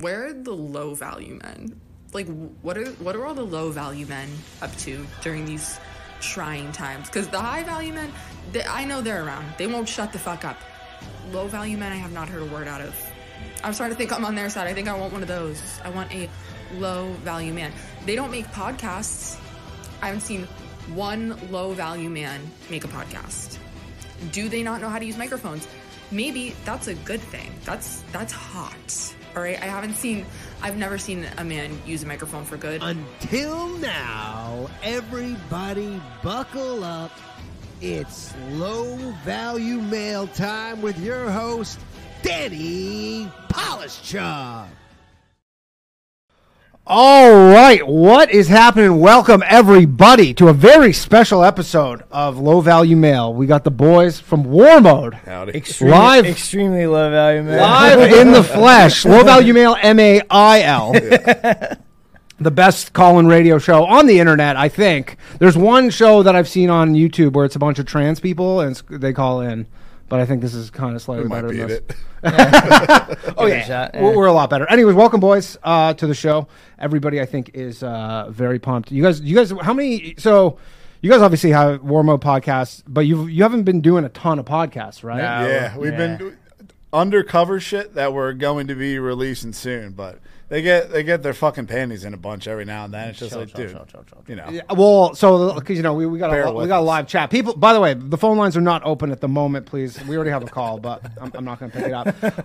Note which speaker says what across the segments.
Speaker 1: where are the low value men? Like, what are what are all the low value men up to during these trying times? Because the high value men, they, I know they're around. They won't shut the fuck up. Low value men, I have not heard a word out of. I'm starting to think I'm on their side. I think I want one of those. I want a low value man. They don't make podcasts. I haven't seen one low value man make a podcast. Do they not know how to use microphones? Maybe that's a good thing. That's that's hot. All right. I haven't seen. I've never seen a man use a microphone for good.
Speaker 2: Until now, everybody buckle up. It's low value mail time with your host, Danny Polishchuk.
Speaker 3: All right, what is happening? Welcome everybody to a very special episode of Low Value Mail. We got the boys from War Mode
Speaker 4: Howdy.
Speaker 3: Live.
Speaker 5: extremely low value, man.
Speaker 3: live in the flesh. Low Value Mail, M A I L. The best call in radio show on the internet, I think. There's one show that I've seen on YouTube where it's a bunch of trans people and it's, they call in, but I think this is kind of slightly
Speaker 4: Might
Speaker 3: better
Speaker 4: be
Speaker 3: than this.
Speaker 4: it.
Speaker 3: Oh
Speaker 5: Give it
Speaker 3: yeah,
Speaker 5: a shot,
Speaker 3: We're,
Speaker 5: yeah.
Speaker 3: we're a lot better. Anyways, welcome boys uh, to the show. Everybody, I think is uh, very pumped. You guys, you guys, how many? So, you guys obviously have warm up podcasts, but you you haven't been doing a ton of podcasts, right?
Speaker 5: No.
Speaker 4: Yeah,
Speaker 5: Oh,
Speaker 4: we've
Speaker 5: yeah.
Speaker 4: been do- undercover shit that we're going to be releasing soon, but they get they get their fucking panties in a bunch every now and then. It's just
Speaker 5: Chill,
Speaker 4: like,
Speaker 5: chill,
Speaker 4: dude,
Speaker 5: chill, chill, chill,
Speaker 4: you know,
Speaker 3: Yeah, Well, so because you know we, we got
Speaker 4: Bear
Speaker 3: a, we
Speaker 4: with
Speaker 3: got a
Speaker 4: us.
Speaker 3: live chat. People, by the way, the phone lines are not open at the moment. Please, we already have a call, but I'm, I'm not going to pick it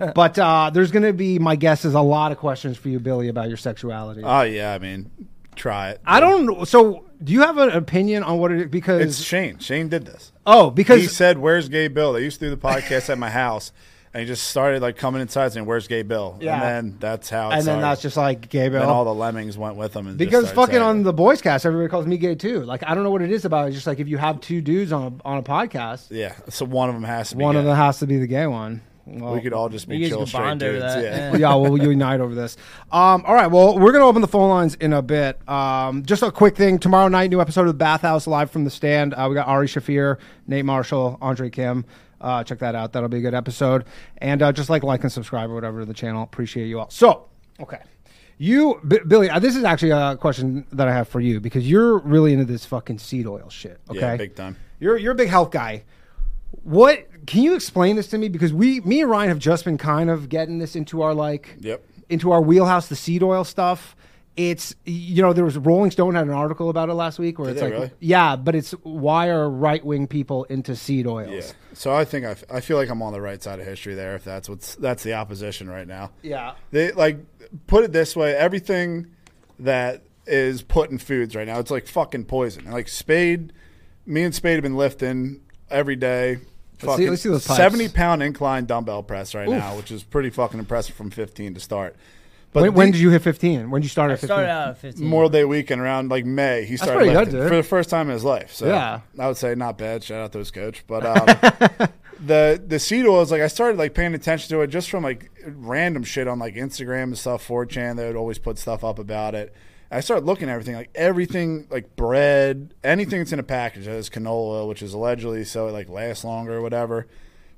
Speaker 3: up. But uh, there's going to be, my guess is, a lot of questions for you, Billy, about your sexuality.
Speaker 4: oh yeah, I mean, try it.
Speaker 3: I don't. So, do you have an opinion on what it? Because
Speaker 4: It's Shane. Shane did this.
Speaker 3: oh,
Speaker 4: He
Speaker 3: because
Speaker 4: said, "Where's Gay Bill?" They used to do the podcast at my house, and he just started like coming inside saying, "Where's Gay Bill?"
Speaker 3: Yeah.
Speaker 4: And then that's how.
Speaker 3: and
Speaker 4: It
Speaker 3: then
Speaker 4: started.
Speaker 3: that's just like Gabriel.
Speaker 4: Then all the lemmings went with him, and just
Speaker 3: Because
Speaker 4: started
Speaker 3: fucking
Speaker 4: saying
Speaker 3: on
Speaker 4: it.
Speaker 3: the boys cast, everybody calls me gay too. Like I don't know what it is about. It's just like if you have two dudes on a, on a podcast,
Speaker 4: yeah, so one of them has to be
Speaker 3: one of
Speaker 4: gay.
Speaker 3: them has to be the gay one. Well,
Speaker 4: We could all just be
Speaker 5: You guys
Speaker 4: chill
Speaker 5: could
Speaker 4: straight
Speaker 5: bond over
Speaker 4: dudes.
Speaker 5: that,
Speaker 4: yeah.
Speaker 5: yeah.
Speaker 3: yeah, we'll unite over this. Um, all right, well, we're gonna open the phone lines in a bit. Um, just a quick thing: tomorrow night, new episode of the Bathhouse live from the stand. Uh, we got Ari Shafir, Nate Marshall, Andre Kim. Uh, check that out. That'll be a good episode. And uh, just like like and subscribe or whatever to the channel. Appreciate you all. So, okay, you B- Billy, uh, this is actually a question that I have for you because you're really into this fucking seed oil shit. Okay,
Speaker 4: Yeah, big time.
Speaker 3: You're you're a big health guy. What can you explain this to me? Because we, me and Ryan, have just been kind of getting this into our like,
Speaker 4: Yep.
Speaker 3: into our wheelhouse, the seed oil stuff. It's you know there was Rolling Stone had an article about it last week where
Speaker 4: Did
Speaker 3: it's
Speaker 4: they
Speaker 3: like
Speaker 4: really?
Speaker 3: yeah, but it's why are right wing people into seed
Speaker 4: Yeah.
Speaker 3: oils?
Speaker 4: So I think I, f- I feel like I'm on the right side of history there. If that's what's that's the opposition right now.
Speaker 3: Yeah.
Speaker 4: They like put it this way: everything that is put in foods right now, it's like fucking poison. Like Spade, me and Spade have been lifting every day.
Speaker 3: Let's see- let's see those pipes.
Speaker 4: seventy pound incline dumbbell press right now, which is pretty fucking impressive from fifteen to start. But
Speaker 3: When, when
Speaker 4: the-
Speaker 3: did you hit fifteen? When did you start at fifteen?
Speaker 5: Started out at 15.
Speaker 4: Memorial Day weekend around like May, he started
Speaker 3: pretty good,
Speaker 4: lifting
Speaker 3: dude.
Speaker 4: for the first time in his life. So
Speaker 3: Yeah.
Speaker 4: I would say not bad. Shout out to his coach. But um, the the seed oils, like I started like paying attention to it just from like random shit on like Instagram and stuff, 4chan. They would always put stuff up about it. I started looking at everything, like everything, like bread, anything that's in a package. That is canola oil, which is allegedly so it like lasts longer or whatever.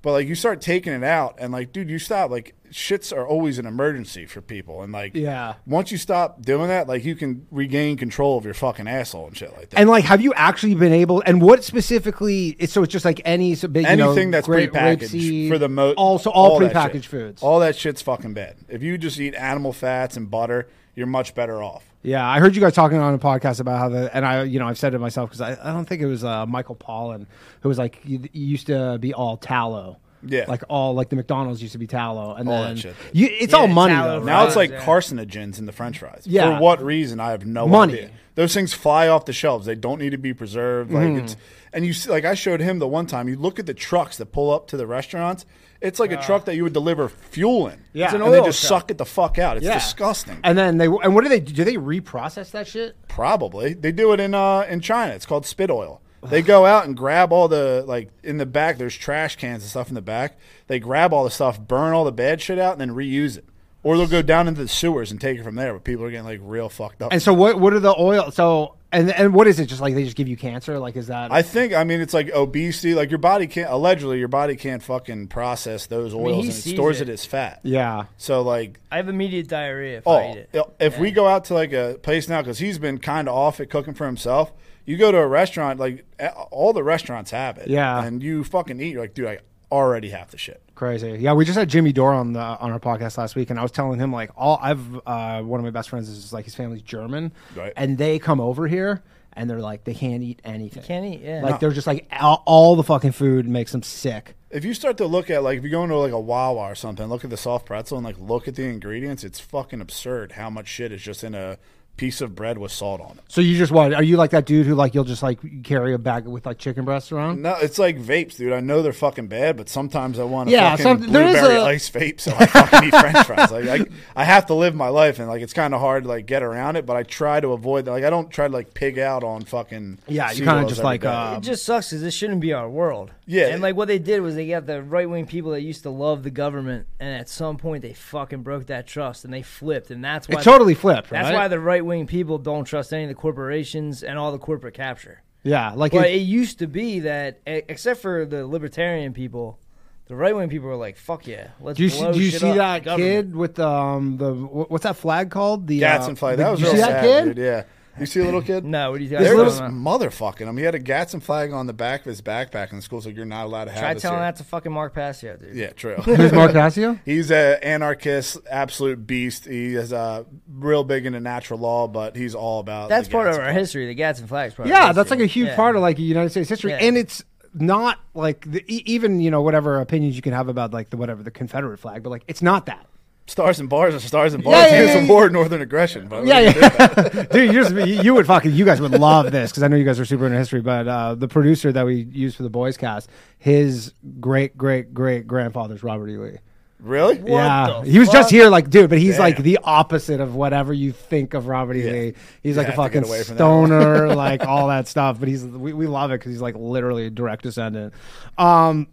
Speaker 4: But like you start taking it out, and like, dude, you stop. Like shits are always an emergency for people, and like,
Speaker 3: Yeah.
Speaker 4: once you stop doing that, like you can regain control of your fucking asshole and shit like that.
Speaker 3: And like, have you actually been able? And what specifically? It's, so it's just like any so big, you know,
Speaker 4: Anything that's
Speaker 3: grape-
Speaker 4: prepackaged
Speaker 3: rapeseed,
Speaker 4: for the most,
Speaker 3: Also, all,
Speaker 4: that shit.
Speaker 3: prepackaged foods.
Speaker 4: All that shit's fucking bad. If you just eat animal fats and butter, you're much better off.
Speaker 3: Yeah, I heard you guys talking on a podcast about how the and I, you know, I've said it myself because I, I don't think it was uh, Michael Pollan who was like you, you used to be all tallow,
Speaker 4: Yeah.
Speaker 3: like all like the McDonald's used to be tallow, and
Speaker 4: All that
Speaker 3: then
Speaker 4: shit.
Speaker 3: you, it's
Speaker 5: Yeah,
Speaker 3: all money
Speaker 5: tallow
Speaker 3: though.
Speaker 5: fries.
Speaker 3: right?
Speaker 4: Now it's like
Speaker 5: yeah.
Speaker 4: carcinogens in the French fries.
Speaker 3: Yeah.
Speaker 4: For what reason? I have no
Speaker 3: Money.
Speaker 4: idea. Those things fly off the shelves. They don't need to be preserved. Like it's
Speaker 3: Mm.
Speaker 4: and you see, like I showed him the one time. You look at the trucks that pull up to the restaurants. It's like a truck that you would deliver fuel in.
Speaker 3: Yeah. It's an
Speaker 4: and they
Speaker 3: oil
Speaker 4: just
Speaker 3: truck.
Speaker 4: suck it the fuck out. It's
Speaker 3: Yeah.
Speaker 4: disgusting.
Speaker 3: And then they and what do they do? They reprocess that shit.
Speaker 4: Probably they do it in uh in China. It's called spit oil. They go out and grab all the like in the back. There's trash cans and stuff in the back. They grab all the stuff, burn all the bad shit out, and then reuse it. Or they'll go down into the sewers and take it from there. But people are getting like real fucked up.
Speaker 3: And so what what are the oil so and and what is it? Just like they just give you cancer? Like is that
Speaker 4: I think I mean it's like obesity. Like your body can't allegedly your body can't fucking process those oils and
Speaker 5: he
Speaker 4: it
Speaker 5: sees
Speaker 4: stores
Speaker 5: it.
Speaker 4: it. as fat.
Speaker 3: Yeah.
Speaker 4: So like
Speaker 5: I have immediate diarrhea if I
Speaker 4: oh
Speaker 5: eat it.
Speaker 4: if we go out to like a place now because he's been kind of off at cooking for himself. You go to a restaurant like a- all the restaurants have it.
Speaker 3: Yeah.
Speaker 4: and you fucking eat. You're like, dude, I already have the shit.
Speaker 3: Crazy. Yeah, we just had Jimmy Dore on the on our podcast last week, and I was telling him like all I've uh, one of my best friends is like his family's German,
Speaker 4: Right.
Speaker 3: and they come over here and they're like they can't eat anything.
Speaker 5: Can't eat. Yeah.
Speaker 3: Like they're just like all, all the fucking food makes them sick.
Speaker 4: If you start to look at like if you go into like a Wawa or something, look at the soft pretzel and like look at the ingredients. It's fucking absurd how much shit is just in a piece of bread with salt on it.
Speaker 3: So you just what? Are you like that dude who like you'll just like carry a bag with like chicken breasts around?
Speaker 4: No, it's like vapes, dude. I know they're fucking bad, but sometimes I want a
Speaker 3: Yeah,
Speaker 4: fucking
Speaker 3: some- there is
Speaker 4: blueberry
Speaker 3: a-
Speaker 4: ice vape, so I fucking eat French fries. Like I, I have to live my life, and like it's kind of hard to like get around it. But I try to avoid that. Like I don't try to like pig out on fucking.
Speaker 3: Yeah, you
Speaker 4: sea
Speaker 3: kinda
Speaker 4: rolls
Speaker 3: just
Speaker 4: every
Speaker 3: like,
Speaker 4: day.
Speaker 3: uh,
Speaker 5: it just sucks because this shouldn't be our world.
Speaker 4: Yeah.
Speaker 5: And like what they did was they got the right wing people that used to love the government, and at some point they fucking broke that trust and they flipped, and that's why
Speaker 3: It totally flipped.
Speaker 5: that's
Speaker 3: right?
Speaker 5: why the right wing people don't trust any of the corporations and all the corporate capture.
Speaker 3: yeah, like
Speaker 5: But
Speaker 3: it-
Speaker 5: it used to be that, e- except for the libertarian people, the right wing people were like, "Fuck yeah, let's."
Speaker 3: do you see,
Speaker 5: blow
Speaker 3: do you
Speaker 5: shit
Speaker 3: see
Speaker 5: up."
Speaker 3: that
Speaker 5: Government.
Speaker 3: kid with um the wh- what's that flag called? The uh,
Speaker 4: Gatson flag.
Speaker 3: the-
Speaker 4: That was
Speaker 3: you
Speaker 4: real
Speaker 3: see
Speaker 4: sad,
Speaker 3: that kid?
Speaker 4: dude. Yeah, you see a little kid.
Speaker 5: No, what do you think?
Speaker 4: There
Speaker 5: I
Speaker 4: was
Speaker 5: don't know.
Speaker 4: motherfucking him. He had a Gatson flag on the back of his backpack in the school, so you're not allowed to have.
Speaker 5: Try
Speaker 4: this
Speaker 5: telling
Speaker 4: here.
Speaker 5: that to fucking Mark Passio, dude.
Speaker 4: Yeah, true.
Speaker 3: Who's Mark Cassio?
Speaker 4: He's an anarchist, absolute beast. He is uh, real big into natural law, but he's all about.
Speaker 5: That's
Speaker 4: the
Speaker 5: part of
Speaker 4: Gadsden
Speaker 5: our
Speaker 4: Flag.
Speaker 5: history. The Gadsden flag's part. of our
Speaker 3: Yeah, that's like
Speaker 5: history.
Speaker 3: a huge
Speaker 5: Yeah.
Speaker 3: part of like United States history,
Speaker 5: Yeah.
Speaker 3: and it's not like the, e- even you know whatever opinions you can have about like the whatever the Confederate flag, but like it's not that.
Speaker 4: Stars and bars are stars and bars.
Speaker 3: yeah,
Speaker 4: It's
Speaker 3: yeah,
Speaker 4: a
Speaker 3: yeah.
Speaker 4: war, of northern aggression. But
Speaker 3: Yeah, yeah, dude, you, just, you you would fucking you guys would love this because I know you guys are super into history. But uh, the producer that we use for the boys cast, his great great great grandfather's Robert E. Lee.
Speaker 4: Really?
Speaker 3: yeah,
Speaker 5: the
Speaker 3: he was just
Speaker 5: fuck?
Speaker 3: here, like dude, but he's like
Speaker 4: Damn.
Speaker 3: the opposite of whatever you think of Robert E. Lee. He's like a
Speaker 4: Yeah, I have to
Speaker 3: fucking
Speaker 4: get away from that one.
Speaker 3: stoner, like all that stuff. But he's we, we love it because he's like literally a direct descendant. Um,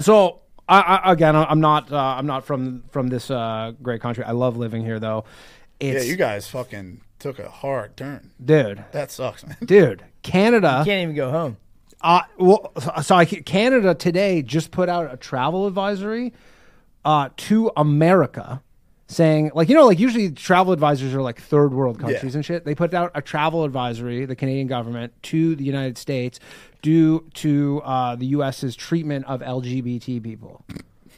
Speaker 3: so I, I again, I- I'm not uh, I'm not from from this uh, great country. I love living here though.
Speaker 4: Yeah,
Speaker 3: It's
Speaker 4: you guys fucking took a hard turn.
Speaker 3: dude,
Speaker 4: That sucks, man.
Speaker 3: dude, Canada.
Speaker 5: Can't even go home.
Speaker 3: Uh, well, so I, Canada today just put out a travel advisory uh, to America saying, like, you know, like usually travel advisories are like third world countries and shit. They put out a travel advisory, the Canadian government, to the United States due to uh, the U.S.'s treatment of LGBT people.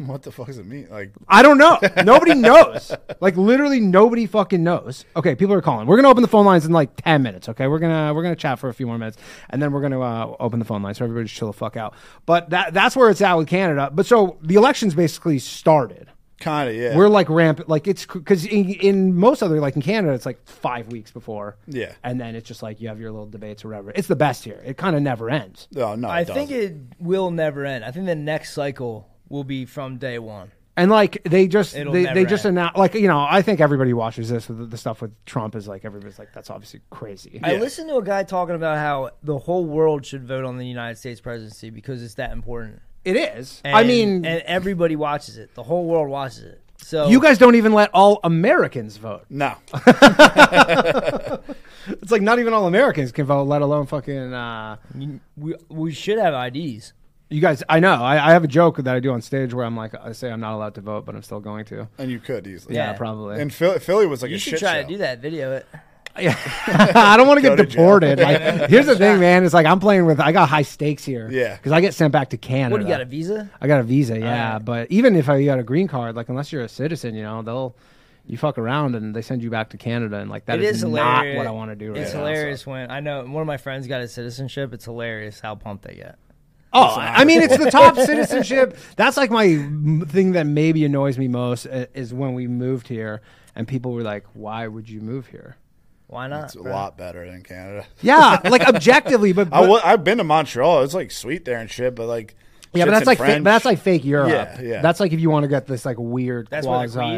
Speaker 4: What the fuck does it mean? Like,
Speaker 3: I don't know. Nobody knows. Like literally nobody fucking knows. Okay, people are calling. We're gonna open the phone lines in like ten minutes. Okay, we're gonna we're gonna chat for a few more minutes, and then we're gonna uh, open the phone lines. So everybody just chill the fuck out. But that that's where it's at with Canada. But so the elections basically started.
Speaker 4: kind of, yeah.
Speaker 3: We're like rampant. Like it's because in, in most other like in Canada, it's like five weeks before.
Speaker 4: Yeah.
Speaker 3: and then it's just like you have your little debates or whatever. It's the best here. It kind of never ends.
Speaker 4: oh, no,
Speaker 5: I
Speaker 4: it
Speaker 5: think
Speaker 4: doesn't.
Speaker 5: it will never end. I think the next cycle will be from day one.
Speaker 3: And like they just
Speaker 5: It'll
Speaker 3: they,
Speaker 5: never
Speaker 3: they just
Speaker 5: end.
Speaker 3: announced like you know I think everybody who watches this the, the stuff with Trump is like everybody's like that's obviously crazy.
Speaker 5: I listened to a guy talking about how the whole world should vote on the United States presidency because it's that important.
Speaker 3: It is. I
Speaker 5: And-
Speaker 3: mean,
Speaker 5: and everybody watches it. The whole world watches it. So
Speaker 3: you guys don't even let all Americans vote.
Speaker 4: No.
Speaker 3: It's like not even all Americans can vote, let alone fucking. Uh,
Speaker 5: we, we should have IDs.
Speaker 3: you guys, I know. I, I have a joke that I do on stage where I'm like, I say I'm not allowed to vote, but I'm still going to.
Speaker 4: And you could easily.
Speaker 3: Yeah,
Speaker 5: Yeah.
Speaker 3: probably.
Speaker 4: And Philly, Philly was like
Speaker 5: You
Speaker 4: a
Speaker 5: should
Speaker 4: shit
Speaker 5: try
Speaker 4: show.
Speaker 5: to do that. Video it.
Speaker 3: I don't want to
Speaker 4: Go
Speaker 3: get
Speaker 4: to jail.
Speaker 3: deported. Like, here's the thing, man. It's like I'm playing with. I got high stakes here.
Speaker 4: Yeah.
Speaker 3: Because I get sent back to Canada.
Speaker 5: What do you got? A visa?
Speaker 3: I got a visa, yeah.
Speaker 5: Alright.
Speaker 3: But even if I got a green card, like unless you're a citizen, you know, they'll you fuck around and they send you back to Canada, and like that
Speaker 5: it is
Speaker 3: not
Speaker 5: hilarious.
Speaker 3: what I want to do. Right
Speaker 5: It's
Speaker 3: now, so.
Speaker 5: hilarious when I know one of my friends got his citizenship. It's hilarious how pumped they get.
Speaker 3: Oh, I mean, it's the top citizenship. That's like my m- thing that maybe annoys me most uh, is when we moved here and people were like, "Why would you move here?"
Speaker 5: Why not?
Speaker 4: It's a
Speaker 5: bro?
Speaker 4: lot better than Canada.
Speaker 3: Yeah, like objectively, but, but-
Speaker 4: I w- I've been to Montreal. It's like sweet there and shit, but like.
Speaker 3: yeah, but
Speaker 4: shit's in
Speaker 3: that's like fa-
Speaker 4: French.
Speaker 3: that's like fake Europe.
Speaker 4: Yeah, yeah.
Speaker 3: That's like if you want to get this like weird
Speaker 5: That's where the
Speaker 3: quasi.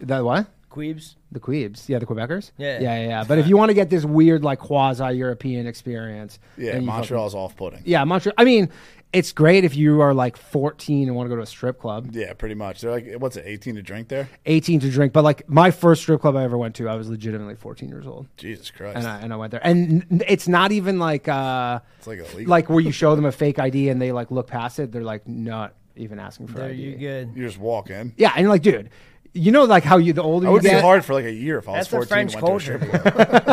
Speaker 5: queebs.
Speaker 3: that what?
Speaker 5: Queebs.
Speaker 3: The Queebs, yeah, the Quebecers,
Speaker 5: Yeah.
Speaker 3: yeah, yeah. yeah. But if you want to get this weird, like quasi European experience,
Speaker 4: Yeah,
Speaker 3: then you fucking-
Speaker 4: Montreal's off putting.
Speaker 3: yeah, Montreal. I mean, it's great if you are like 14 and want to go to a strip club,
Speaker 4: Yeah, pretty much. They're like, what's it, 18 to drink there?
Speaker 3: 18 to drink. But like my first strip club I ever went to, I was legitimately 14 years old,
Speaker 4: Jesus Christ.
Speaker 3: and I and I went there. And n- it's not even like uh,
Speaker 4: it's like illegal.
Speaker 3: like where you show them a fake ID and they like look past it. They're like not even asking for
Speaker 5: There
Speaker 3: ID.
Speaker 5: you good.
Speaker 4: you just walk in.
Speaker 3: Yeah, and like, dude, you know, like how you the older
Speaker 4: It
Speaker 3: you
Speaker 4: would be
Speaker 3: get,
Speaker 4: hard for like a year if I was
Speaker 5: That's the
Speaker 4: 14 and
Speaker 5: French
Speaker 4: went to a strip
Speaker 5: culture.
Speaker 4: club.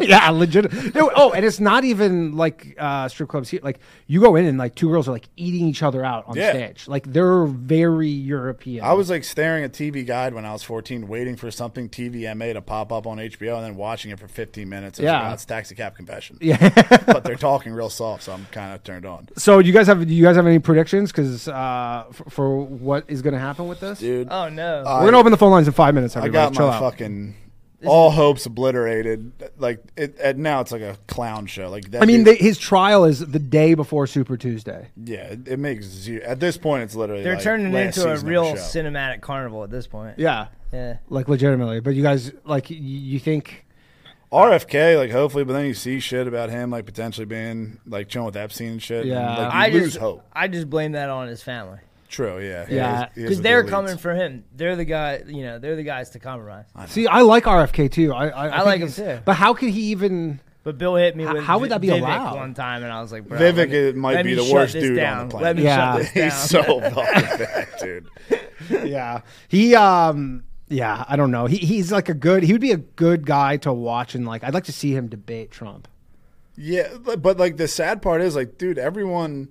Speaker 3: yeah, legit. No, oh, and it's not even like uh, strip clubs here. Like you go in and like two girls are like eating each other out on
Speaker 4: Yeah.
Speaker 3: stage. Like they're very European.
Speaker 4: I was like staring at TV Guide when I was 14, waiting for something TVMA to pop up on HBO and then watching it for 15 minutes.
Speaker 3: Yeah.
Speaker 4: Yeah. Like, oh, it's Taxi Cab Confession. Yeah. but they're talking real soft, so I'm kind of turned on.
Speaker 3: so you guys have do you guys have any predictions? Because uh, for, for what is going to happen with this?
Speaker 4: Dude,
Speaker 5: Oh no.
Speaker 3: We're gonna open the phone lines in five minutes.
Speaker 4: I
Speaker 3: Everybody,
Speaker 4: got
Speaker 3: chill
Speaker 4: my
Speaker 3: out.
Speaker 4: fucking all hopes obliterated. Like, it, and now it's like a clown show. Like, that
Speaker 3: I mean,
Speaker 4: dude-
Speaker 3: the, his trial is the day before Super Tuesday.
Speaker 4: yeah, it, it makes zero. At this point, it's literally.
Speaker 5: They're
Speaker 4: like,
Speaker 5: turning it
Speaker 4: last
Speaker 5: into a
Speaker 4: season of
Speaker 5: real
Speaker 4: the show.
Speaker 5: cinematic carnival at this point.
Speaker 3: Yeah,
Speaker 5: Yeah.
Speaker 3: like legitimately. But you guys, like, y- you think?
Speaker 4: RFK, like hopefully, but then you see shit about him, like potentially being like chilling with Epstein and shit.
Speaker 3: Yeah.
Speaker 4: and, like, you
Speaker 5: I
Speaker 4: lose
Speaker 5: just
Speaker 4: hope.
Speaker 5: I just blame that on his family
Speaker 4: True, yeah,
Speaker 3: Yeah.
Speaker 5: because they're coming for him. They're the guy. You know, they're the guys to compromise.
Speaker 3: See, I like RFK too. I I,
Speaker 5: I like
Speaker 3: think
Speaker 5: him
Speaker 3: he's-
Speaker 5: too.
Speaker 3: But how could he even?
Speaker 5: But Bill hit me
Speaker 3: H-
Speaker 5: with
Speaker 3: how would
Speaker 5: Vi-
Speaker 3: that be
Speaker 5: Vivek
Speaker 3: allowed?
Speaker 5: one time, and I was like, Bro,
Speaker 4: Vivek,
Speaker 5: let me-
Speaker 4: it might
Speaker 5: let
Speaker 4: be
Speaker 5: me
Speaker 4: the
Speaker 5: shut
Speaker 4: worst
Speaker 5: this
Speaker 4: dude on the
Speaker 5: down. Let
Speaker 4: planet.
Speaker 5: me
Speaker 3: Yeah.
Speaker 5: shut
Speaker 4: He's
Speaker 5: this down.
Speaker 4: so fucking bad, dude.
Speaker 3: Yeah. He um yeah, I don't know. He he's like a good he would be a good guy to watch and like I'd like to see him debate Trump.
Speaker 4: Yeah, but but, like the sad part is like, dude, everyone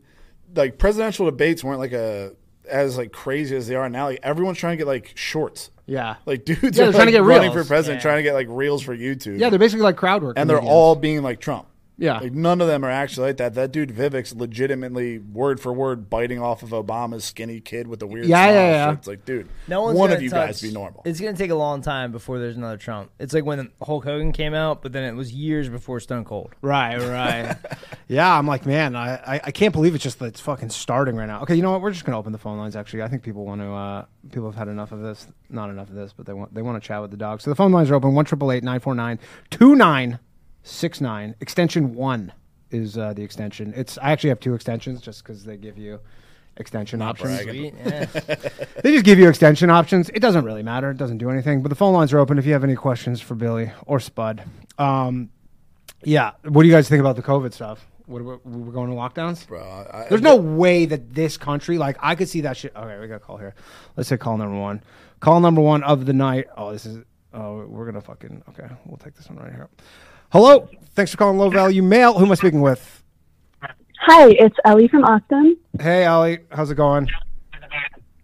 Speaker 4: like presidential debates weren't like a as like crazy as they are now. Like everyone's trying to get like shorts.
Speaker 3: Yeah.
Speaker 4: Like dudes
Speaker 3: Yeah,
Speaker 4: are
Speaker 3: they're trying to
Speaker 4: like,
Speaker 3: get
Speaker 4: running
Speaker 3: reels.
Speaker 4: for president,
Speaker 5: Yeah.
Speaker 4: trying to get like reels for YouTube.
Speaker 3: yeah, they're basically like crowd work.
Speaker 4: and they're
Speaker 3: comedians.
Speaker 4: all being like Trump.
Speaker 3: Yeah.
Speaker 4: like none of them are actually like that. That dude Vivek's legitimately word for word biting off of Obama's skinny kid with the weird.
Speaker 3: Yeah,
Speaker 4: smile.
Speaker 3: yeah, yeah.
Speaker 4: So It's like, dude,
Speaker 5: No one's
Speaker 4: one
Speaker 5: gonna
Speaker 4: of you
Speaker 5: touch-
Speaker 4: guys be normal.
Speaker 5: It's gonna take a long time before there's another Trump. It's like when Hulk Hogan came out, but then it was years before Stone Cold.
Speaker 3: Right, right. yeah, I'm like, man, I, I, I can't believe it's just that it's fucking starting right now. Okay, you know what? We're just gonna open the phone lines actually. I think people want to uh people have had enough of this. Not enough of this, but they want they want to chat with the dog. So the phone lines are open one triple eight nine four nine two nine six nine. Extension one is uh the extension. It's I actually have two extensions just because they give you extension options.
Speaker 5: Sweet. Yeah.
Speaker 3: They just give you extension options. It doesn't really matter. It doesn't do anything. But the phone lines are open if you have any questions for Billy or Spud. Um, yeah. What do you guys think about the COVID stuff? What, what we're going to lockdowns?
Speaker 4: Bro,
Speaker 5: Uh,
Speaker 4: I,
Speaker 3: There's no way that this country, like, I could see that shit. Okay, we got a call here. Let's hit call number one. Call number one of the night. Oh, this is. Oh, we're gonna fucking. Okay, we'll take this one right here. Hello. Thanks for calling Low Value Mail. Who am I speaking with?
Speaker 6: Hi, it's Ellie from Austin.
Speaker 3: Hey, Ollie. How's it going?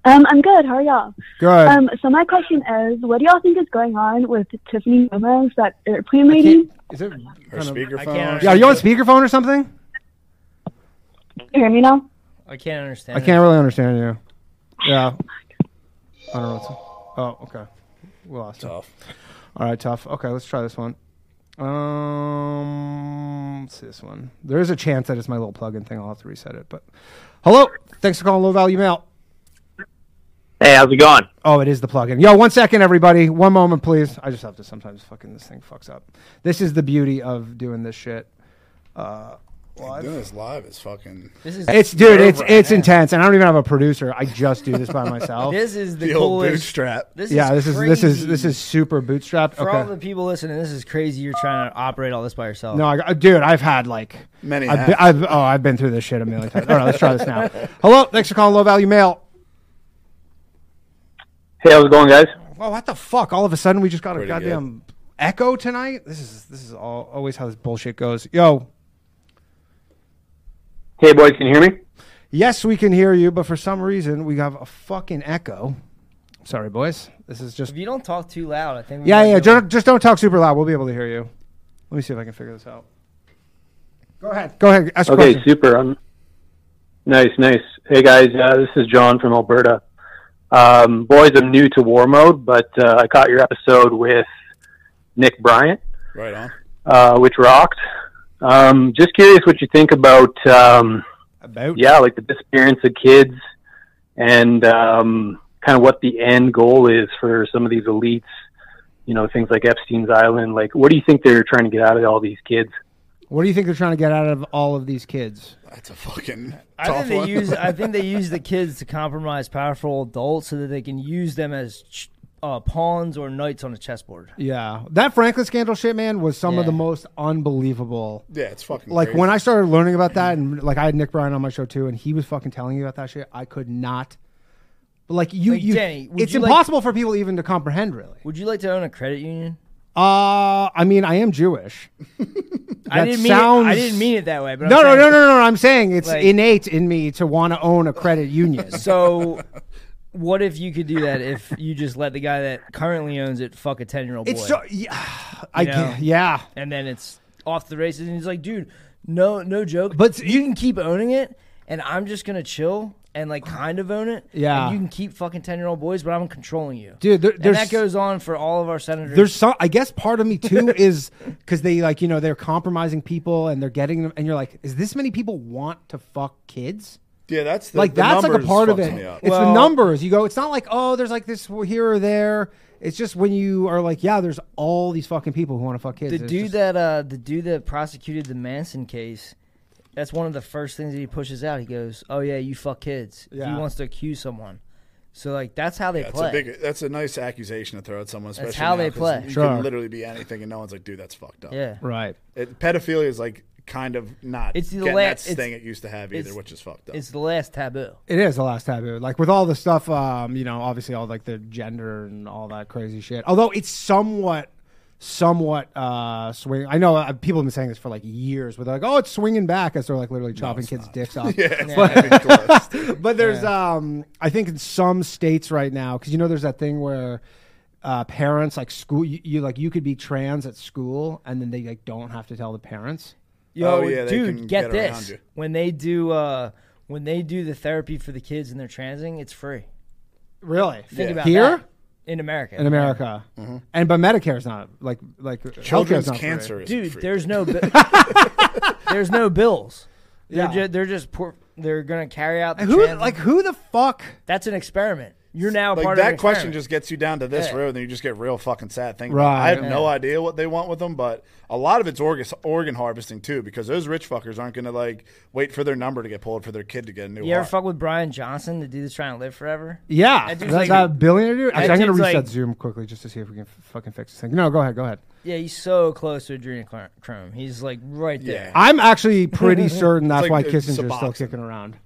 Speaker 6: Um, I'm good. How are y'all?
Speaker 3: Good.
Speaker 6: Um, so my question is, what do y'all think is going on with Tiffany Gomez, that airplane lady?
Speaker 3: Can't- is it?
Speaker 4: her
Speaker 3: kind of-
Speaker 4: speakerphone.
Speaker 5: can't-
Speaker 3: yeah, are you on speakerphone or something?
Speaker 6: Can you hear me now?
Speaker 5: I can't understand.
Speaker 3: I can't really understand you. Yeah. I don't know. What's, oh, okay. We lost him.
Speaker 4: Tough.
Speaker 3: All right, tough. Okay, let's try this one. Um, let's see this one. There is a chance that it's my little plug-in thing. I'll have to reset it. But hello, thanks for calling Low Value Mail.
Speaker 7: Hey, how's it going?
Speaker 3: Oh, it is the plug-in. Yo, one second, everybody. One moment, please. I just have to sometimes fucking this thing fucks up. This is the beauty of doing this shit.
Speaker 4: Uh, Doing this live is fucking.
Speaker 5: This is
Speaker 3: It's dude, it's
Speaker 4: Nerve-wracking.
Speaker 3: it's intense, and I don't even have a producer. I just do this by myself.
Speaker 5: this is the,
Speaker 4: The old
Speaker 5: coolest.
Speaker 4: bootstrap.
Speaker 5: This is
Speaker 3: yeah, this is this is
Speaker 5: crazy.
Speaker 3: this is super bootstrapped.
Speaker 5: For
Speaker 3: okay.
Speaker 5: all the people listening, this is crazy. You're trying to operate all this by yourself.
Speaker 3: No, I, got- dude, I've had like
Speaker 4: Many
Speaker 3: I've,
Speaker 4: hats.
Speaker 3: been, I've oh, I've been through this shit a million times. All right, let's try this now. Hello, thanks for calling Low Value Mail.
Speaker 7: Hey, how's it going, guys?
Speaker 3: Well, what the fuck? All of a sudden, we just got a
Speaker 4: Pretty good.
Speaker 3: goddamn echo tonight. This is this is all, always how this bullshit goes. Yo,
Speaker 7: Hey, boys, can you hear me?
Speaker 3: yes, we can hear you, but for some reason, we have a fucking echo. Sorry, boys. This is just
Speaker 5: If you don't talk too loud, I think. we
Speaker 3: yeah,
Speaker 5: might
Speaker 3: yeah.
Speaker 5: be able-
Speaker 3: Just, just don't talk super loud. We'll be able to hear you. Let me see if I can figure this out. Go ahead. Go ahead. Ask a
Speaker 7: Okay,
Speaker 3: question.
Speaker 7: super. Um, nice, nice. Hey, guys, uh, this is John from Alberta. Um, boys, I'm new to war mode, but uh, I caught your episode with Nick Bryant,
Speaker 4: Right on.
Speaker 7: uh, which rocked. Um, just curious what you think about, um,
Speaker 3: About
Speaker 7: yeah, like the disappearance of kids and um, kind of what the end goal is for some of these elites, you know, things like Epstein's Island. Like, what do you think they're trying to get out of all these kids?
Speaker 3: What do you think they're trying to get out of all of these kids?
Speaker 4: That's a fucking
Speaker 5: I
Speaker 4: tough
Speaker 5: think they
Speaker 4: one.
Speaker 5: use. I think they use the kids to compromise powerful adults so that they can use them as ch- uh, pawns or knights on a chessboard.
Speaker 3: Yeah, that Franklin scandal shit, man, was some of
Speaker 5: Yeah.
Speaker 3: the most unbelievable.
Speaker 4: yeah, it's fucking
Speaker 3: Like
Speaker 4: crazy.
Speaker 3: when I started learning about that, and like I had Nick Bryan on my show too, and he was fucking telling you about that shit. I could not. But like you,
Speaker 5: Like,
Speaker 3: you
Speaker 5: Danny, would
Speaker 3: it's
Speaker 5: you like-
Speaker 3: impossible for people even to comprehend, really.
Speaker 5: Would you like to own a credit union?
Speaker 3: Uh, I mean, I am Jewish.
Speaker 5: I
Speaker 3: That
Speaker 5: didn't mean. It, I
Speaker 3: sounds-
Speaker 5: didn't mean it that way. But
Speaker 3: No,
Speaker 5: I'm
Speaker 3: no,
Speaker 5: saying-
Speaker 3: no, no, no, no. I'm saying it's
Speaker 5: Like-
Speaker 3: innate in me to want to own a credit union.
Speaker 5: So, what if you could do that if you just let the guy that currently owns it fuck a ten year old boy?
Speaker 3: it's so, yeah, I
Speaker 5: You know?
Speaker 3: can't- yeah.
Speaker 5: and then it's off the races and he's like dude no no joke
Speaker 3: But-
Speaker 5: but you can keep owning it and i'm just gonna chill and like kind of own it
Speaker 3: Yeah.
Speaker 5: and you can keep fucking 10 year old boys but i'm controlling you
Speaker 3: Dude, there-
Speaker 5: and
Speaker 3: there's-
Speaker 5: that goes on for all of our senators
Speaker 3: There's some. I guess part of me too is because they like you know they're compromising people and they're getting them, and you're like, is this many people want to fuck kids?
Speaker 4: yeah, that's the,
Speaker 3: Like
Speaker 4: the
Speaker 3: that's like a
Speaker 4: numbers
Speaker 3: part of
Speaker 4: fucks
Speaker 3: it.
Speaker 4: me up.
Speaker 3: It's the
Speaker 5: Well-
Speaker 3: numbers. You go. It's not like oh, there's like this here or there. It's just when you are like, yeah, there's all these fucking people who want to fuck kids.
Speaker 5: the
Speaker 3: It's
Speaker 5: dude
Speaker 3: just-
Speaker 5: that uh the dude that prosecuted the manson case that's one of the first things that he pushes out he goes oh yeah you fuck kids
Speaker 3: Yeah.
Speaker 5: he wants to accuse someone so like that's how they
Speaker 4: That's
Speaker 5: play
Speaker 4: a big. That's a nice accusation to throw at someone. Especially
Speaker 5: how
Speaker 4: now,
Speaker 5: they
Speaker 4: 'cause
Speaker 5: play.
Speaker 4: You
Speaker 3: Sure.
Speaker 4: can literally be anything, and no one's like, "Dude, that's fucked up."
Speaker 5: yeah
Speaker 3: right.
Speaker 4: It, pedophilia is like kind of not.
Speaker 5: It's the
Speaker 4: getting
Speaker 5: la-
Speaker 4: that
Speaker 5: it's-
Speaker 4: thing it used to have either,
Speaker 5: it's-
Speaker 4: which is fucked up.
Speaker 5: it's the last taboo
Speaker 3: It is the last taboo. Like with all the stuff, um, you know, obviously all like the gender and all that crazy shit. Although it's somewhat, somewhat uh, swing. I know uh, people have been saying this for like years, but they're like, oh, it's swinging back as they're like literally chopping kids' dicks off.
Speaker 4: yeah, it's fucking close, dude.
Speaker 3: But there's, um, I think in some states right now, because you know, there's that thing where uh, parents like school, you, you like you could be trans at school, and then they like don't have to tell the parents.
Speaker 5: Yo,
Speaker 4: Oh, yeah, they
Speaker 5: dude,
Speaker 4: can
Speaker 5: get,
Speaker 4: get around
Speaker 5: this.
Speaker 4: you.
Speaker 5: When they do uh when they do the therapy for the kids and they're transing, it's free.
Speaker 3: Really?
Speaker 5: Think about
Speaker 3: Here?
Speaker 5: that. in America.
Speaker 3: In America, Mm-hmm. and but Medicare's not like like healthcare's
Speaker 4: Children's
Speaker 3: not free.
Speaker 4: cancer is
Speaker 5: Dude,
Speaker 4: free.
Speaker 5: there's no bi- there's no bills. They're
Speaker 3: Yeah.
Speaker 5: ju- they're just poor, they're going to carry out the
Speaker 3: Who
Speaker 5: trans-
Speaker 3: like who the fuck?
Speaker 5: that's an experiment. You're now
Speaker 4: like
Speaker 5: part of
Speaker 4: that
Speaker 5: an
Speaker 4: question
Speaker 5: experiment.
Speaker 4: just gets you down to this
Speaker 5: Yeah.
Speaker 4: road, and you just get real fucking sad. Thing,
Speaker 3: Right.
Speaker 4: I have
Speaker 3: Yeah.
Speaker 4: no idea what they want with them, but a lot of it's organ, organ harvesting too, because those rich fuckers aren't going to like wait for their number to get pulled for their kid to get a new.
Speaker 5: You ever
Speaker 4: heart.
Speaker 5: fuck with Brian Johnson, the dude that's trying to live forever?
Speaker 3: Yeah, that,
Speaker 5: That dude's like-
Speaker 3: that billionaire dude. Actually, I'm gonna
Speaker 5: dude's
Speaker 3: reset
Speaker 5: like-
Speaker 3: Zoom quickly just to see if we can f- fucking fix this thing. No, go ahead, go ahead.
Speaker 5: Yeah, he's so close to adrenochrome. He's like right there.
Speaker 4: Yeah.
Speaker 3: I'm actually pretty certain that's
Speaker 4: like
Speaker 3: why
Speaker 4: the
Speaker 3: Kissinger's still
Speaker 4: Suboxone.
Speaker 3: kicking around.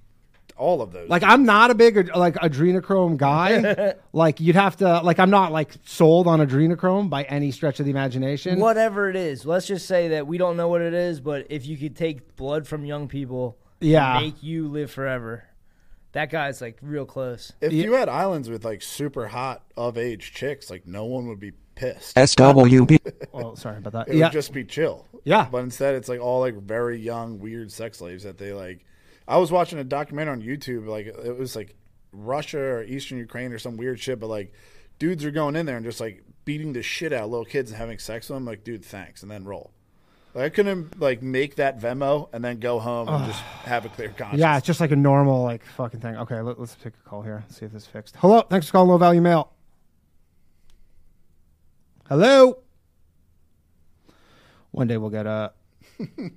Speaker 4: all of those.
Speaker 3: Like I'm not a big ad- like adrenochrome guy. like you'd have to like I'm not like sold on adrenochrome by any stretch of the imagination.
Speaker 5: Whatever it is, let's just say that we don't know what it is, but if you could take blood from young people, and
Speaker 3: Yeah.
Speaker 5: make you live forever, that guy's like real close.
Speaker 4: if you had islands with like super hot of age chicks, like no one would be pissed.
Speaker 8: SWB.
Speaker 3: Oh, sorry about that.
Speaker 4: It
Speaker 3: Yeah,
Speaker 4: would just be chill.
Speaker 3: Yeah.
Speaker 4: But instead, it's like all like very young, weird sex slaves that they like. I was watching a documentary on YouTube. Like it was like Russia or Eastern Ukraine or some weird shit. But like dudes are going in there and just like beating the shit out of little kids and having sex with them. Like, dude, thanks, and then roll. Like I couldn't like make that Venmo and then go home and just have a clear conscience.
Speaker 3: yeah, it's just like a normal like fucking thing. Okay, let, us take a call here. see if this is fixed. Hello, thanks for calling Low Value Mail. Hello. One day we'll get a.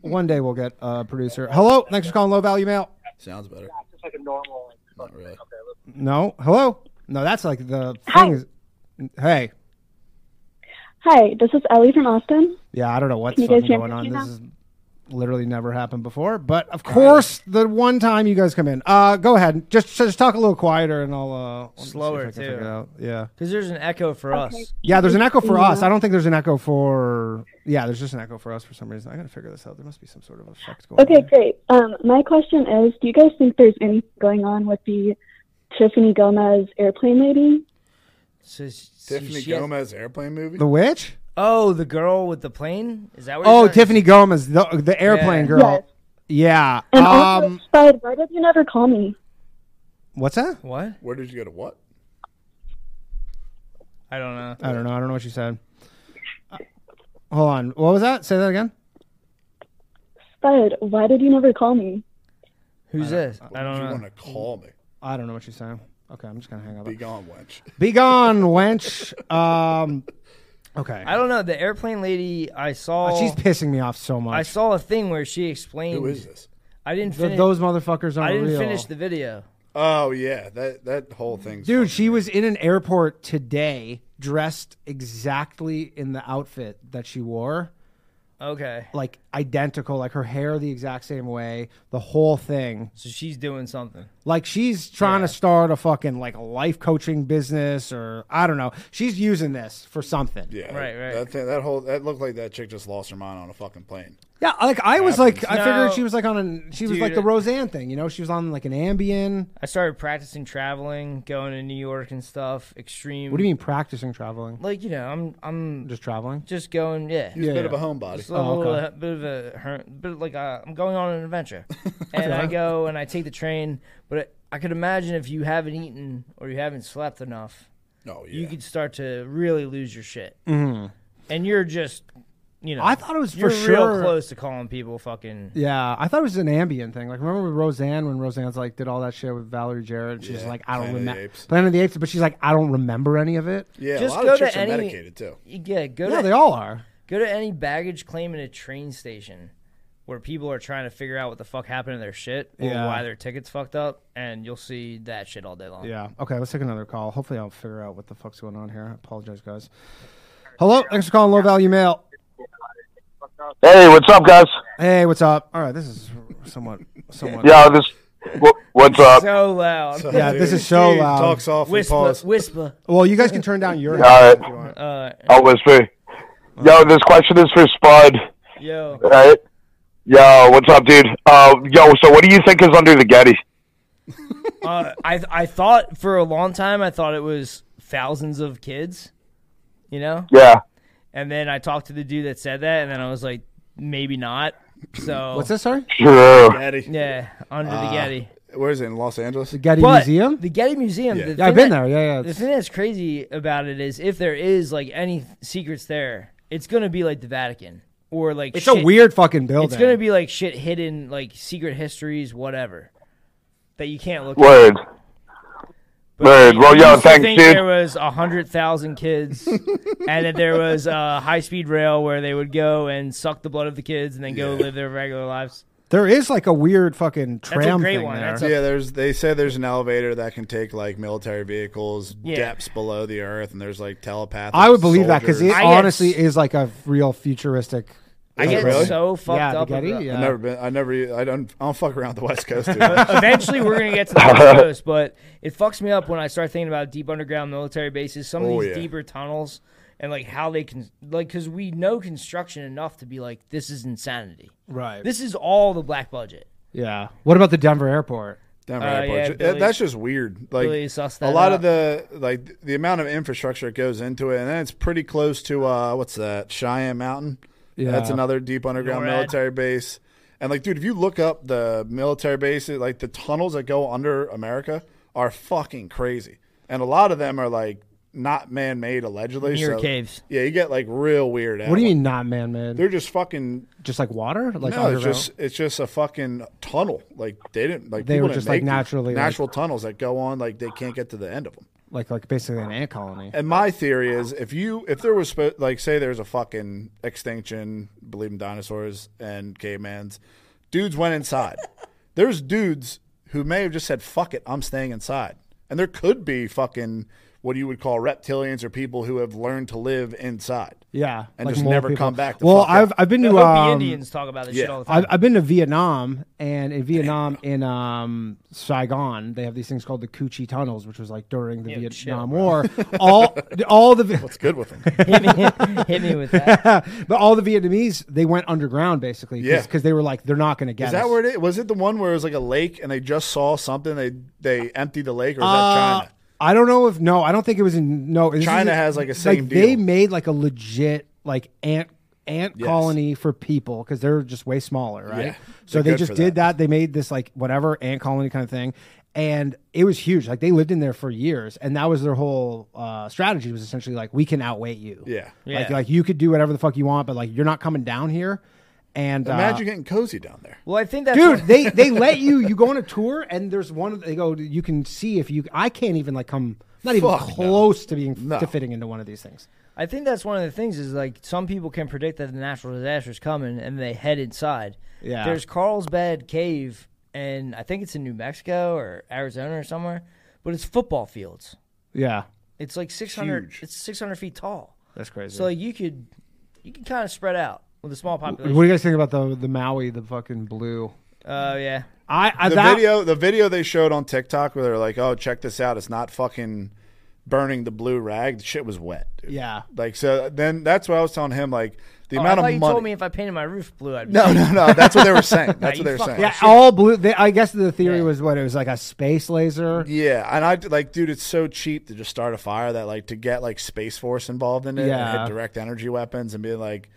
Speaker 3: one day we'll get a producer. Hello, thanks for calling Low Value Mail.
Speaker 4: sounds better.
Speaker 9: It's like a normal. Like,
Speaker 4: Not really.
Speaker 3: No, hello. No, that's like the
Speaker 6: Hi.
Speaker 3: thing. Is, hey,
Speaker 6: Hi, this is Ellie from Austin.
Speaker 3: yeah, I don't know what's
Speaker 6: Can you guys
Speaker 3: fucking
Speaker 6: hear
Speaker 3: going
Speaker 6: me
Speaker 3: on.
Speaker 6: now?
Speaker 3: This is literally never happened before. But of course, the one time you guys come in, uh, go ahead. Just just talk a little quieter, and I'll uh, let me see if
Speaker 5: Slower,
Speaker 3: I can figure
Speaker 5: too.
Speaker 3: it out. Yeah.
Speaker 5: Because there's an echo for us.
Speaker 3: Yeah, there's an echo for us.
Speaker 6: Yeah.
Speaker 3: I don't think there's an echo for. Yeah, there's just an echo for us for some reason. I gotta figure this out. There must be some sort of effect going.
Speaker 6: Okay,
Speaker 3: on.
Speaker 6: great. Um, my question is, do you guys think there's anything going on with the Tiffany Gomez airplane lady?
Speaker 5: So s- see,
Speaker 4: Tiffany
Speaker 5: she has-
Speaker 4: Gomez airplane movie.
Speaker 3: The witch?
Speaker 5: oh, the girl with the plane? Is that what?
Speaker 3: Oh,
Speaker 5: you're talking-
Speaker 3: Tiffany Gomez, the the airplane
Speaker 5: Yeah.
Speaker 3: girl. Yeah.
Speaker 6: And also,
Speaker 3: Um.
Speaker 6: Spud, why did you never call me?
Speaker 3: What's that?
Speaker 5: What?
Speaker 4: Where did you go to what?
Speaker 5: I don't know.
Speaker 3: I don't know. I don't know what you said. Uh, Hold on. What was that? Say that again.
Speaker 6: Spud, why did you never call me?
Speaker 5: Who's this? I
Speaker 4: you
Speaker 5: don't
Speaker 4: want
Speaker 5: know.
Speaker 4: to call me?
Speaker 3: I don't know what you said. Okay, I'm just gonna hang up.
Speaker 4: Be gone, wench.
Speaker 3: Be gone, wench. Um, Okay.
Speaker 5: I don't know. The airplane lady I saw.
Speaker 3: Oh, She's pissing me off so much.
Speaker 5: I saw a thing where she explained.
Speaker 4: Who is this?
Speaker 5: I didn't
Speaker 3: Th-
Speaker 5: finish.
Speaker 3: those motherfuckers are
Speaker 5: I didn't
Speaker 3: real.
Speaker 5: finish the video.
Speaker 4: Oh yeah, that that whole thing's
Speaker 3: Dude, she was in an airport today dressed exactly in the outfit that she wore.
Speaker 5: Okay,
Speaker 3: Like identical, like her hair the exact same way, the whole thing.
Speaker 5: so she's doing something.
Speaker 3: Like she's trying to start a fucking like life coaching business or I don't know. She's using this for something.
Speaker 4: Yeah,
Speaker 5: Right, right.
Speaker 4: That thing, that whole that looked like that chick just lost her mind on a fucking plane.
Speaker 3: Yeah, like I was like I
Speaker 5: No.
Speaker 3: figured she was like on an she was like
Speaker 5: Dude,
Speaker 3: the
Speaker 5: it-
Speaker 3: Roseanne thing, you know? She was on like an Ambien.
Speaker 5: I started practicing traveling, going to New York and stuff. Extreme.
Speaker 3: What do you mean practicing traveling?
Speaker 5: Like you know, I'm I'm
Speaker 3: Just traveling?
Speaker 5: just going. Yeah.
Speaker 4: She's
Speaker 3: Yeah,
Speaker 4: a bit
Speaker 3: yeah.
Speaker 4: of a homebody.
Speaker 5: Just a
Speaker 3: Oh,
Speaker 5: little
Speaker 3: okay.
Speaker 5: uh, bit of a her- bit of like i I'm going on an adventure, and I go and I take the train. But I, I could imagine if you haven't eaten or you haven't slept enough,
Speaker 4: No, Oh, yeah.
Speaker 5: you could start to really lose your shit. And you're just, you know,
Speaker 3: Mm-hmm. I thought it was for
Speaker 5: you're
Speaker 3: sure-
Speaker 5: real close to calling people fucking.
Speaker 3: Yeah, I thought it was an ambient thing. Like remember with Roseanne when Roseanne's like did all that shit with Valerie Jarrett. She's
Speaker 4: Yeah,
Speaker 3: like, I don't
Speaker 4: Planet of the
Speaker 3: remember
Speaker 4: Apes.
Speaker 3: Planet of the Apes, but she's like, I don't remember any of it.
Speaker 4: yeah,
Speaker 5: just
Speaker 4: a lot
Speaker 5: go
Speaker 4: of
Speaker 5: to
Speaker 4: chicks are
Speaker 5: any-
Speaker 4: medicated too.
Speaker 5: Yeah, go
Speaker 3: Yeah,
Speaker 5: to
Speaker 3: they all are.
Speaker 5: go to any baggage claim in a train station where people are trying to figure out what the fuck happened to their shit or
Speaker 3: Yeah.
Speaker 5: why their tickets fucked up, and you'll see that shit all day long.
Speaker 3: Yeah. Okay, let's take another call. Hopefully, I'll figure out what the fuck's going on here. I apologize, guys. Hello, thanks for calling Low Value Mail.
Speaker 8: Hey, what's up, guys?
Speaker 3: Hey, what's up? All right, this is somewhat, somewhat.
Speaker 8: Yeah, this. wha- What's up?
Speaker 5: So loud.
Speaker 3: Yeah, this is so
Speaker 4: Dude
Speaker 3: loud.
Speaker 4: Talks off and
Speaker 5: whisper,
Speaker 4: pause.
Speaker 5: whisper.
Speaker 3: Well, you guys can turn down your.
Speaker 8: All
Speaker 3: if you
Speaker 8: right,
Speaker 3: want.
Speaker 5: Uh,
Speaker 8: I'll whisper. Yo, this question is for Spud.
Speaker 5: yo,
Speaker 8: all Right? Yo, what's up, dude? Uh, yo, so what do you think is under the Getty?
Speaker 5: uh, I I thought for a long time I thought it was thousands of kids, you know.
Speaker 8: Yeah.
Speaker 5: And then I talked to the dude that said that, and then I was like, maybe not. So
Speaker 3: What's this? Sorry,
Speaker 8: True.
Speaker 4: Daddy.
Speaker 5: Yeah, under the Getty.
Speaker 4: Where is it in Los Angeles?
Speaker 3: the Getty
Speaker 5: But
Speaker 3: Museum.
Speaker 5: the Getty Museum.
Speaker 4: Yeah.
Speaker 5: the
Speaker 3: yeah, I've
Speaker 5: thing
Speaker 3: been
Speaker 5: that-
Speaker 3: there. Yeah, yeah.
Speaker 5: The thing that's crazy about it is if there is like any secrets there, it's gonna be like the Vatican or like
Speaker 3: It's
Speaker 5: shit-
Speaker 3: a weird fucking building.
Speaker 5: It's gonna be like shit hidden, like secret histories, whatever, that you can't look. at.
Speaker 8: Word. Word. Well,
Speaker 5: I
Speaker 8: yo,
Speaker 5: used to
Speaker 8: thanks,
Speaker 5: think There
Speaker 8: dude.
Speaker 5: was a hundred thousand kids, and that there was a high speed rail where they would go and suck the blood of the kids and then go live their regular lives.
Speaker 3: There is like a weird fucking tram
Speaker 5: great
Speaker 3: thing
Speaker 5: one.
Speaker 3: there.
Speaker 5: That's a-
Speaker 4: Yeah, there's. They say there's an elevator that can take like military vehicles
Speaker 5: Yeah.
Speaker 4: depths below the earth, and there's like telepathic.
Speaker 3: I would believe that 'cause that because
Speaker 4: soldiers.
Speaker 5: I
Speaker 3: it
Speaker 5: get-
Speaker 3: honestly is like a real futuristic.
Speaker 5: I get
Speaker 4: really?
Speaker 5: so fucked
Speaker 3: yeah,
Speaker 5: up.
Speaker 3: the Getty,
Speaker 5: about-
Speaker 3: yeah.
Speaker 4: I've never been. I never. I don't. I don't fuck around the West Coast. Too much.
Speaker 5: Eventually, we're gonna get to the West Coast, but it fucks me up when I start thinking about deep underground military bases, some of
Speaker 4: Oh,
Speaker 5: these
Speaker 4: yeah.
Speaker 5: deeper tunnels, and like how they can, like, because we know construction enough to be like, this is insanity.
Speaker 3: Right.
Speaker 5: This is all the black budget.
Speaker 3: yeah. What about the Denver airport?
Speaker 4: Denver
Speaker 5: Uh,
Speaker 4: Airport.
Speaker 5: yeah,
Speaker 4: Ju-
Speaker 5: Billy-
Speaker 4: that's just weird. Like
Speaker 5: Billy sussed
Speaker 4: a
Speaker 5: that
Speaker 4: lot of
Speaker 5: out.
Speaker 4: the like the amount of infrastructure that goes into it, and then it's pretty close to uh, what's that Cheyenne Mountain.
Speaker 3: Yeah.
Speaker 4: that's another deep underground
Speaker 5: NORAD.
Speaker 4: military base. And like, dude, if you look up the military bases, like the tunnels that go under America are fucking crazy, and a lot of them are like not man-made allegedly.
Speaker 5: Near
Speaker 4: so-
Speaker 5: caves.
Speaker 4: Yeah, you get like real weird.
Speaker 3: What do you mean not man-made?
Speaker 4: They're just fucking
Speaker 3: just like water? Like
Speaker 4: no, it's
Speaker 3: underground?
Speaker 4: just it's just a fucking tunnel. Like they didn't like
Speaker 3: They
Speaker 4: people
Speaker 3: were
Speaker 4: didn't
Speaker 3: just, like,
Speaker 4: make these
Speaker 3: naturally, like-
Speaker 4: natural tunnels that go on like they can't get to the end of them.
Speaker 3: like like basically an ant colony.
Speaker 4: And my theory is if you if there was spo- like say there's a fucking extinction, believe in dinosaurs and caveman's, dudes went inside. there's dudes who may have just said fuck it, I'm staying inside. And there could be fucking what you would call reptilians or people who have learned to live inside.
Speaker 3: Yeah.
Speaker 4: And
Speaker 3: like
Speaker 4: just
Speaker 3: mole
Speaker 4: never
Speaker 3: people.
Speaker 4: come back to
Speaker 3: well,
Speaker 4: fuck up.
Speaker 3: I've I've been
Speaker 5: The
Speaker 3: to
Speaker 5: Hopi
Speaker 3: um,
Speaker 5: Indians talk about this shit
Speaker 4: yeah.
Speaker 5: all the time.
Speaker 3: I've, I've been to Vietnam, and in Vietnam, in um, Saigon, they have these things called the Coochie Tunnels, which was like during the Vietnam
Speaker 5: chill,
Speaker 3: War. all, all the
Speaker 4: What's good with them?
Speaker 5: hit, me, hit me with that.
Speaker 3: but all the Vietnamese they went underground basically
Speaker 4: Yeah.
Speaker 3: because they were like they're not going to get
Speaker 4: Is that
Speaker 3: us.
Speaker 4: where it is? Was it the one where it was like a lake and they just saw something? They they emptied the lake, or is
Speaker 3: Uh,
Speaker 4: that China?
Speaker 3: I don't know if no, I don't think it was in no. this
Speaker 4: China
Speaker 3: is-
Speaker 4: has, like, a
Speaker 3: like
Speaker 4: same
Speaker 3: they
Speaker 4: deal.
Speaker 3: made like a legit like ant ant
Speaker 4: Yes.
Speaker 3: colony for people because they're just way smaller, right?
Speaker 4: Yeah,
Speaker 3: so
Speaker 4: they're
Speaker 3: they
Speaker 4: good
Speaker 3: just
Speaker 4: for
Speaker 3: did
Speaker 4: that.
Speaker 3: that. They made this like whatever ant colony kind of thing, and it was huge. Like they lived in there for years, and that was their whole uh, strategy was essentially like we can outweigh you.
Speaker 4: Yeah.
Speaker 3: Like,
Speaker 5: Yeah.
Speaker 3: like you could do whatever the fuck you want, but like you're not coming down here. And uh,
Speaker 4: Imagine getting cozy down there.
Speaker 5: Well, I think that's
Speaker 3: dude
Speaker 5: what-
Speaker 3: they they let you you go on a tour and there's one they go you can see if you i can't even like come Not even
Speaker 4: Fuck no.
Speaker 3: close to being
Speaker 4: No.
Speaker 3: to fitting into one of these things.
Speaker 5: I think that's one of the things is like some people can predict that the natural disaster is coming and they head inside.
Speaker 3: Yeah.
Speaker 5: There's Carlsbad Cave, and I think it's in New Mexico or Arizona or somewhere, but it's football fields.
Speaker 3: Yeah,
Speaker 5: It's like 600.
Speaker 4: Huge.
Speaker 5: It's 600 feet tall.
Speaker 3: that's crazy.
Speaker 5: So like you could, you can kind of spread out with a small population.
Speaker 3: what do you guys think about the the Maui, the fucking blue?
Speaker 5: Oh yeah.
Speaker 3: I, I
Speaker 4: the
Speaker 3: that,
Speaker 4: video the video they showed on TikTok where they're like, "Oh, check this out. It's not fucking burning the blue rag. The shit was wet." Dude.
Speaker 3: Yeah,
Speaker 4: Like so then that's what I was telling him like the
Speaker 5: Oh, I
Speaker 4: amount
Speaker 5: thought
Speaker 4: of
Speaker 5: you
Speaker 4: money
Speaker 5: told me if I painted my roof blue, I'd be
Speaker 4: No, no, no. That's what they were saying. That's
Speaker 5: you
Speaker 4: what they were
Speaker 5: fucking-
Speaker 4: saying.
Speaker 3: yeah, all blue. They, I guess the theory
Speaker 5: Yeah.
Speaker 3: was what it was like a space laser.
Speaker 4: Yeah, and I like, dude, it's so cheap to just start a fire that like to get like Space Force involved in it and
Speaker 3: Yeah.
Speaker 4: hit direct energy weapons and be like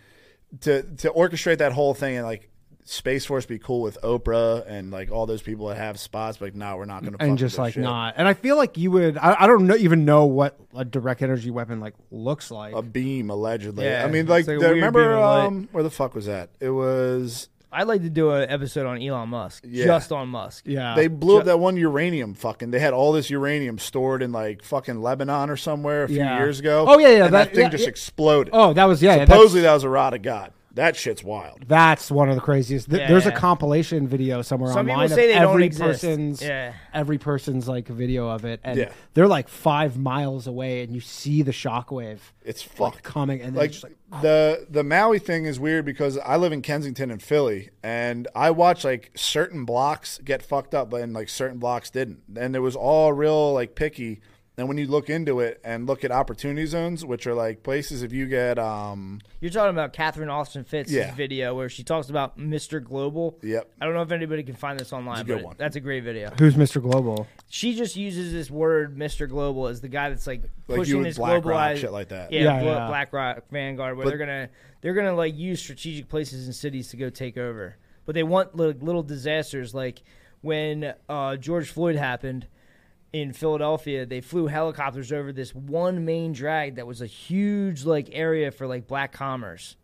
Speaker 4: to to orchestrate that whole thing and like Space Force be cool with Oprah and like all those people that have spots. Like, no, we're not gonna fuck
Speaker 3: and
Speaker 4: with
Speaker 3: just
Speaker 4: this
Speaker 3: like
Speaker 4: shit.
Speaker 3: not. And I feel like you would. I, I don't know, even know what a direct energy weapon like looks like.
Speaker 4: a beam allegedly.
Speaker 5: Yeah,
Speaker 4: I mean,
Speaker 5: it's
Speaker 4: like,
Speaker 5: like a
Speaker 4: the-
Speaker 5: weird beam
Speaker 4: remember
Speaker 5: of light.
Speaker 4: um, where the fuck was that? It was
Speaker 5: I'd like to do an episode on Elon Musk,
Speaker 4: Yeah.
Speaker 5: just on Musk.
Speaker 3: yeah,
Speaker 4: they blew up that one uranium fucking. They had all this uranium stored in like fucking Lebanon or somewhere a few
Speaker 3: Yeah.
Speaker 4: years ago.
Speaker 3: Oh, yeah, yeah,
Speaker 4: and that,
Speaker 3: that-
Speaker 4: thing
Speaker 3: yeah,
Speaker 4: just
Speaker 3: yeah.
Speaker 4: exploded.
Speaker 3: Oh, that was yeah. yeah, that's-
Speaker 4: Supposedly that was a rod of God. That shit's wild.
Speaker 3: That's one of the craziest. Th-
Speaker 5: Yeah,
Speaker 3: There's
Speaker 5: yeah.
Speaker 3: a compilation video somewhere
Speaker 5: Some people
Speaker 3: online
Speaker 5: say they
Speaker 3: of
Speaker 5: don't
Speaker 3: every
Speaker 5: exist.
Speaker 3: person's
Speaker 5: Yeah.
Speaker 3: every person's like video of it, and
Speaker 4: Yeah.
Speaker 3: they're like five miles away, and you see the shockwave
Speaker 4: It's
Speaker 3: like,
Speaker 4: fucked.
Speaker 3: coming, and then
Speaker 4: Like,
Speaker 3: it's just like
Speaker 4: the the Maui thing is weird because I live in Kensington and Philly, and I watch like certain blocks get fucked up, and like certain blocks didn't, and it was all real like picky. And when you look into it and look at opportunity zones, which are like places if you get um
Speaker 5: You're talking about Catherine Austin Fitz's
Speaker 4: Yeah.
Speaker 5: video where she talks about Mr. Global.
Speaker 4: Yep.
Speaker 5: I don't know if anybody can find this online,
Speaker 4: good
Speaker 5: but
Speaker 4: one.
Speaker 5: that's a great video.
Speaker 3: who's Mr. Global?
Speaker 5: She just uses this word Mr. Global as the guy that's like
Speaker 4: Like you
Speaker 5: pushing
Speaker 4: with
Speaker 5: this
Speaker 4: BlackRock,
Speaker 5: globalized
Speaker 4: shit like that.
Speaker 5: Yeah,
Speaker 3: Yeah,
Speaker 5: Bla-
Speaker 3: yeah.
Speaker 5: BlackRock Vanguard where
Speaker 4: But-
Speaker 5: they're gonna they're gonna like use strategic places and cities to go take over. But they want like little disasters like when uh, George Floyd happened in Philadelphia, they flew helicopters over this one main drag that was a huge like area for like black commerce.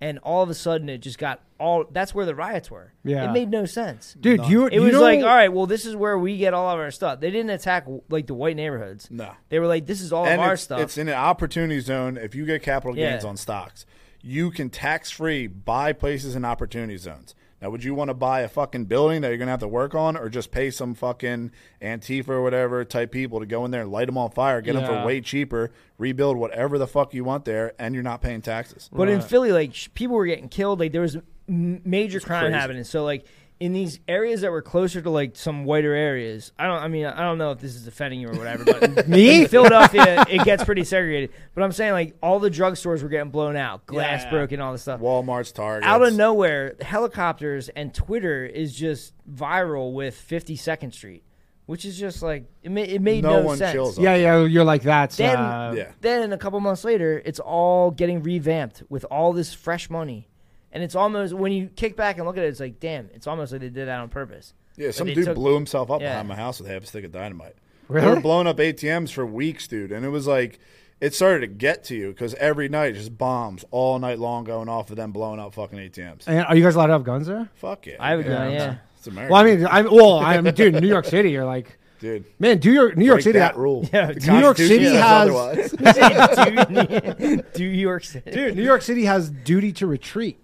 Speaker 5: And all of a sudden it just got all that's where the riots were.
Speaker 3: Yeah.
Speaker 5: It made no sense.
Speaker 3: Dude, you
Speaker 5: It
Speaker 3: you
Speaker 5: was
Speaker 3: know-
Speaker 5: like, all right, well, this is where we get all of our stuff. They didn't attack like the white neighborhoods.
Speaker 4: No.
Speaker 5: they were like, this is all
Speaker 4: and
Speaker 5: of our
Speaker 4: it's,
Speaker 5: stuff.
Speaker 4: it's in an opportunity zone. If you get capital gains
Speaker 5: Yeah.
Speaker 4: on stocks, you can tax free buy places in opportunity zones. Now, would you want to buy a fucking building that you're gonna have to work on, or just pay some fucking Antifa or whatever type people to go in there and light them on fire, get them for
Speaker 3: Yeah.
Speaker 4: way cheaper, rebuild whatever the fuck you want there, and you're not paying taxes?
Speaker 5: but in Philly, like sh- people were getting killed. Like there was m- major crime
Speaker 4: crazy.
Speaker 5: happening. So like in these areas that were closer to like some whiter areas, I don't. I mean, I don't know if this is offending you or whatever, but
Speaker 3: Me?
Speaker 5: in Philadelphia, it gets pretty segregated. But I'm saying like all the drugstores were getting blown out, glass
Speaker 3: Yeah.
Speaker 5: broken, all this stuff.
Speaker 4: Walmart's Target
Speaker 5: out of nowhere, helicopters and Twitter is just viral with 52nd Street, which is just like it, ma- it made
Speaker 4: No
Speaker 5: no,
Speaker 4: one
Speaker 5: sense.
Speaker 4: chills on
Speaker 3: yeah, yeah, you're like that's
Speaker 5: Then,
Speaker 3: uh,
Speaker 4: Yeah.
Speaker 5: then a couple months later, it's all getting revamped with all this fresh money, and it's almost when you kick back and look at it, it's like, damn, it's almost like they did that on purpose.
Speaker 4: Yeah,
Speaker 5: Like,
Speaker 4: some
Speaker 5: they
Speaker 4: dude
Speaker 5: took-
Speaker 4: blew himself up
Speaker 5: yeah.
Speaker 4: behind my house with half a stick of dynamite. They
Speaker 3: Really?
Speaker 4: were blowing up ATMs for weeks, dude, and it was like it started to get to you because every night just bombs all night long going off of them blowing up fucking ATMs.
Speaker 3: And are you guys allowed to have guns there?
Speaker 4: Fuck it.
Speaker 5: I have a gun, yeah.
Speaker 4: It's America.
Speaker 3: Well, I mean, I'm well, I'm dude, New York City. You're like,
Speaker 4: dude,
Speaker 3: man, do your New York
Speaker 4: break
Speaker 3: City
Speaker 4: that rule.
Speaker 5: Yeah,
Speaker 4: The
Speaker 3: New York
Speaker 4: Constitution
Speaker 3: City
Speaker 4: says
Speaker 3: has-
Speaker 4: otherwise.
Speaker 5: do, do York City.
Speaker 3: dude. New York City has duty to retreat.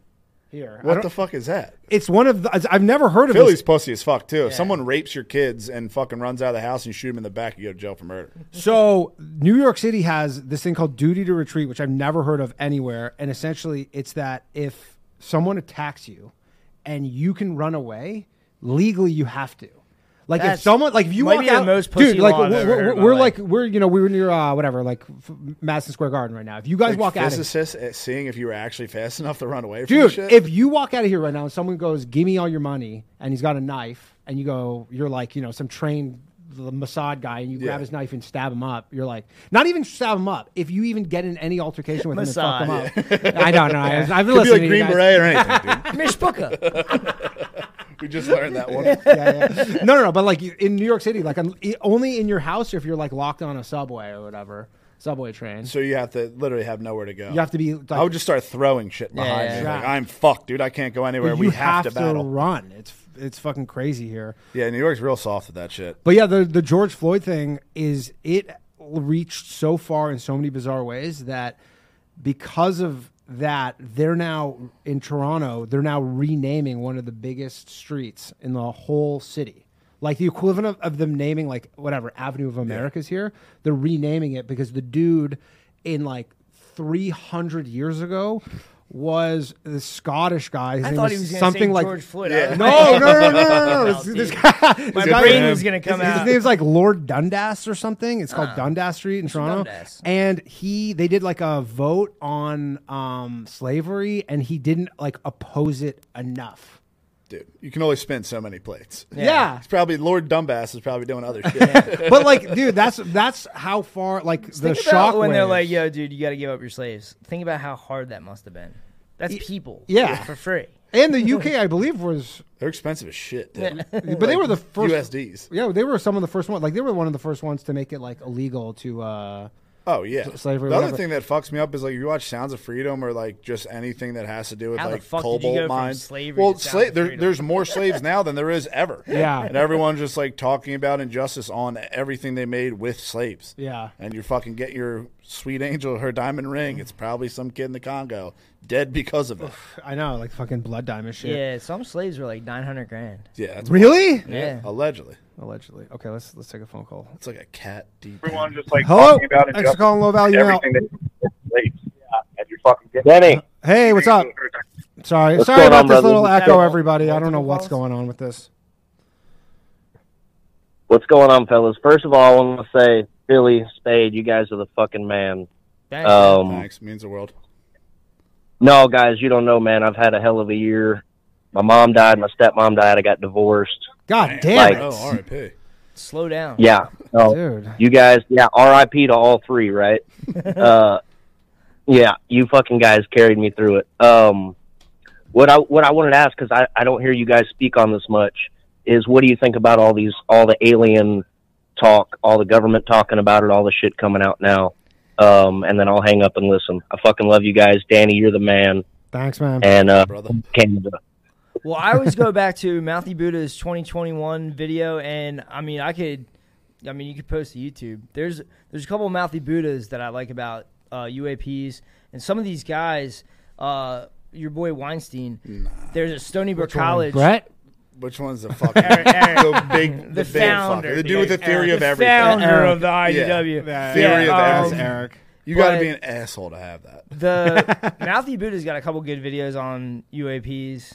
Speaker 3: Here, I
Speaker 4: what
Speaker 3: don't-
Speaker 4: the fuck is that?
Speaker 3: It's one of the, I've never heard of
Speaker 4: Philly's
Speaker 3: this.
Speaker 4: pussy as fuck too. If someone rapes your kids and fucking runs out of the house and you shoot him in the back, you go to jail for murder.
Speaker 3: So New York City has this thing called duty to retreat, which I've never heard of anywhere. And essentially, it's that if someone attacks you and you can run away, legally you have to. Like
Speaker 5: That's-
Speaker 3: if someone, like if you
Speaker 5: might
Speaker 3: walk
Speaker 5: be the
Speaker 3: out,
Speaker 5: most pussy
Speaker 3: dude, like
Speaker 5: law I've
Speaker 3: we're,
Speaker 5: ever heard in
Speaker 3: we're,
Speaker 5: my
Speaker 3: we're
Speaker 5: life.
Speaker 3: like we're you know we were near uh, whatever like f- Madison Square Garden right now. If you guys
Speaker 4: Like,
Speaker 3: walk out, of,
Speaker 4: physicists at seeing if you were actually fast enough to run away from this
Speaker 3: dude,
Speaker 4: shit.
Speaker 3: if you walk out of here right now and someone goes, "Give me all your money," and he's got a knife, and you go, you're like you know some trained the Mossad guy, and you
Speaker 4: Yeah.
Speaker 3: grab his knife and stab him up. You're like, not even stab him up. If you even get in any altercation with him and fuck him up, I don't know. I, I've been
Speaker 4: Could be
Speaker 3: listening
Speaker 4: like
Speaker 3: to you
Speaker 4: Green
Speaker 3: guys.
Speaker 4: Beret or anything, dude.
Speaker 5: Mish Booker.
Speaker 4: We just learned that one.
Speaker 3: Yeah, yeah. No, no, no. But like you- in New York City, like un- i- only in your house or if you're like locked on a subway or whatever subway train.
Speaker 4: So you have to literally have nowhere to go.
Speaker 3: You have to be. Like,
Speaker 4: I would just start throwing shit behind
Speaker 5: Yeah.
Speaker 4: me. Like,
Speaker 3: Yeah.
Speaker 4: I'm fucked, dude. I can't go anywhere.
Speaker 3: you
Speaker 4: we have, to battle.
Speaker 3: run. It's it's fucking crazy here.
Speaker 4: Yeah, New York's real soft with that shit.
Speaker 3: But yeah, the the George Floyd thing is it reached so far in so many bizarre ways that because of that, they're now in Toronto, they're now renaming one of the biggest streets in the whole city. Like the equivalent of, of them naming like whatever Avenue of America's here, they're renaming it because the dude in like 300 years ago was the Scottish guy. His
Speaker 5: I
Speaker 3: name
Speaker 5: thought
Speaker 3: was
Speaker 5: he was gonna
Speaker 3: something
Speaker 5: say
Speaker 3: like
Speaker 5: George Floyd.
Speaker 4: Yeah.
Speaker 5: I-
Speaker 3: no, no, no, no, no, no.
Speaker 5: Oh,
Speaker 3: This, this
Speaker 5: dude.
Speaker 3: guy,
Speaker 5: My
Speaker 3: this guy-
Speaker 5: brain was gonna come
Speaker 3: his,
Speaker 5: out. Ah.
Speaker 3: His name's like Lord Dundas or something. It's called Dundas Street in Toronto.
Speaker 5: Dundas.
Speaker 3: And he, they did like a vote on um, slavery, and he didn't like oppose it enough.
Speaker 4: dude. You can only spin so many plates.
Speaker 3: Yeah,
Speaker 4: It's probably Lord Dumbass is probably doing other shit.
Speaker 3: but like, dude, that's that's how far like the
Speaker 5: Think
Speaker 3: shock
Speaker 5: about when they're
Speaker 3: waves.
Speaker 5: like, "Yo, dude, you got to give up your slaves." Think about how hard that must have been. That's people.
Speaker 3: yeah.
Speaker 5: for free.
Speaker 3: and the UK, I believe, was
Speaker 4: They're expensive as shit, dude.
Speaker 3: but they were the first
Speaker 4: USDs.
Speaker 3: Yeah, they were some of the first ones. Like they were one of the first ones to make it like illegal to. uh
Speaker 4: Oh yeah.
Speaker 3: slavery,
Speaker 4: The
Speaker 3: whatever.
Speaker 4: other thing that fucks me up is like you watch Sounds of Freedom or like just anything that has to do with
Speaker 5: How the
Speaker 4: like
Speaker 5: fuck did you
Speaker 4: cobalt
Speaker 5: go from
Speaker 4: mines.
Speaker 5: slavery
Speaker 4: well,
Speaker 5: to Sounds of
Speaker 4: there,
Speaker 5: Freedom?
Speaker 4: there's more slaves now than there is ever.
Speaker 3: Yeah.
Speaker 4: And everyone's just like talking about injustice on everything they made with slaves.
Speaker 3: Yeah.
Speaker 4: And you fucking get your sweet angel her diamond ring. It's probably some kid in the Congo dead because of it.
Speaker 3: I know, like fucking blood diamond shit.
Speaker 5: Yeah, some slaves were like nine hundred grand.
Speaker 4: Yeah. That's
Speaker 3: Really?
Speaker 5: Yeah.
Speaker 4: Allegedly.
Speaker 3: Allegedly. Okay, let's let's take a phone call.
Speaker 4: It's like a cat deep.
Speaker 8: Everyone just like
Speaker 3: Hello.
Speaker 8: talking about
Speaker 3: Thanks for
Speaker 8: injustice,
Speaker 3: calling Low Value Mail.
Speaker 8: everything that slaves. Yeah, and you're fucking getting Danny.
Speaker 3: Hey, what's up? Sorry,
Speaker 8: What's
Speaker 3: sorry
Speaker 8: going
Speaker 3: about
Speaker 8: on,
Speaker 3: this
Speaker 8: brother?
Speaker 3: little echo,
Speaker 5: Multiple-
Speaker 3: everybody. I don't know
Speaker 5: multiple
Speaker 3: what's
Speaker 5: calls?
Speaker 3: going on with this.
Speaker 9: What's going on, fellas? First of all, I want to say, Billy Spade, you guys are the fucking man.
Speaker 5: Thanks.
Speaker 9: Um,
Speaker 4: Thanks. Means the world.
Speaker 9: no, guys, you don't know, man. I've had a hell of a year. My mom died. My stepmom died. I got divorced.
Speaker 3: God
Speaker 9: Like-
Speaker 3: damn it,
Speaker 4: Oh, RIP.
Speaker 5: Slow down.
Speaker 9: Yeah. No,
Speaker 3: dude.
Speaker 9: you guys, yeah, RIP to all three, right? uh, yeah, you fucking guys carried me through it. Um, what I what I wanted to ask because I, I don't hear you guys speak on this much is what do you think about all these all the alien talk, all the government talking about it, all the shit coming out now? Um, and then I'll hang up and listen. I fucking love you guys, Danny. You're the man,
Speaker 3: Thanks, man.
Speaker 9: and uh,
Speaker 4: Brother.
Speaker 9: Canada.
Speaker 5: Well, I always go back to Mouthy Buddha's 2021 video, and I mean, I could, I mean, you could post to YouTube. There's there's a couple of Mouthy Buddhas that I like about uh, UAPs, and some of these guys, uh, your boy Weinstein. There's a Stony Brook College.
Speaker 3: Brett.
Speaker 4: Which one's the fucking the big the,
Speaker 5: The
Speaker 4: big
Speaker 5: founder,
Speaker 4: fucker, the dude with the theory
Speaker 5: the
Speaker 4: of everything?
Speaker 5: founder
Speaker 3: Eric.
Speaker 5: of the IDW,
Speaker 4: Yeah.
Speaker 5: Yeah,
Speaker 4: Theory
Speaker 5: um,
Speaker 4: of everything.
Speaker 3: Eric.
Speaker 4: You got to
Speaker 5: but-
Speaker 4: be an asshole to have that.
Speaker 5: The Mouthy Buddha's got a couple good videos on UAPs.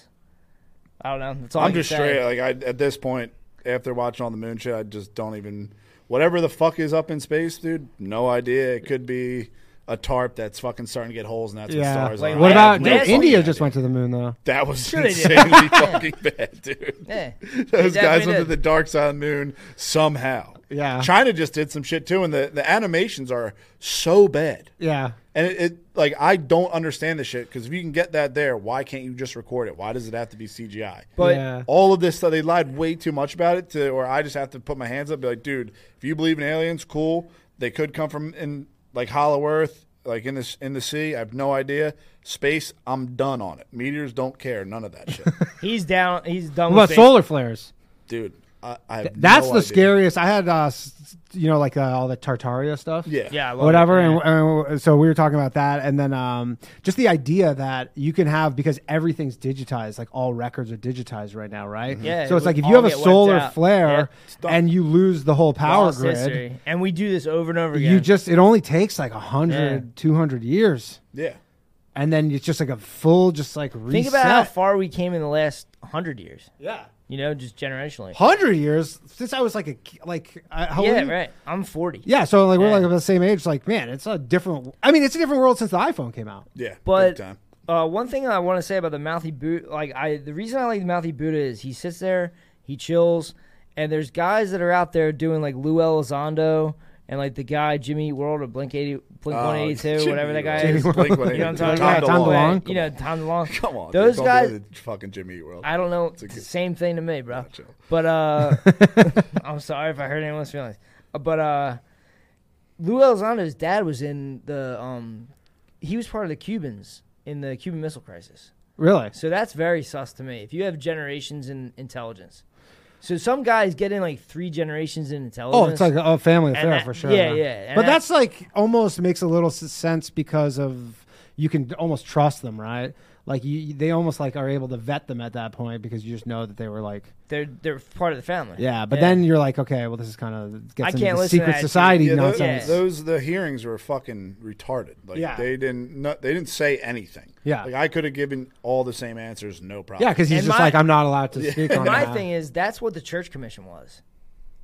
Speaker 5: I don't know. That's all I
Speaker 4: I'm
Speaker 5: can
Speaker 4: just
Speaker 5: say.
Speaker 4: straight. Like I, at this point, after watching all the moon shit, I just don't even. Whatever the fuck is up in space, dude, no idea. It could be a tarp that's fucking starting to get holes, and that's what
Speaker 3: Yeah.
Speaker 4: stars
Speaker 5: Wait,
Speaker 4: are.
Speaker 3: What
Speaker 5: Last-
Speaker 3: about
Speaker 5: last-
Speaker 3: dude, India? Just went to the moon though.
Speaker 4: That was
Speaker 5: Sure they did.
Speaker 4: insanely fucking bad, dude.
Speaker 5: Yeah.
Speaker 4: Those
Speaker 5: They
Speaker 4: guys went
Speaker 5: definitely
Speaker 4: to
Speaker 5: did.
Speaker 4: the dark side of the moon somehow.
Speaker 3: Yeah.
Speaker 4: China just did some shit too, and the, the animations are so bad.
Speaker 3: Yeah.
Speaker 4: And it, it like I don't understand this shit because if you can get that there, why can't you just record it? Why does it have to be CGI?
Speaker 5: But
Speaker 3: yeah.
Speaker 4: all of this stuff they lied way too much about it to or i just have to put my hands up and be like dude if you believe in aliens cool they could come from in like hollow earth like in this in the sea i have no idea space i'm done on it meteors don't care none of that shit
Speaker 5: he's down. He's done.
Speaker 3: What about
Speaker 5: with space.
Speaker 3: solar flares?
Speaker 4: dude i, I have
Speaker 3: That's
Speaker 4: no
Speaker 3: the
Speaker 4: idea.
Speaker 3: scariest. I had, uh, s- you know, like uh, all the Tartaria stuff.
Speaker 4: yeah
Speaker 5: Yeah. I love
Speaker 3: whatever
Speaker 5: it.
Speaker 3: and, and so we were talking about that and then um, just the idea that you can have because everything's digitized like all records are digitized right now right
Speaker 5: Mm-hmm. Yeah,
Speaker 3: so
Speaker 5: it
Speaker 3: it's like
Speaker 5: would
Speaker 3: if you have
Speaker 5: all
Speaker 3: a
Speaker 5: get wiped
Speaker 3: solar
Speaker 5: out.
Speaker 3: flare
Speaker 4: Yeah.
Speaker 3: and you lose the whole power
Speaker 5: Lost
Speaker 3: grid
Speaker 5: history. And we do this over and over again.
Speaker 3: you just it only takes like 100
Speaker 5: Yeah.
Speaker 3: 200 years
Speaker 4: yeah
Speaker 3: and then it's just like a full just like reset.
Speaker 5: think about how far we came in the last hundred years.
Speaker 3: yeah
Speaker 5: You know, just generationally.
Speaker 3: 100 years since i was like a ki- like I how old are
Speaker 5: Yeah,
Speaker 3: you?
Speaker 5: right. I'm 40.
Speaker 3: yeah so like we're
Speaker 5: Yeah.
Speaker 3: like about the same age like man it's a different i mean it's a different world since the iphone came out
Speaker 4: yeah
Speaker 5: But-
Speaker 4: big time.
Speaker 5: Uh, one thing I want to say about the mouthy Buddha, like I, the reason I like the mouthy Buddha is he sits there, he chills, and there's guys that are out there doing like Lou Elizondo and like the guy Jimmy Eat World or Blink eighty, Blink
Speaker 4: Oh,
Speaker 5: one eighty two,
Speaker 4: Jimmy
Speaker 5: whatever that guy
Speaker 4: Eat
Speaker 5: is.
Speaker 4: World. Blink
Speaker 5: You know what I'm
Speaker 4: 182.
Speaker 5: talking
Speaker 4: Tom
Speaker 5: about?
Speaker 3: DeLonge.
Speaker 5: You know Tom DeLonge.
Speaker 4: come on
Speaker 5: Those
Speaker 4: dude,
Speaker 5: guys.
Speaker 4: don't do the fucking jimmy Eat world
Speaker 5: I don't know. It's
Speaker 4: a
Speaker 5: the
Speaker 4: good-
Speaker 5: same thing to me, bro.
Speaker 4: Gotcha.
Speaker 5: But uh, I'm sorry if I hurt anyone's feelings. Uh, But uh, Lou Elizondo's dad was in the um, he was part of the Cubans in the Cuban Missile Crisis.
Speaker 3: really
Speaker 5: So that's very sus to me. If you have generations in intelligence, So some guys get in like three generations in intelligence.
Speaker 3: Oh, it's like a family
Speaker 5: And
Speaker 3: affair
Speaker 5: that-
Speaker 3: for sure.
Speaker 5: yeah, yeah, and
Speaker 3: But
Speaker 5: that-
Speaker 3: that's like almost makes a little s- sense because of you can almost trust them, right? Like you, they almost like are able to vet them at that point because you just know that they were like,
Speaker 5: they're they're part of the family.
Speaker 3: yeah. But then you're like, okay, well, this is kind of
Speaker 5: I
Speaker 3: gets
Speaker 5: can't
Speaker 3: into the
Speaker 5: listen to
Speaker 3: secret
Speaker 5: that
Speaker 3: society
Speaker 5: shit.
Speaker 4: Yeah, those,
Speaker 3: nonsense.
Speaker 5: Yeah.
Speaker 4: those the hearings were fucking retarded. Like
Speaker 3: Yeah.
Speaker 4: they didn't no, they didn't say anything.
Speaker 3: Yeah.
Speaker 4: like I could have given all the same answers, no problem.
Speaker 3: Yeah, because he's
Speaker 5: And
Speaker 3: just
Speaker 5: my-
Speaker 3: like, I'm not allowed to speak on
Speaker 5: my
Speaker 3: that.
Speaker 5: thing is that's what the church commission was.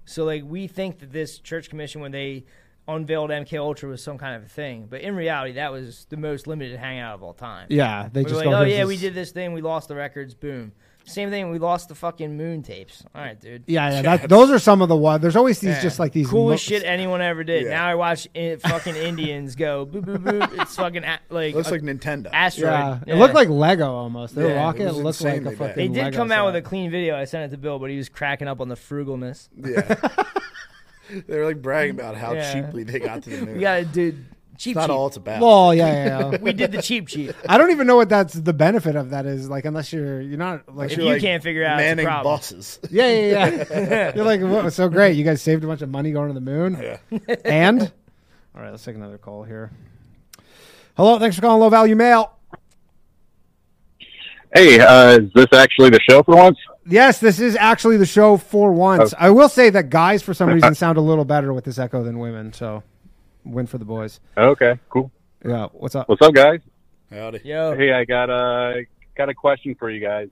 Speaker 5: So like we think that this church commission when they unveiled MK Ultra was some kind of a thing, but in reality that was the most limited hangout of all time.
Speaker 3: yeah, they
Speaker 5: we
Speaker 3: just
Speaker 5: were like,
Speaker 3: go,
Speaker 5: oh
Speaker 3: "Here's
Speaker 5: yeah,
Speaker 3: this-
Speaker 5: we did this thing, we lost the records, boom. Same thing, we lost the fucking moon tapes. All right, dude.
Speaker 3: Yeah, yeah. That, those are some of the ones. There's always these
Speaker 5: Yeah.
Speaker 3: just like these
Speaker 5: coolest
Speaker 3: mo-
Speaker 5: shit anyone ever did.
Speaker 4: Yeah.
Speaker 5: Now I watch in, fucking Indians go boop boop boop. It's fucking a, like,
Speaker 4: looks
Speaker 5: a
Speaker 4: like Nintendo.
Speaker 5: asteroid.
Speaker 3: Yeah. it
Speaker 5: Yeah.
Speaker 3: looked like Lego almost. Their
Speaker 4: Yeah, it
Speaker 3: rocket
Speaker 4: was
Speaker 3: looked like a
Speaker 4: insanely bad.
Speaker 3: fucking.
Speaker 5: they did
Speaker 3: Lego
Speaker 5: come out with
Speaker 3: set.
Speaker 5: a clean video. I sent it to Bill, but he was cracking up on the frugalness.
Speaker 4: yeah, they were like bragging about how
Speaker 5: Yeah.
Speaker 4: cheaply they got to the moon.
Speaker 5: We got to do cheap.
Speaker 4: It's not
Speaker 5: cheap.
Speaker 4: all it's about.
Speaker 3: Well, Oh, yeah, yeah. yeah.
Speaker 5: We did the cheap cheap.
Speaker 3: I don't even know what that's the benefit of that is. Like, unless you're you're not like
Speaker 5: If you can't figure out, it's a
Speaker 4: manning
Speaker 5: problem.
Speaker 4: buses.
Speaker 3: yeah yeah yeah. you're like what, so great. You guys saved a bunch of money going to the moon. and all right, let's take another call here. Hello, thanks for calling Low Value Mail.
Speaker 8: Hey, uh, is this actually the show for once?
Speaker 3: Yes, this is actually the show for once.
Speaker 8: Oh.
Speaker 3: I will say that guys, for some reason, sound a little better with this echo than women. So, win for the boys.
Speaker 8: Okay, cool.
Speaker 3: Yeah, what's up?
Speaker 8: What's up, guys?
Speaker 4: Howdy.
Speaker 5: Yo,
Speaker 8: Hey, I got a got a question for you guys.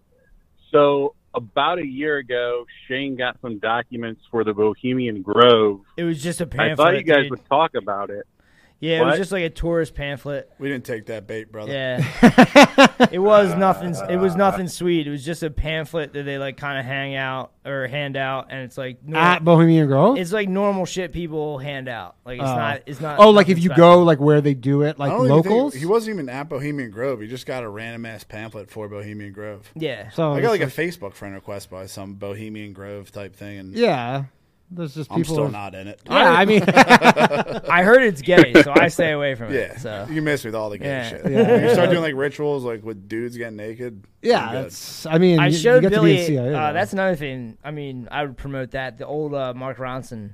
Speaker 8: So about a year ago, Shane got some documents for the Bohemian Grove.
Speaker 5: it was just a
Speaker 8: I
Speaker 5: pamphlet.
Speaker 8: thought you guys
Speaker 5: dude.
Speaker 8: would talk about it.
Speaker 5: yeah, it was
Speaker 8: What?
Speaker 5: just like a tourist pamphlet.
Speaker 4: We didn't take that bait, brother.
Speaker 5: Yeah, it was nothing. It was nothing sweet. It was just a pamphlet that they like kind of hang out or hand out, and it's like nor-
Speaker 3: At Bohemian Grove.
Speaker 5: it's like normal shit people hand out. Like it's
Speaker 3: Oh.
Speaker 5: not. It's not.
Speaker 3: oh, like if
Speaker 5: nothing
Speaker 3: you
Speaker 5: special. Oh,
Speaker 3: go like where they do it, like
Speaker 4: I don't even think-
Speaker 3: locals.
Speaker 4: he wasn't even at Bohemian Grove. He just got a random ass pamphlet for Bohemian Grove.
Speaker 5: Yeah.
Speaker 3: so
Speaker 4: I got like
Speaker 3: it's
Speaker 4: a Facebook friend request by some Bohemian Grove type thing, and
Speaker 3: yeah. There's just people.
Speaker 4: I'm still not in it.
Speaker 3: Yeah, I mean,
Speaker 5: I heard it's gay, so I stay away from
Speaker 4: Yeah,
Speaker 5: it. So
Speaker 4: you mess with all the gay
Speaker 5: Yeah.
Speaker 4: shit. When you start doing like rituals, like with dudes getting naked.
Speaker 3: yeah,
Speaker 4: you're good.
Speaker 3: that's. I mean,
Speaker 5: I
Speaker 3: you- you
Speaker 5: showed
Speaker 3: get to be
Speaker 5: Billy.
Speaker 3: in CIA,
Speaker 5: uh,
Speaker 3: right?
Speaker 5: that's another thing. I mean, I would promote that. The old uh, Mark Ronson.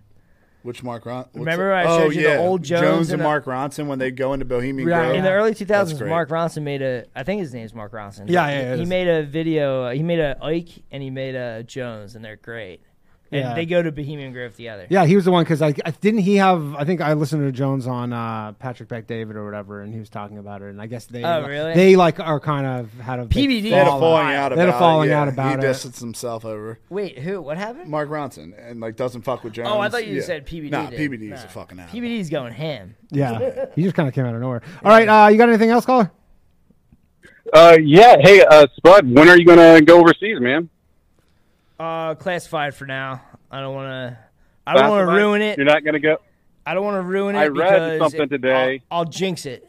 Speaker 4: which Mark Ron. what's
Speaker 5: Remember
Speaker 4: that?
Speaker 5: I showed you the old Jones
Speaker 4: Oh, Jones
Speaker 5: and
Speaker 4: and
Speaker 5: the-
Speaker 4: Mark Ronson when they go into Bohemian
Speaker 3: Right.
Speaker 4: Grove.
Speaker 5: In the
Speaker 3: Yeah.
Speaker 5: early
Speaker 4: That's
Speaker 5: 2000s,
Speaker 4: great.
Speaker 5: Mark Ronson made a. I think his name's Mark Ronson.
Speaker 3: Yeah, yeah, yeah, it
Speaker 5: He
Speaker 3: is.
Speaker 5: made a video. Uh, he made a Ike and he made a Jones, and they're great. And
Speaker 3: Yeah.
Speaker 5: they go to Bohemian Grove together.
Speaker 3: yeah, he was the one because I, I didn't he have I think I listened to Jones on uh, Patrick Beck David or whatever, and he was talking about it, and I guess they
Speaker 5: Oh, really?
Speaker 3: they like are kind of had a big
Speaker 5: PVD.
Speaker 4: They had a
Speaker 5: Fallout.
Speaker 4: falling out
Speaker 3: They had
Speaker 4: about
Speaker 3: a falling
Speaker 4: it. yeah.
Speaker 3: out about
Speaker 4: he
Speaker 3: it.
Speaker 4: distanced himself over
Speaker 5: Wait, who? What happened?
Speaker 4: Mark Ronson and like doesn't fuck with Jones.
Speaker 5: Oh, I thought you
Speaker 4: Yeah.
Speaker 5: said PBD.
Speaker 4: Nah,
Speaker 5: did.
Speaker 4: PBD is
Speaker 5: Nah.
Speaker 4: a fucking out.
Speaker 5: PBD's going ham.
Speaker 3: Yeah, he just kind of came out of nowhere. All right, uh, you got anything else, caller?
Speaker 8: Uh, yeah. Hey, uh, Spud, when are you gonna go overseas, man?
Speaker 5: Uh, classified for now. I don't want to. I don't want to ruin it.
Speaker 8: You're not gonna go.
Speaker 5: I don't want to ruin it.
Speaker 8: I read
Speaker 5: because
Speaker 8: something
Speaker 5: it-
Speaker 8: today.
Speaker 5: I'll, I'll jinx it.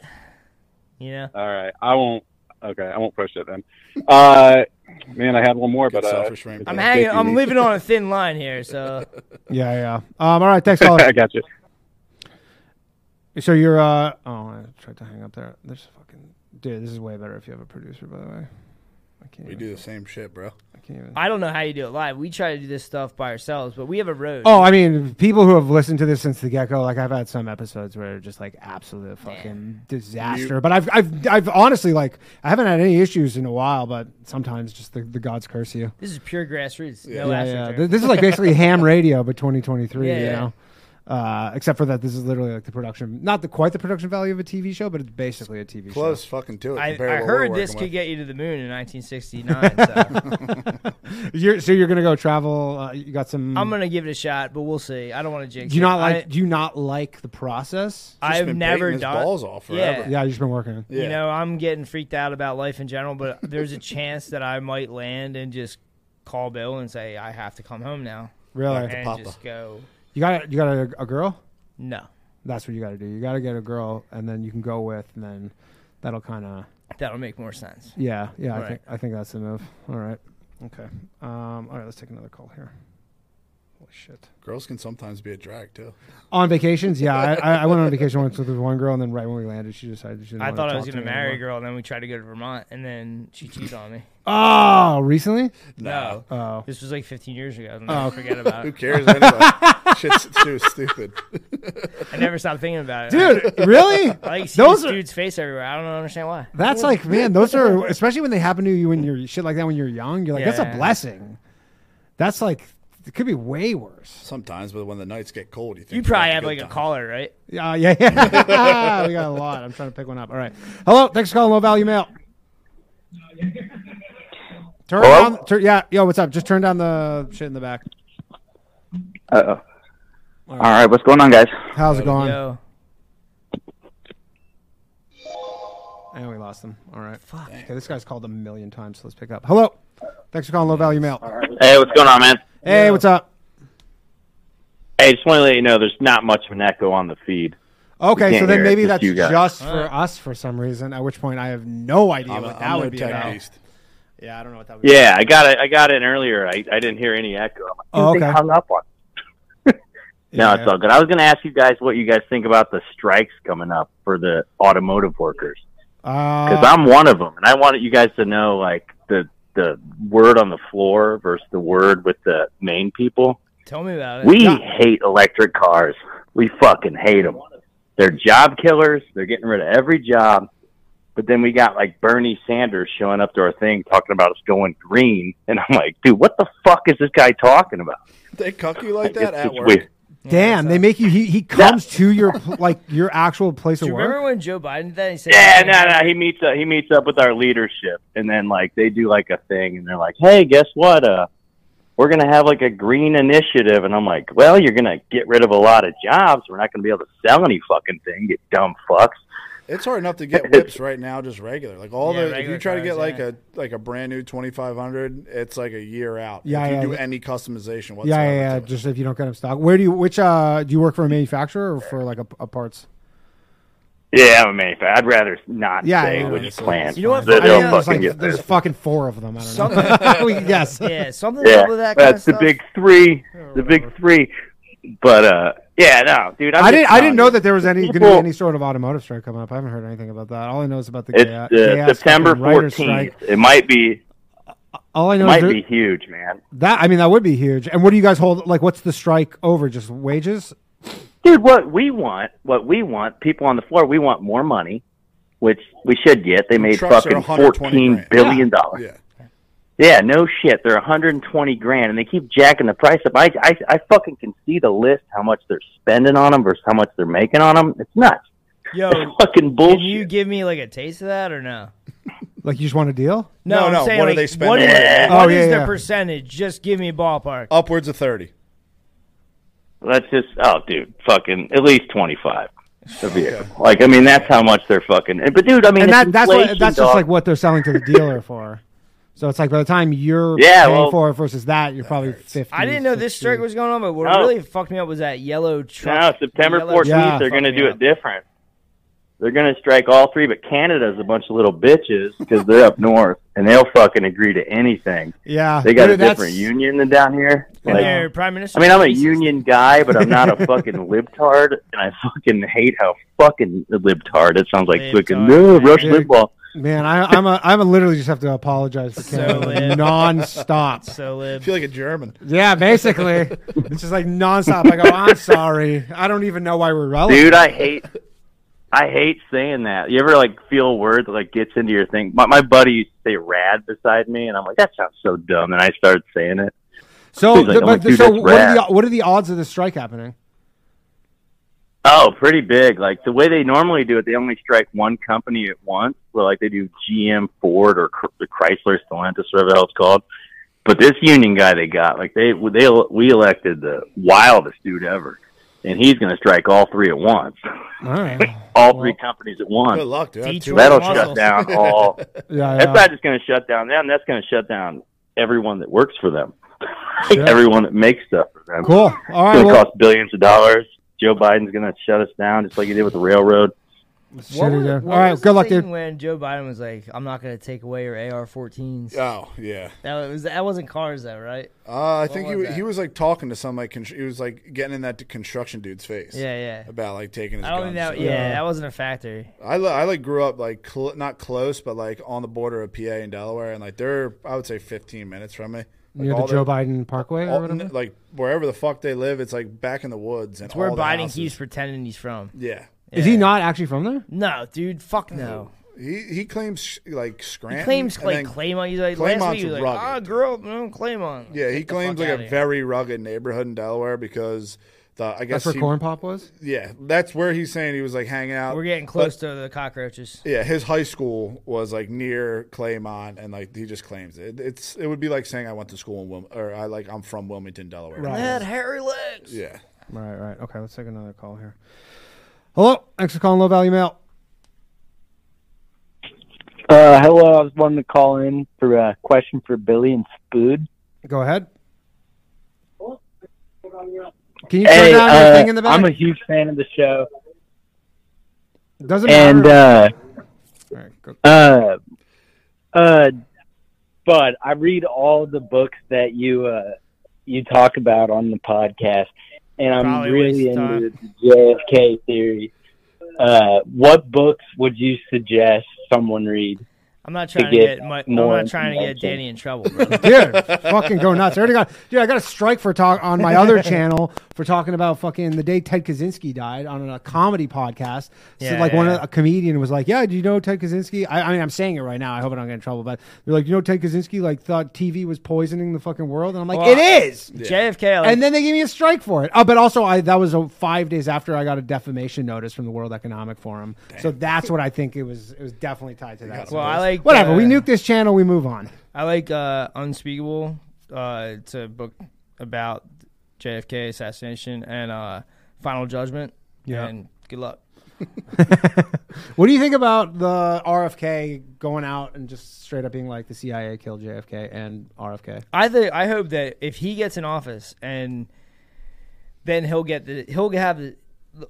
Speaker 5: You know.
Speaker 8: All right. I won't. Okay, I won't push it then. Uh, man, I had one more,
Speaker 4: Good
Speaker 8: but uh,
Speaker 4: selfish right
Speaker 8: it's
Speaker 4: there.
Speaker 5: I'm
Speaker 8: escaping
Speaker 5: hanging. I'm
Speaker 8: me.
Speaker 5: living on a thin line here. So
Speaker 3: Yeah, yeah. Um, all right, thanks, caller.
Speaker 8: I got you.
Speaker 3: so you're uh oh, I tried to hang up there. There's fucking dude. This is way better if you have a producer, by the way. I can't.
Speaker 4: We
Speaker 3: even,
Speaker 4: do the same shit, bro.
Speaker 3: I can't even.
Speaker 5: I don't know how you do it live. We try to do this stuff by ourselves, but we have a road.
Speaker 3: Oh, I mean, people who have listened to this since the get go, like I've had some episodes where it's just like absolute fucking disaster. but I've, I've, I've honestly like I haven't had any issues in a while. But sometimes just the, the gods curse you.
Speaker 5: This is pure grassroots. No
Speaker 3: Yeah,
Speaker 5: astroturf.
Speaker 3: yeah. Th- This is like basically ham radio, but 2023.
Speaker 5: Yeah,
Speaker 3: you
Speaker 5: yeah.
Speaker 3: know. Uh, except for that, this is literally like the production, not the quite the production value of a TV show, but it's basically a TV show.
Speaker 4: Close fucking to it.
Speaker 5: I,
Speaker 4: compared to
Speaker 5: I
Speaker 4: what we're
Speaker 5: heard this
Speaker 4: working
Speaker 5: could
Speaker 4: with.
Speaker 5: get you to the moon in 1969. So
Speaker 3: You're, so you're gonna go travel. Uh, you got some.
Speaker 5: I'm gonna give it a shot, but we'll see. I don't want to jinx.
Speaker 3: do you
Speaker 5: it.
Speaker 3: not like?
Speaker 5: I-
Speaker 3: do you not like the process?
Speaker 4: Just
Speaker 5: I've
Speaker 4: been
Speaker 5: never
Speaker 4: baiting his
Speaker 5: done.
Speaker 4: balls off
Speaker 5: Yeah.
Speaker 4: forever.
Speaker 3: Yeah, you've just been working.
Speaker 4: Yeah.
Speaker 5: You know, I'm getting freaked out about life in general, but there's a chance that I might land and just call Bill and say I have to come home now
Speaker 3: Really,
Speaker 5: and
Speaker 4: Papa.
Speaker 5: just go.
Speaker 3: you got you got a, a girl.
Speaker 5: No,
Speaker 3: That's what you got to do. You got to get a girl, and then you can go with, and then that'll kind of
Speaker 5: that'll make more sense.
Speaker 3: yeah, yeah. I
Speaker 5: Right.
Speaker 3: think I think that's the move. All right, okay. Um, all right, let's take another call here. Holy shit.
Speaker 4: Girls can sometimes be a drag too.
Speaker 3: On vacations, yeah. I, I- I went on vacation once with this one girl, and then right when we landed, she decided she didn't
Speaker 5: I
Speaker 3: wanna
Speaker 5: thought I
Speaker 3: talk
Speaker 5: was
Speaker 3: to
Speaker 5: gonna
Speaker 3: me
Speaker 5: marry a
Speaker 3: anymore.
Speaker 5: girl, and then we tried to go to Vermont, and then she cheated on me.
Speaker 3: Oh, recently?
Speaker 5: No,
Speaker 3: Oh.
Speaker 5: this was like 15 years ago. I'll never forget about
Speaker 4: Who
Speaker 5: it.
Speaker 4: cares anyway? Shit's too stupid.
Speaker 5: I never stopped thinking about it.
Speaker 3: Dude, really?
Speaker 5: I like see
Speaker 3: Those
Speaker 5: this
Speaker 3: are-
Speaker 5: dude's face everywhere. I don't understand why.
Speaker 3: That's like, man, those are, especially when they happen to you when you're shit like that when you're young, you're like, that's
Speaker 5: Yeah.
Speaker 3: a blessing. That's like, it could be way worse.
Speaker 4: Sometimes, but when the nights get cold, you think
Speaker 5: You probably
Speaker 4: that's
Speaker 5: had
Speaker 4: good
Speaker 5: like a
Speaker 4: time.
Speaker 5: collar, right?
Speaker 3: Uh, yeah, yeah. we got a lot. I'm trying to pick one up. All right. Hello. Thanks for calling Low Value Mail. Turn
Speaker 7: Hello?
Speaker 3: down, turn, yeah, yo, what's up? Just turn down the shit in the back.
Speaker 7: Uh oh. All right, what's going on, guys?
Speaker 3: How's it going?
Speaker 5: Yo,
Speaker 3: And we lost him. All right. Fuck. Okay, this guy's called a million times, so let's pick up. Hello. Thanks for calling Low Value Mail.
Speaker 9: Hey, what's going on, man?
Speaker 3: Hey, what's up?
Speaker 9: Hey, just want to let you know there's not much of an echo on the feed.
Speaker 3: Okay,
Speaker 9: can't
Speaker 3: so then
Speaker 9: hear it,
Speaker 3: maybe
Speaker 9: just
Speaker 3: that's
Speaker 9: you guys.
Speaker 3: just for us for some reason. At which point, I have no idea
Speaker 4: I'm, a,
Speaker 3: what that
Speaker 4: I'm no
Speaker 3: would be
Speaker 4: tech
Speaker 3: about.
Speaker 4: beast.
Speaker 3: Yeah, I don't know what that would.
Speaker 9: Yeah, I got it. I got in earlier. I, I didn't hear any echo. I'm like,
Speaker 3: Oh,
Speaker 9: "Dude, they
Speaker 3: okay.
Speaker 9: hung up on.
Speaker 3: Be.
Speaker 9: No,
Speaker 3: yeah.
Speaker 9: it's all good. I was going to ask you guys what you guys think about the strikes coming up for the automotive workers because
Speaker 3: Uh,
Speaker 9: I'm one of them, and I wanted you guys to know like the the word on the floor versus the word with the main people.
Speaker 5: tell me about it.
Speaker 9: We hate electric cars. We fucking hate them. They're job killers. They're getting rid of every job. But then we got like Bernie Sanders showing up to our thing talking about us going green, and I'm like, dude, what the fuck is this guy talking about?
Speaker 4: They cuck you like
Speaker 9: Like,
Speaker 4: that
Speaker 9: it's,
Speaker 4: at
Speaker 9: it's
Speaker 4: work.
Speaker 9: weird.
Speaker 3: damn, they make you. He, he comes to your pl- like your actual place
Speaker 5: Do
Speaker 3: of
Speaker 5: you remember
Speaker 3: work.
Speaker 5: when Joe Biden did that? and He said,
Speaker 9: Yeah, no, no. He meets up. He meets up with our leadership, and then like they do like a thing, and they're like, "Hey, guess what? Uh, we're gonna have like a green initiative." And I'm like, "Well, you're gonna get rid of a lot of jobs. We're not gonna be able to sell any fucking thing. You dumb fucks."
Speaker 4: It's hard enough to get whips right now, just regular. Like all
Speaker 5: Yeah,
Speaker 4: the if you
Speaker 5: regular
Speaker 4: try to get
Speaker 5: cars,
Speaker 4: like
Speaker 5: yeah.
Speaker 4: a like a brand new 2500, it's like a year out.
Speaker 3: Yeah,
Speaker 4: if you
Speaker 3: yeah,
Speaker 4: do
Speaker 3: yeah.
Speaker 4: any customization whatsoever.
Speaker 3: Yeah, yeah, yeah.
Speaker 4: to it.
Speaker 3: Just if you don't get him stock. Where do you? Which uh, do you work for a manufacturer or for like a, a parts?
Speaker 9: Yeah, I'm a manufacturer. I'd rather not
Speaker 3: Yeah,
Speaker 9: say
Speaker 3: yeah,
Speaker 9: which
Speaker 4: yeah.
Speaker 9: plan.
Speaker 5: You know what?
Speaker 9: They-
Speaker 5: I
Speaker 9: They'll
Speaker 5: mean,
Speaker 3: there's,
Speaker 9: fucking
Speaker 3: like,
Speaker 9: get
Speaker 3: there's
Speaker 9: this.
Speaker 3: fucking four of them. I don't know. We- yes.
Speaker 5: Yeah, something
Speaker 9: Yeah,
Speaker 5: up with that kind of
Speaker 9: that's the
Speaker 5: stuff.
Speaker 9: big three. The big three. But uh, yeah, no, dude. I'm just
Speaker 3: I didn't. I
Speaker 9: telling
Speaker 3: didn't
Speaker 9: you.
Speaker 3: know that there was any going to be
Speaker 9: People-
Speaker 3: any sort of automotive strike coming up. I haven't heard anything about that. All I know is about the
Speaker 9: It's
Speaker 3: gas-
Speaker 9: uh,
Speaker 3: gas
Speaker 9: September
Speaker 3: fucking writer's
Speaker 9: 14th.
Speaker 3: strike.
Speaker 9: It might be.
Speaker 3: All I know is
Speaker 9: Might
Speaker 3: there-
Speaker 9: be huge, man.
Speaker 3: That I mean, that would be huge. And what do you guys hold? Like, what's the strike over? Just wages?
Speaker 9: dude what we want what we want people on the floor we want more money which we should get they made
Speaker 4: Trucks are
Speaker 9: fucking
Speaker 4: 120
Speaker 9: 14
Speaker 4: grand.
Speaker 9: billion dollars
Speaker 4: Yeah.
Speaker 9: yeah no shit they're 120 grand and they keep jacking the price up I, I i fucking can see the list how much they're spending on them versus how much they're making on them it's nuts
Speaker 5: Yo,
Speaker 9: it's fucking
Speaker 5: can you
Speaker 9: bullshit
Speaker 5: give me like a taste of that or no?
Speaker 3: Like, you just want a deal?
Speaker 4: No,
Speaker 5: I'm
Speaker 4: no,
Speaker 5: saying,
Speaker 4: what are
Speaker 5: like,
Speaker 4: they spending
Speaker 5: What is,
Speaker 4: on it?
Speaker 5: what
Speaker 3: Oh,
Speaker 5: is
Speaker 3: yeah,
Speaker 5: the
Speaker 3: yeah.
Speaker 5: percentage? Just give me a ballpark.
Speaker 4: Upwards of 30.
Speaker 9: let's just oh dude fucking at least 25 a vehicle like i mean that's how much they're fucking but dude i mean it's
Speaker 3: And that that's what,
Speaker 9: inflation,
Speaker 3: that's just
Speaker 9: dog.
Speaker 3: like what they're selling to the dealer for. So it's like by the time you're
Speaker 9: Yeah,
Speaker 3: paying
Speaker 9: well-
Speaker 3: for it versus that, you're probably fifty.
Speaker 5: I didn't know this
Speaker 3: 60.
Speaker 5: strike was going on, but what
Speaker 9: No.
Speaker 5: really fucked me up was that yellow truck.
Speaker 9: No, Oh. September
Speaker 5: yellow
Speaker 9: 14th,
Speaker 3: Yeah.
Speaker 9: they're going to
Speaker 5: fucked
Speaker 9: do
Speaker 5: me
Speaker 9: it
Speaker 5: up.
Speaker 9: different. They're going to strike all three, but Canada's a bunch of little bitches because they're up north and they'll fucking agree to anything.
Speaker 3: Yeah,
Speaker 9: They got
Speaker 3: Dude,
Speaker 9: a different
Speaker 3: that's-
Speaker 9: union than down here.
Speaker 5: And
Speaker 9: Like,
Speaker 5: their prime minister.
Speaker 9: I mean, I'm a
Speaker 5: Jesus.
Speaker 9: union guy, but I'm not a fucking libtard, and I fucking hate how fucking libtard it sounds like. Fucking
Speaker 5: Libtard,
Speaker 9: no, Rush
Speaker 3: man.
Speaker 9: Limbaugh.
Speaker 3: Man, I, I'm a I'm a literally just have to apologize for
Speaker 5: So
Speaker 3: Canada
Speaker 5: lit.
Speaker 3: nonstop.
Speaker 5: So
Speaker 4: I
Speaker 5: lib.
Speaker 4: feel like a German.
Speaker 3: Yeah, basically, it's just like nonstop. I go, I'm sorry, I don't even know why we're relevant.
Speaker 9: Dude, I hate I hate saying that. You ever like feel a word that like gets into your thing? My my buddy used to say rad beside me and I'm like, that sounds so dumb and I started saying it.
Speaker 3: so,
Speaker 9: He's like,
Speaker 3: the-
Speaker 9: I'm
Speaker 3: but
Speaker 9: like,
Speaker 3: the-
Speaker 9: dude,
Speaker 3: so
Speaker 9: that's
Speaker 3: what are the
Speaker 9: rad.
Speaker 3: what are the odds of this strike happening?
Speaker 9: Oh, pretty big. Like the way they normally do it, they only strike one company at once. Well, like they do GM, Ford, or Chr- the Chrysler, Stellantis, whatever the hell it's called. But this union guy they got, like they they we elected the wildest dude ever, and he's going to strike all three at once,
Speaker 3: All right. Yeah,
Speaker 9: all three companies at
Speaker 4: Good
Speaker 9: once.
Speaker 4: luck, dude. That's
Speaker 5: Detroit
Speaker 4: too-
Speaker 9: That'll
Speaker 5: muscles.
Speaker 9: shut down all
Speaker 3: yeah.
Speaker 9: That's not just going to shut down them. That's going to shut down everyone that works for them, Like,
Speaker 3: Sure.
Speaker 9: everyone that makes stuff for them.
Speaker 3: Cool. All
Speaker 9: It's
Speaker 3: right.
Speaker 9: going to
Speaker 3: Well,
Speaker 9: cost billions of dollars. Joe Biden's going to shut us down, just like he did with the railroad.
Speaker 5: What
Speaker 3: Shitty
Speaker 5: was,
Speaker 3: there.
Speaker 5: what
Speaker 3: All right,
Speaker 5: was
Speaker 3: good
Speaker 5: the
Speaker 3: luck,
Speaker 5: thing
Speaker 3: dude.
Speaker 5: When Joe Biden was like, "I'm not going to take away your AR-14s."
Speaker 4: Oh yeah.
Speaker 5: That was that wasn't cars though, right?
Speaker 4: Uh, I
Speaker 5: What
Speaker 4: think
Speaker 5: was
Speaker 4: he,
Speaker 5: that?
Speaker 4: he was like talking to some like constr- he was like getting in that construction dude's face.
Speaker 5: Yeah, yeah.
Speaker 4: About like taking his.
Speaker 5: I don't
Speaker 4: gun
Speaker 5: even
Speaker 4: and
Speaker 5: know.
Speaker 4: shit.
Speaker 5: Yeah, that wasn't a factor.
Speaker 4: I li- I like grew up like cl- not close, but like on the border of PA and Delaware, and like they're I would say 15 minutes from me. Like,
Speaker 3: Near the
Speaker 4: all
Speaker 3: Joe
Speaker 4: their-
Speaker 3: Biden Parkway or
Speaker 4: all-
Speaker 3: whatever?
Speaker 4: like wherever the fuck they live, it's like back in the woods. And
Speaker 5: It's where
Speaker 4: all the
Speaker 5: Biden
Speaker 4: houses-
Speaker 5: keeps pretending he's from.
Speaker 4: Yeah,
Speaker 3: Is he not actually from there?
Speaker 5: No, dude, fuck no.
Speaker 4: he he claims like Scranton.
Speaker 5: He claims
Speaker 4: and
Speaker 5: like
Speaker 4: then-
Speaker 5: Claymont. He's like last
Speaker 4: Claymont's
Speaker 5: week he was like,
Speaker 4: rugged.
Speaker 5: "Ah, girl, no Claymont." Like,
Speaker 4: yeah,
Speaker 5: get
Speaker 4: he
Speaker 5: the
Speaker 4: claims
Speaker 5: fuck
Speaker 4: like a
Speaker 5: outta here.
Speaker 4: very rugged neighborhood in Delaware because the I guess
Speaker 3: That's where
Speaker 4: he-
Speaker 3: Corn Pop was.
Speaker 4: yeah, that's where he's saying he was like hanging out.
Speaker 5: We're getting close to the cockroaches.
Speaker 4: Yeah, his high school was like near Claymont, and like he just claims it. It's it would be like saying I went to school in Wil- or I like I'm from Wilmington, Delaware.
Speaker 5: I had hairy legs.
Speaker 4: Yeah.
Speaker 3: Right, right. Okay, let's take another call here. Hello, thanks for calling Low Value Mail.
Speaker 9: Uh, hello, I was wanting to call in for a question for Billy and Spood.
Speaker 3: Go ahead. Can you turn
Speaker 9: Hey,
Speaker 3: down
Speaker 9: uh,
Speaker 3: your thing in the back?
Speaker 9: I'm a huge fan of the show,
Speaker 3: Doesn't
Speaker 9: and
Speaker 3: matter.
Speaker 9: uh,
Speaker 3: All right, go-
Speaker 9: uh, uh, but I read all the books that you uh, you talk about on the podcast, and I'm
Speaker 5: Probably
Speaker 9: really
Speaker 5: waste time.
Speaker 9: into the JFK theory. Uh, what books would you suggest someone read?
Speaker 5: I'm not trying to
Speaker 9: get
Speaker 5: get. My, I'm
Speaker 9: more
Speaker 5: not trying to get
Speaker 9: information.
Speaker 5: Danny in trouble. Bro.
Speaker 3: dude, fucking go nuts. I already got, dude, I got a strike for talk on my other channel for talking about fucking the day Ted Kaczynski died on a comedy podcast. so
Speaker 5: Yeah,
Speaker 3: like one
Speaker 5: yeah,
Speaker 3: of
Speaker 5: yeah.
Speaker 3: a comedian was like, "Yeah, do you know Ted Kaczynski?" I, I mean, I'm saying it right now. I hope I don't get in trouble, but they're like, "You know, Ted Kaczynski like thought TV was poisoning the fucking world," and I'm like,
Speaker 5: Well,
Speaker 3: "It is."
Speaker 5: JFK. Like,
Speaker 3: And then they gave me a strike for it. Oh, but also I that was uh, five days after I got a defamation notice from the World Economic Forum. So that's what I think it was. It was definitely tied to that.
Speaker 5: well, I like
Speaker 3: Whatever. we
Speaker 5: uh,
Speaker 3: nuke this channel. We move on.
Speaker 5: I like uh, Unspeakable. Uh, it's a book about JFK assassination and uh, Final Judgment.
Speaker 3: Yeah.
Speaker 5: And good luck.
Speaker 3: What do you think about the RFK going out and just straight up being like the CIA killed JFK and RFK?
Speaker 5: I think I hope that if he gets in office and then he'll get the he'll have the,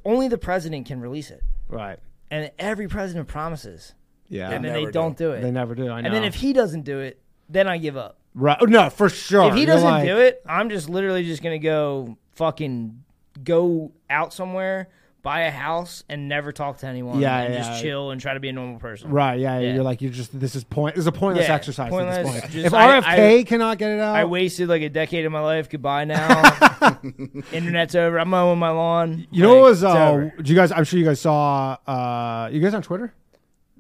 Speaker 5: only the president can release it,
Speaker 3: Right.
Speaker 5: and every president promises,
Speaker 3: Yeah.
Speaker 5: and then they
Speaker 4: never
Speaker 5: don't do it.
Speaker 3: they never do. I know.
Speaker 5: And then if he doesn't do it, then I give up.
Speaker 3: right, oh, no, for sure.
Speaker 5: if he
Speaker 3: You're
Speaker 5: doesn't
Speaker 3: like-
Speaker 5: do it, I'm just literally just gonna go fucking go out somewhere, buy a house, and never talk to anyone.
Speaker 3: Yeah,
Speaker 5: and
Speaker 3: yeah, yeah.
Speaker 5: just chill and try to be a normal person.
Speaker 3: right? Yeah,
Speaker 5: Yeah.
Speaker 3: you're like you're just this is point. This is a pointless
Speaker 5: Yeah,
Speaker 3: exercise at this
Speaker 5: pointless,
Speaker 3: point.
Speaker 5: just-
Speaker 3: if
Speaker 5: I-
Speaker 3: RFK
Speaker 5: I-
Speaker 3: cannot get it out,
Speaker 5: I wasted like a decade of my life. Goodbye now. Internet's over. I'm mowing my lawn.
Speaker 3: you know what
Speaker 5: Like,
Speaker 3: was?
Speaker 5: it's
Speaker 3: Uh,
Speaker 5: over.
Speaker 3: did you guys? I'm sure you guys saw. uh You guys on Twitter?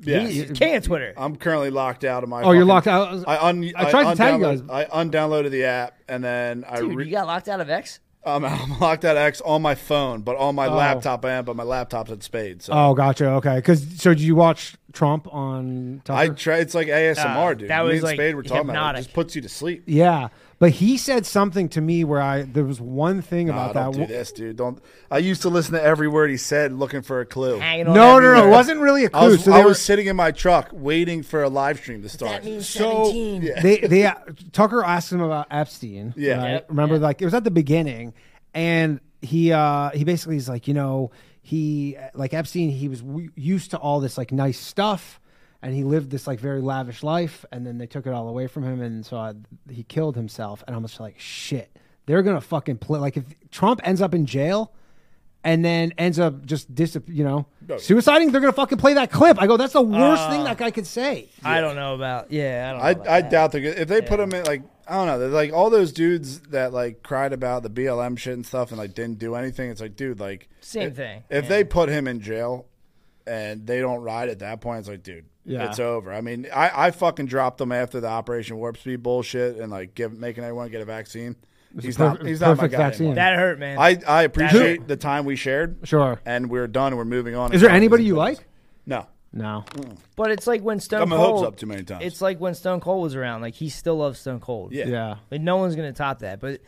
Speaker 4: Yeah.
Speaker 5: He's- can't Twitter.
Speaker 4: I'm currently locked out of my.
Speaker 3: Oh, you're
Speaker 4: fucking-
Speaker 3: locked out.
Speaker 4: I un.
Speaker 3: I tried to tell you
Speaker 4: undownloaded- I undownloaded the app and then I.
Speaker 5: Dude,
Speaker 4: Re-
Speaker 5: you got locked out of X.
Speaker 4: I'm, I'm locked out of X on my phone, but on my
Speaker 3: Oh.
Speaker 4: laptop I am. But my laptop's at Spade, so
Speaker 3: oh, gotcha. Okay, because so did you watch Trump on? Tucker?
Speaker 4: I try. It's like ASMR,
Speaker 5: Uh,
Speaker 4: dude.
Speaker 5: that
Speaker 4: Me
Speaker 5: was,
Speaker 4: and
Speaker 5: like,
Speaker 4: Spade were talking about it.
Speaker 5: hypnotic.
Speaker 4: It just puts you to sleep.
Speaker 3: Yeah, but he said something to me where I there was one thing
Speaker 4: Nah,
Speaker 3: about
Speaker 4: don't
Speaker 3: that.
Speaker 4: do this, dude. Don't. I used to listen to every word he said, looking for a clue.
Speaker 5: Hanging on.
Speaker 3: No, no,
Speaker 5: everywhere.
Speaker 3: no, it wasn't really a clue.
Speaker 4: I was,
Speaker 3: so
Speaker 4: I
Speaker 3: they were
Speaker 4: was sitting in my truck waiting for a live stream to start.
Speaker 3: so they they uh, Tucker asked him about Epstein.
Speaker 4: Yeah.
Speaker 3: right?
Speaker 5: Yep,
Speaker 3: remember like it was at the beginning, and he uh he basically is like you know he like Epstein he was w- used to all this like nice stuff. And he lived this like very lavish life, and then they took it all away from him, and so I, he killed himself. And I'm just like, shit, they're gonna fucking play. Like if Trump ends up in jail, and then ends up just dis, you know, suiciding, they're gonna fucking play that clip. I go, that's the worst
Speaker 5: Ah.
Speaker 3: thing that guy could say.
Speaker 5: Uh, I don't know about. Yeah, Oh, I don't. Know
Speaker 4: I,
Speaker 5: about
Speaker 4: I
Speaker 5: that.
Speaker 4: doubt they're good. If they put them in, like, I don't know, they're like all those dudes that, like, cried about the BLM shit and stuff and, like, didn't do anything. It's like, dude, like,
Speaker 5: Same
Speaker 4: if,
Speaker 5: thing.
Speaker 4: If
Speaker 5: Yeah.
Speaker 4: they put him in jail and they don't ride at that point, it's like, dude,
Speaker 3: Yeah.
Speaker 4: it's over. I mean, I, I fucking dropped him after the Operation Warp Speed bullshit and, like give, making everyone get a vaccine. He's not.
Speaker 3: perf-
Speaker 4: He's not my
Speaker 3: perfect
Speaker 4: guy
Speaker 3: vaccine.
Speaker 4: anymore.
Speaker 5: that hurt, man.
Speaker 4: I, I appreciate the time we shared.
Speaker 3: Sure.
Speaker 4: And we're done. We're moving on.
Speaker 3: Is there anybody you like?
Speaker 4: No.
Speaker 3: No.
Speaker 5: but it's like when Stone
Speaker 4: Got my
Speaker 5: Cold.
Speaker 4: hopes up too many times.
Speaker 5: It's like when Stone Cold was around. Like he still loves Stone Cold.
Speaker 4: Yeah.
Speaker 3: Yeah.
Speaker 5: Like no one's gonna top that. But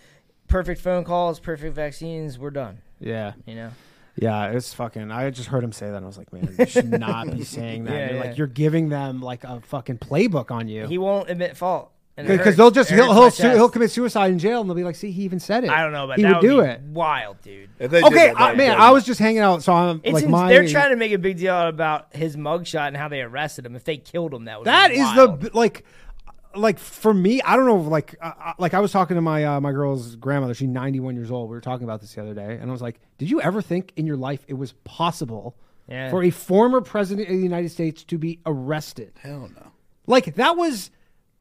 Speaker 5: perfect phone calls, perfect vaccines. We're done.
Speaker 3: Yeah.
Speaker 5: You know.
Speaker 3: Yeah. It's fucking. I just heard him say that. And I was like, man, you should not be saying that.
Speaker 5: Yeah,
Speaker 3: you're
Speaker 5: yeah.
Speaker 3: like, you're giving them like a fucking playbook on you.
Speaker 5: He won't admit fault. And it
Speaker 3: Because
Speaker 5: hurts.
Speaker 3: they'll just
Speaker 5: It
Speaker 3: he'll
Speaker 5: hurts my
Speaker 3: he'll, su-
Speaker 5: chest.
Speaker 3: he'll commit suicide in jail, and they'll be like, "See, he even said it.
Speaker 5: I don't know, but
Speaker 3: he would
Speaker 5: that
Speaker 3: do
Speaker 5: be
Speaker 3: it."
Speaker 5: Wild, dude.
Speaker 4: If they did
Speaker 3: Okay,
Speaker 4: that,
Speaker 3: I,
Speaker 4: that'd
Speaker 3: man,
Speaker 4: be
Speaker 3: I
Speaker 4: good.
Speaker 3: was just hanging out, so I'm
Speaker 5: It's
Speaker 3: like,
Speaker 5: ins-
Speaker 3: my
Speaker 5: they're trying to make a big deal about his mugshot and how they arrested him. If they killed him, that would
Speaker 3: That
Speaker 5: be
Speaker 3: is the
Speaker 5: wild.
Speaker 3: b- like like for me i don't know like uh, uh, like i was talking to my uh, my girl's grandmother she's 91 years old we were talking about this the other day and i was like did you ever think in your life it was possible
Speaker 5: Yeah.
Speaker 3: for a former president of the united states to be arrested
Speaker 4: Hell no.
Speaker 3: like that was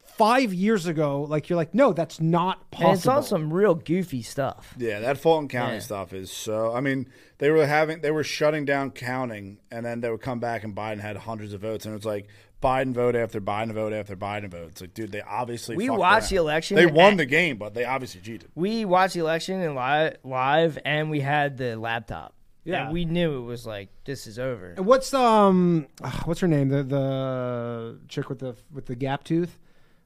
Speaker 3: five years ago like you're like no that's not possible
Speaker 5: And it's all some real goofy stuff.
Speaker 4: Yeah, that Fulton County
Speaker 5: Yeah.
Speaker 4: stuff is so. I mean, they were having they were shutting down counting, and then they would come back, and Biden had hundreds of votes, and it's like Biden vote after Biden vote after Biden vote. It's like, dude, they obviously
Speaker 5: We
Speaker 4: fucked
Speaker 5: watched
Speaker 4: around.
Speaker 5: the election
Speaker 4: They
Speaker 5: and-
Speaker 4: won the game, but they obviously cheated.
Speaker 5: We watched the election and live, live, and we had the laptop.
Speaker 3: Yeah.
Speaker 5: and we knew it was like this is over.
Speaker 3: And what's um ah, what's her name the the chick with the with the gap tooth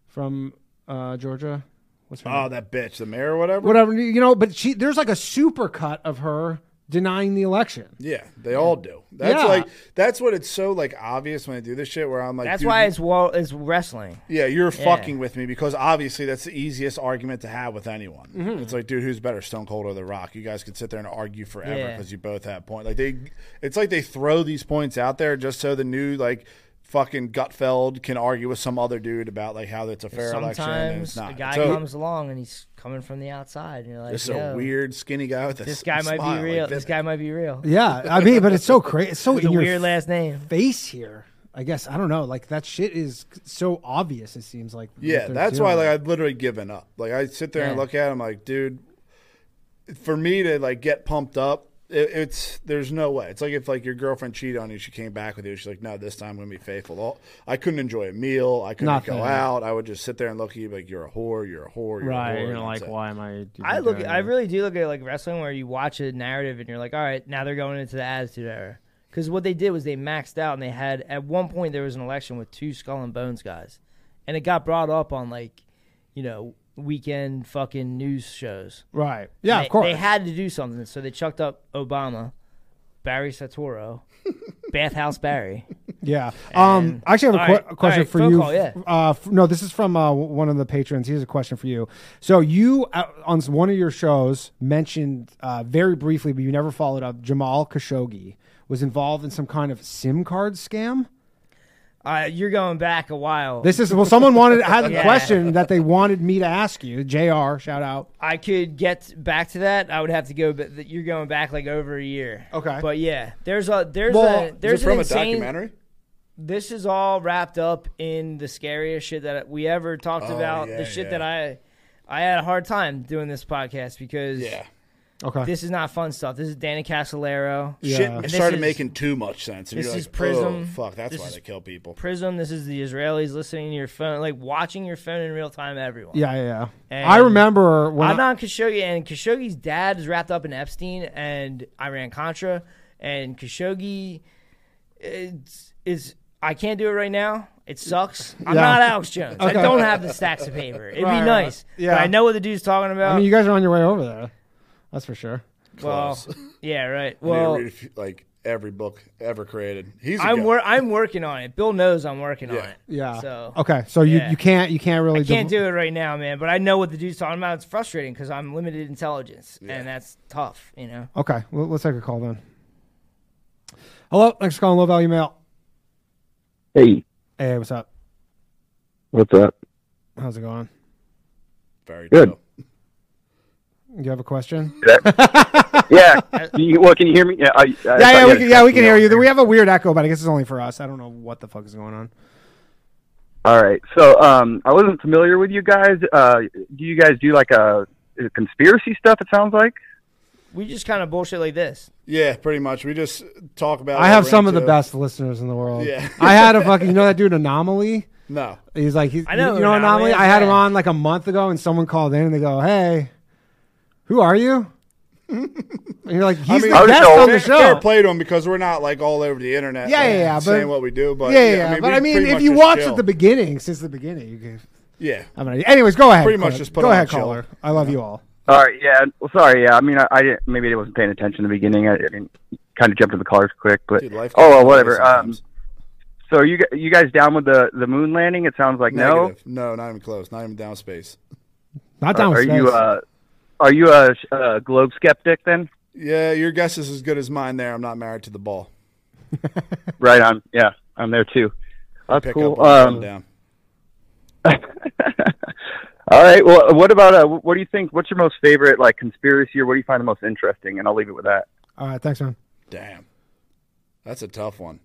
Speaker 3: from uh georgia what's her name?
Speaker 4: Oh, that bitch, the mayor or whatever.
Speaker 3: whatever you know but she there's like a super cut of her denying the election
Speaker 4: Yeah, they all do. That's
Speaker 3: Yeah.
Speaker 4: like that's what it's so like obvious when they do this shit. Where I'm like,
Speaker 5: That's
Speaker 4: dude,
Speaker 5: why
Speaker 4: you-
Speaker 5: it's wor- it's wrestling.
Speaker 4: Yeah, you're fucking with me because obviously that's the easiest argument to have with anyone.
Speaker 5: Mm-hmm.
Speaker 4: It's like, dude, who's better, Stone Cold or The Rock? You guys could sit there and argue forever
Speaker 5: Yeah.
Speaker 4: because you both have points. Like they, it's like they throw these points out there just so the new like fucking Gutfeld can argue with some other dude about like how it's a fair election and
Speaker 5: Sometimes
Speaker 4: it's not.
Speaker 5: a guy
Speaker 4: So,
Speaker 5: comes along and he's coming from the outside, and you're like,
Speaker 4: This is
Speaker 5: "Yo,
Speaker 4: a weird skinny guy with a
Speaker 5: This guy
Speaker 4: s-
Speaker 5: might
Speaker 4: smile.
Speaker 5: be
Speaker 4: Like,
Speaker 5: real.
Speaker 4: this-
Speaker 5: this guy might be real."
Speaker 3: yeah i mean but it's so crazy it's so
Speaker 5: With
Speaker 3: in
Speaker 5: a
Speaker 3: your
Speaker 5: weird last name.
Speaker 3: face here i guess i don't know like that shit is so obvious it seems like what
Speaker 4: Yeah,
Speaker 3: they're
Speaker 4: that's why
Speaker 3: doing.
Speaker 4: like I've literally given up. Like I sit there and
Speaker 5: Yeah.
Speaker 4: look at him like, dude, for me to like get pumped up, it, it's there's no way. It's like if like your girlfriend cheated on you, she came back with you, she's like, no, this time I'm gonna be faithful. All, I couldn't enjoy a meal, I couldn't
Speaker 3: Nothing.
Speaker 4: go out. I would just sit there and look at you like, you're a whore, you're a whore, you're a whore. and that's it.
Speaker 10: am I?
Speaker 5: I look. I really do look at like wrestling where you watch a narrative and you're like, all right, now they're going into the Attitude Era because what they did was they maxed out and they had at one point there was an election with two Skull and Bones guys, and it got brought up on like, you know, weekend fucking news shows.
Speaker 3: right yeah
Speaker 5: they,
Speaker 3: of course
Speaker 5: They had to do something, so they chucked up Obama, Barry Satoro, Bathhouse Barry.
Speaker 3: yeah um
Speaker 5: And-
Speaker 3: i actually have a,
Speaker 5: All right,
Speaker 3: que-
Speaker 5: all
Speaker 3: question
Speaker 5: right,
Speaker 3: for
Speaker 5: phone
Speaker 3: you
Speaker 5: call, yeah.
Speaker 3: uh f- no this is from uh, w- one of the patrons here's a question for you so you uh, on s- one of your shows mentioned uh very briefly but you never followed up jamal khashoggi was involved in some kind of sim card scam
Speaker 5: Uh, you're going back a while.
Speaker 3: This is well. Someone wanted had a
Speaker 5: Yeah.
Speaker 3: question that they wanted me to ask you. Jr. Shout out.
Speaker 5: I could get back to that. I would have to go, but th- you're going back like over a year.
Speaker 3: Okay.
Speaker 5: But yeah, there's a there's
Speaker 3: Well,
Speaker 5: a
Speaker 4: Is it
Speaker 5: there's an
Speaker 4: from
Speaker 5: insane.
Speaker 4: a documentary?
Speaker 5: This is all wrapped up in the scariest shit that we ever talked
Speaker 4: Oh,
Speaker 5: about.
Speaker 4: yeah,
Speaker 5: the shit
Speaker 4: yeah.
Speaker 5: that I I had a hard time doing this podcast because
Speaker 4: Yeah.
Speaker 3: Okay.
Speaker 5: this is not fun stuff. This is Danny Casolaro.
Speaker 3: Yeah.
Speaker 4: Shit
Speaker 5: this
Speaker 4: started
Speaker 5: is-
Speaker 4: making too much sense. And
Speaker 5: this
Speaker 4: you're like,
Speaker 5: is Prism.
Speaker 4: Oh, fuck, that's
Speaker 5: This
Speaker 4: why
Speaker 5: is-
Speaker 4: they kill people.
Speaker 5: Prism. This is the Israelis listening to your phone, like watching your phone in real time. Everyone.
Speaker 3: yeah, yeah, yeah.
Speaker 5: And
Speaker 3: I remember when. I,
Speaker 5: Adnan Khashoggi and Khashoggi's dad is wrapped up in Epstein and Iran Contra, and Khashoggi is, is I can't do it right now. It sucks. I'm
Speaker 3: Yeah.
Speaker 5: not Alex Jones.
Speaker 3: Okay.
Speaker 5: I don't have the stacks of paper. It'd
Speaker 3: Right,
Speaker 5: be nice.
Speaker 3: right. Yeah.
Speaker 5: but I know what the dude's talking about.
Speaker 3: mean, you guys are on your way over there. That's for sure.
Speaker 5: well,
Speaker 4: Close.
Speaker 5: yeah, right.
Speaker 4: I need to
Speaker 5: Well,
Speaker 4: read a few- like every book ever created. He's a
Speaker 5: I'm
Speaker 4: good-
Speaker 5: wor- I'm working on it. Bill knows I'm working on
Speaker 4: Yeah.
Speaker 5: it.
Speaker 3: Yeah.
Speaker 5: So
Speaker 3: okay, so you,
Speaker 5: yeah.
Speaker 3: you can't you can't really
Speaker 5: I can't
Speaker 3: div-
Speaker 5: do it right now, man. But I know what the dude's talking about. It's frustrating because I'm limited intelligence, and that's tough. You know.
Speaker 3: Okay, well, let's take a call then. Hello, thanks for calling Low Value Mail.
Speaker 7: Hey,
Speaker 3: Hey, what's up?
Speaker 7: what's up?
Speaker 3: How's it going?
Speaker 4: very
Speaker 7: Good.
Speaker 4: dope.
Speaker 3: You have a question?
Speaker 7: Yeah. Do you, well, can you hear me? Yeah, I, I thought
Speaker 3: yeah, yeah,
Speaker 7: you
Speaker 3: we
Speaker 7: had
Speaker 3: can,
Speaker 7: a
Speaker 3: yeah, we can
Speaker 7: customer.
Speaker 3: hear you. We have a weird echo, but I guess it's only for us. I don't know what the fuck is going on.
Speaker 7: All right. So um, I wasn't familiar with you guys. Uh, do you guys do like a, uh conspiracy stuff? It sounds like.
Speaker 5: We just kind of bullshit like this.
Speaker 4: Yeah, pretty much. We just talk about.
Speaker 3: I
Speaker 4: what
Speaker 3: have
Speaker 4: we're
Speaker 3: some of the
Speaker 4: into.
Speaker 3: best listeners in the world.
Speaker 4: Yeah.
Speaker 3: I had a fucking you know that dude Anomaly.
Speaker 4: No,
Speaker 3: He's like, he's,
Speaker 5: I know
Speaker 3: you know,
Speaker 5: who
Speaker 3: anomaly.
Speaker 5: Anomaly is,
Speaker 3: I had him
Speaker 5: yeah.
Speaker 3: on like a month ago, and someone called in and they go, "Hey, who are you?" and you're like, "He's
Speaker 4: mean,
Speaker 3: the
Speaker 4: I
Speaker 3: guest
Speaker 7: know-
Speaker 3: on the
Speaker 4: fair, fair
Speaker 3: show."
Speaker 4: play to them because we're not like all over the internet.
Speaker 3: Yeah,
Speaker 4: like,
Speaker 3: yeah, yeah,
Speaker 4: saying
Speaker 3: but-
Speaker 4: what we do, but
Speaker 3: yeah, yeah, yeah. but
Speaker 4: we
Speaker 3: I mean,
Speaker 4: pretty
Speaker 3: if
Speaker 4: much
Speaker 3: you
Speaker 4: just
Speaker 3: watch
Speaker 4: chill.
Speaker 3: at the beginning, since the beginning, you can,
Speaker 4: yeah,
Speaker 3: I mean, anyways, go ahead.
Speaker 4: Pretty much
Speaker 3: caller.
Speaker 4: just put
Speaker 3: go
Speaker 4: on
Speaker 3: ahead,
Speaker 4: chill.
Speaker 3: caller. I love you all.
Speaker 7: All right. Yeah. Well, sorry. Yeah. I mean, I, I didn't, maybe I wasn't paying attention in the beginning. I, I mean, kind of jumped to the callers quick, but
Speaker 4: dude, life.
Speaker 7: oh
Speaker 4: gets
Speaker 7: well,
Speaker 4: away
Speaker 7: whatever. Um,
Speaker 4: sometimes.
Speaker 10: So are you gu- you guys down with the the moon landing? It sounds like no.
Speaker 4: Negative. No, not even close. Not even down space.
Speaker 3: Not
Speaker 10: Are, are you uh, are you a, a globe skeptic then?
Speaker 4: Yeah, your guess is as good as mine. There, I'm not married to the ball.
Speaker 10: Right on. Yeah, I'm there too. That's
Speaker 4: Pick up
Speaker 10: cool.
Speaker 4: on the
Speaker 10: Um,
Speaker 4: rundown.
Speaker 10: all right. Well, what about uh, what do you think? What's your most favorite like conspiracy, or what do you find the most interesting? And I'll leave it with that.
Speaker 3: All right, thanks, man.
Speaker 4: Damn, that's a tough one.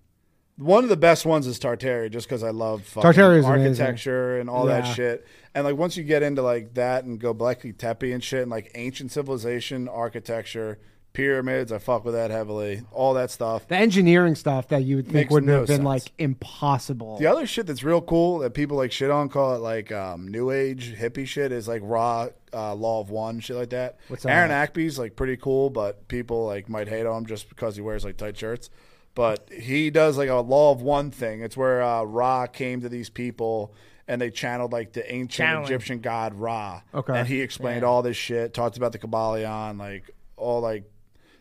Speaker 4: One of the best ones is Tartaria, just because I love fucking
Speaker 3: Tartaria is amazing.
Speaker 4: architecture and all that
Speaker 3: Yeah.
Speaker 4: shit. And like once you get into like that and go Blackly Tepe and shit, and like ancient civilization, architecture, pyramids, I fuck with that heavily. All that stuff.
Speaker 3: The engineering stuff that you would think
Speaker 4: Makes
Speaker 3: would
Speaker 4: no
Speaker 3: have been
Speaker 4: sense.
Speaker 3: like impossible.
Speaker 4: The other shit that's real cool that people like shit on, call it like um, new age hippie shit, is like raw uh, law of one shit like that.
Speaker 3: What's
Speaker 4: Aaron Ackby's like pretty cool, but people like might hate on him just because he wears like tight shirts. But he does like a law of one thing. It's where uh, Ra came to these people and they channeled like the ancient
Speaker 5: Channeling.
Speaker 4: Egyptian god Ra.
Speaker 3: Okay.
Speaker 4: and he explained all this shit, talked about the Kabbalion, like all like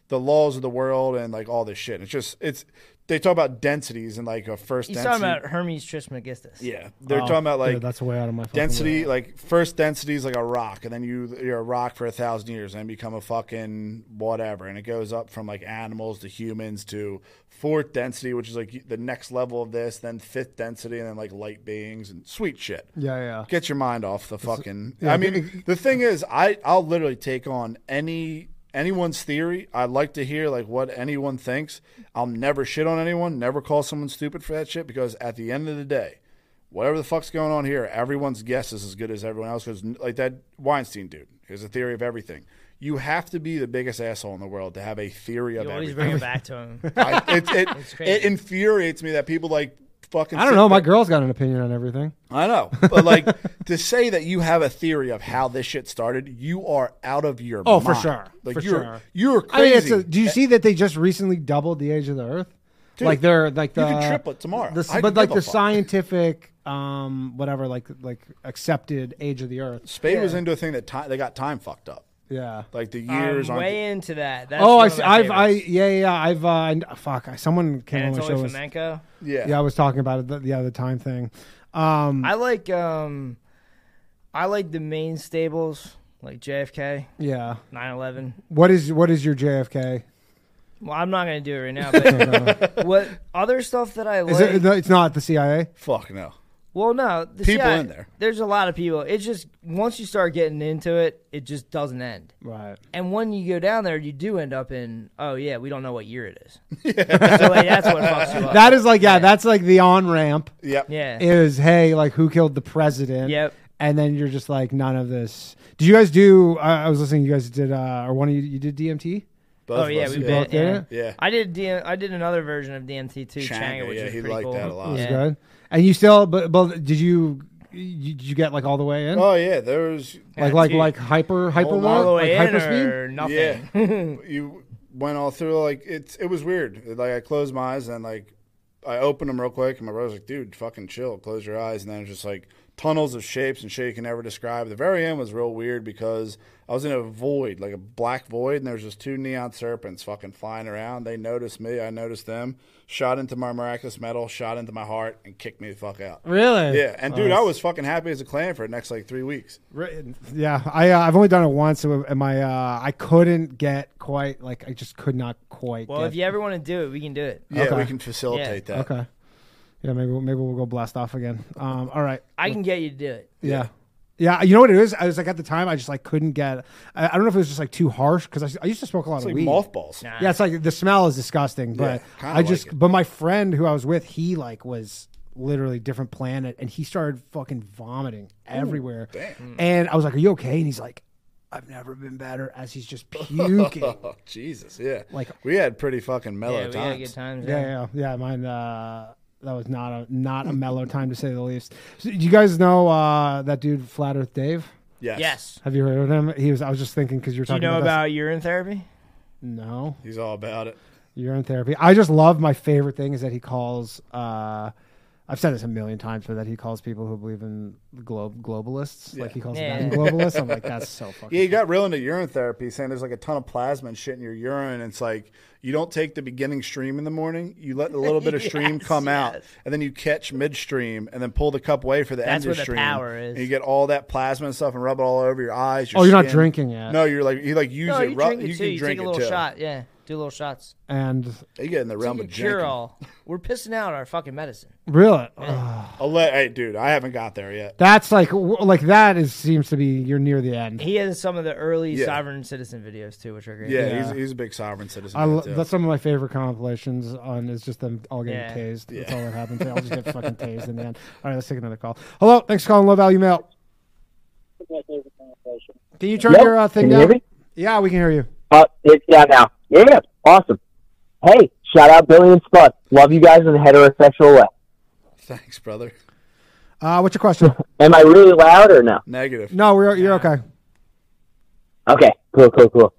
Speaker 4: the laws of the world and like all this shit. It's just it's they talk about densities and like a first
Speaker 5: He's
Speaker 4: density.
Speaker 5: talking about Hermes Trismegistus. Um,
Speaker 4: Yeah, they're talking about like
Speaker 3: Dude, Oh, that's way out of my fucking
Speaker 4: density.
Speaker 3: way.
Speaker 4: Like first density is like a rock, and then you you're a rock for a thousand years, and then become a fucking whatever, and it goes up from like animals to humans to fourth density, which is like the next level of this, then fifth density, and then like light beings and sweet shit.
Speaker 3: Yeah, yeah.
Speaker 4: Get your mind off the fucking. I mean, the thing is, I I'll literally take on any anyone's theory. I like to hear like what anyone thinks. I'll never shit on anyone. Never call someone stupid for that shit because at the end of the day, whatever the fuck's going on here, everyone's guess is as good as everyone else. Because like that Weinstein dude, here's a theory of everything. You have to be the biggest asshole in the world to have a theory of
Speaker 5: You always
Speaker 4: everything.
Speaker 5: bring it back to him.
Speaker 4: I, it, it,
Speaker 5: crazy.
Speaker 4: it infuriates me that people like fucking.
Speaker 3: I don't
Speaker 4: sit
Speaker 3: know.
Speaker 4: there-
Speaker 3: My girl's got an opinion on everything.
Speaker 4: I know, but like to say that you have a theory of how this shit started, you are out of your
Speaker 3: Oh,
Speaker 4: mind.
Speaker 3: for sure.
Speaker 4: Like
Speaker 3: For
Speaker 4: you're
Speaker 3: sure.
Speaker 4: you're
Speaker 3: I mean, it's
Speaker 4: crazy.
Speaker 3: a, do you see that they just recently doubled the age of the Earth? like they're like the
Speaker 4: you can triple it tomorrow.
Speaker 3: the-
Speaker 4: I
Speaker 3: but
Speaker 4: don't
Speaker 3: like
Speaker 4: give a
Speaker 3: the
Speaker 4: fuck.
Speaker 3: scientific, um, whatever, like like accepted age of the Earth.
Speaker 4: Spade was into a thing that time, they got time fucked up.
Speaker 3: Yeah.
Speaker 4: Like the
Speaker 5: I'm
Speaker 4: years aren't.
Speaker 5: way into that. That's
Speaker 3: oh,
Speaker 5: one
Speaker 3: I,
Speaker 5: of
Speaker 3: see-
Speaker 5: my
Speaker 3: I've, I,
Speaker 5: favorites.
Speaker 3: yeah, yeah, I've, uh, and- fuck, I- someone came on my
Speaker 5: Anatoly
Speaker 3: show. was-
Speaker 5: Flamenco.
Speaker 4: yeah.
Speaker 3: yeah, I was talking about it, the, yeah, the time thing. Um,
Speaker 5: I like um, I like the main stables like JFK,
Speaker 3: yeah.
Speaker 5: 9/11.
Speaker 3: What is, what is your JFK?
Speaker 5: Well, I'm not gonna do it right now. But what other stuff that I like?
Speaker 3: Is it? No, it's not the CIA.
Speaker 4: Fuck no.
Speaker 5: well, no, the
Speaker 4: People
Speaker 5: CIA
Speaker 4: in there.
Speaker 5: There's a lot of people. It's just once you start getting into it, it just doesn't end.
Speaker 3: Right.
Speaker 5: And when you go down there, you do end up in oh yeah, we don't know what year it is. so like, that's what fucks you up.
Speaker 3: That is like, yeah, that's like the on ramp
Speaker 4: Yep.
Speaker 5: yeah.
Speaker 3: is, hey, like who killed the president?
Speaker 5: Yep.
Speaker 3: And then you're just like, none of this. Did you guys do? I I was listening. You guys did, uh, or one of you, you did DMT.
Speaker 4: Both
Speaker 5: Oh
Speaker 4: of
Speaker 5: yeah,
Speaker 4: us,
Speaker 5: we
Speaker 4: yeah.
Speaker 5: both
Speaker 3: did
Speaker 5: yeah.
Speaker 3: it?
Speaker 4: Yeah.
Speaker 5: I did D- I did another version of DMT too,
Speaker 4: Changa,
Speaker 5: Changa, which
Speaker 4: yeah,
Speaker 5: was
Speaker 4: he
Speaker 5: pretty
Speaker 4: liked
Speaker 5: cool.
Speaker 4: that a lot.
Speaker 3: It was
Speaker 5: Yeah.
Speaker 3: good. And you still, but, but did you, you? Did you get like all the way in?
Speaker 4: Oh yeah, there was.
Speaker 3: like like
Speaker 5: dude.
Speaker 3: like hyper hyper
Speaker 4: Hold on.
Speaker 5: All the
Speaker 3: warp?
Speaker 5: way
Speaker 3: like
Speaker 5: in
Speaker 3: hyper speed.
Speaker 5: or nothing.
Speaker 4: Yeah. you went all through like it's it was weird. Like I closed my eyes and like I opened them real quick and my brother's like, dude, fucking chill, close your eyes. And then it was just like tunnels of shapes and shit you can never describe. The very end was real weird because I was in a void, like a black void, and there was just two neon serpents fucking flying around. They noticed me, I noticed them, shot into my miraculous metal, shot into my heart, and kicked me the fuck out.
Speaker 3: Really?
Speaker 4: Yeah, and dude, I was fucking happy as a clam for the next like three weeks.
Speaker 3: Re- Yeah, I uh, I've only done it once, and my uh, I couldn't get quite like I just could not quite.
Speaker 5: Well,
Speaker 3: get,
Speaker 5: if you ever want to do it, we can do it.
Speaker 4: Yeah,
Speaker 3: Okay.
Speaker 4: we can facilitate that.
Speaker 3: okay, yeah, maybe we'll- maybe we'll go blast off again. Um, all right,
Speaker 5: I can get you to do it.
Speaker 3: yeah. Yeah, you know what it is? I was like at the time, I just like couldn't get. I, I don't know if it was just like too harsh because I, s- I used to smoke a lot
Speaker 4: It's
Speaker 3: of
Speaker 4: like
Speaker 3: weed.
Speaker 4: mothballs.
Speaker 3: Yeah, it's like the smell is disgusting, but
Speaker 4: Yeah, kinda
Speaker 3: I just
Speaker 4: like it.
Speaker 3: but my friend who I was with, he like was literally different planet and he started fucking vomiting everywhere. And I was like, "Are you okay?" And he's like, "I've never been better." As he's just puking. yeah,
Speaker 4: Oh Jesus, yeah.
Speaker 3: Like-
Speaker 4: we had pretty fucking mellow
Speaker 5: Yeah, we had
Speaker 4: times.
Speaker 5: good times. Yeah.
Speaker 3: yeah, yeah. Mine uh that was not a not a mellow time to say the least. So, do you guys know uh that dude Flat Earth Dave?
Speaker 4: Yes.
Speaker 5: Yes.
Speaker 3: Have you heard of him? He was I was just thinking cuz you're
Speaker 5: Do you
Speaker 3: talking
Speaker 5: know
Speaker 3: about, that-
Speaker 5: about urine therapy?
Speaker 3: No.
Speaker 4: He's all about it.
Speaker 3: You're in therapy. I just love my favorite thing is that he calls uh, uh, I've said this a million times, but that he calls people who believe in glo- globalists, like he calls
Speaker 4: Yeah.
Speaker 3: them globalists. I'm like, that's so fucking.
Speaker 4: Yeah, you got real into urine therapy, saying there's like a ton of plasma and shit in your urine. It's like you don't take the beginning stream in the morning. You let a little bit of stream
Speaker 5: Yes,
Speaker 4: come out, and then you catch midstream, and then pull the cup away for the end
Speaker 5: That's where
Speaker 4: of
Speaker 5: the
Speaker 4: stream.
Speaker 5: power is.
Speaker 4: And you get all that plasma and stuff, and rub it all over your eyes. Your
Speaker 3: Oh, you're not
Speaker 4: skin.
Speaker 3: drinking it.
Speaker 4: No, you're like you like use
Speaker 5: No,
Speaker 4: it.
Speaker 5: you
Speaker 4: rub-
Speaker 5: drink it
Speaker 4: you
Speaker 5: too.
Speaker 4: can
Speaker 5: you
Speaker 4: drink
Speaker 5: take
Speaker 4: it
Speaker 5: a little
Speaker 4: too.
Speaker 5: shot. Yeah, do little shots.
Speaker 3: And
Speaker 4: You get in the realm of
Speaker 5: Cure
Speaker 4: drinking.
Speaker 5: all. We're pissing out our fucking medicine.
Speaker 3: really,
Speaker 4: I'll let, hey, dude, I haven't got there yet.
Speaker 3: that's like like that is seems to be you're near the end.
Speaker 5: He has some of the early
Speaker 4: Yeah.
Speaker 5: sovereign citizen videos too, which are great.
Speaker 4: Yeah, He's, he's a big sovereign citizen.
Speaker 3: I
Speaker 4: man,
Speaker 3: lo-
Speaker 4: too.
Speaker 3: that's some of my favorite compilations. On is just them all getting
Speaker 5: Yeah.
Speaker 3: tased. That's
Speaker 4: Yeah.
Speaker 3: all that happens. They all just get fucking tased in the end. All right, let's take another call. Hello, thanks for calling Low Value Mail. Can you turn
Speaker 11: Yep.
Speaker 3: your uh, thing
Speaker 11: Can you hear
Speaker 3: down?
Speaker 11: me?
Speaker 3: Yeah, we can hear you.
Speaker 11: Uh, it's yeah now. Yeah, awesome. Hey, shout out Billy and Spud. Love you guys in the heterosexual way.
Speaker 4: Thanks, brother.
Speaker 3: Uh, what's your question?
Speaker 11: Am I really loud or no?
Speaker 4: Negative.
Speaker 3: No, we're, you're okay.
Speaker 11: Okay, cool, cool, cool.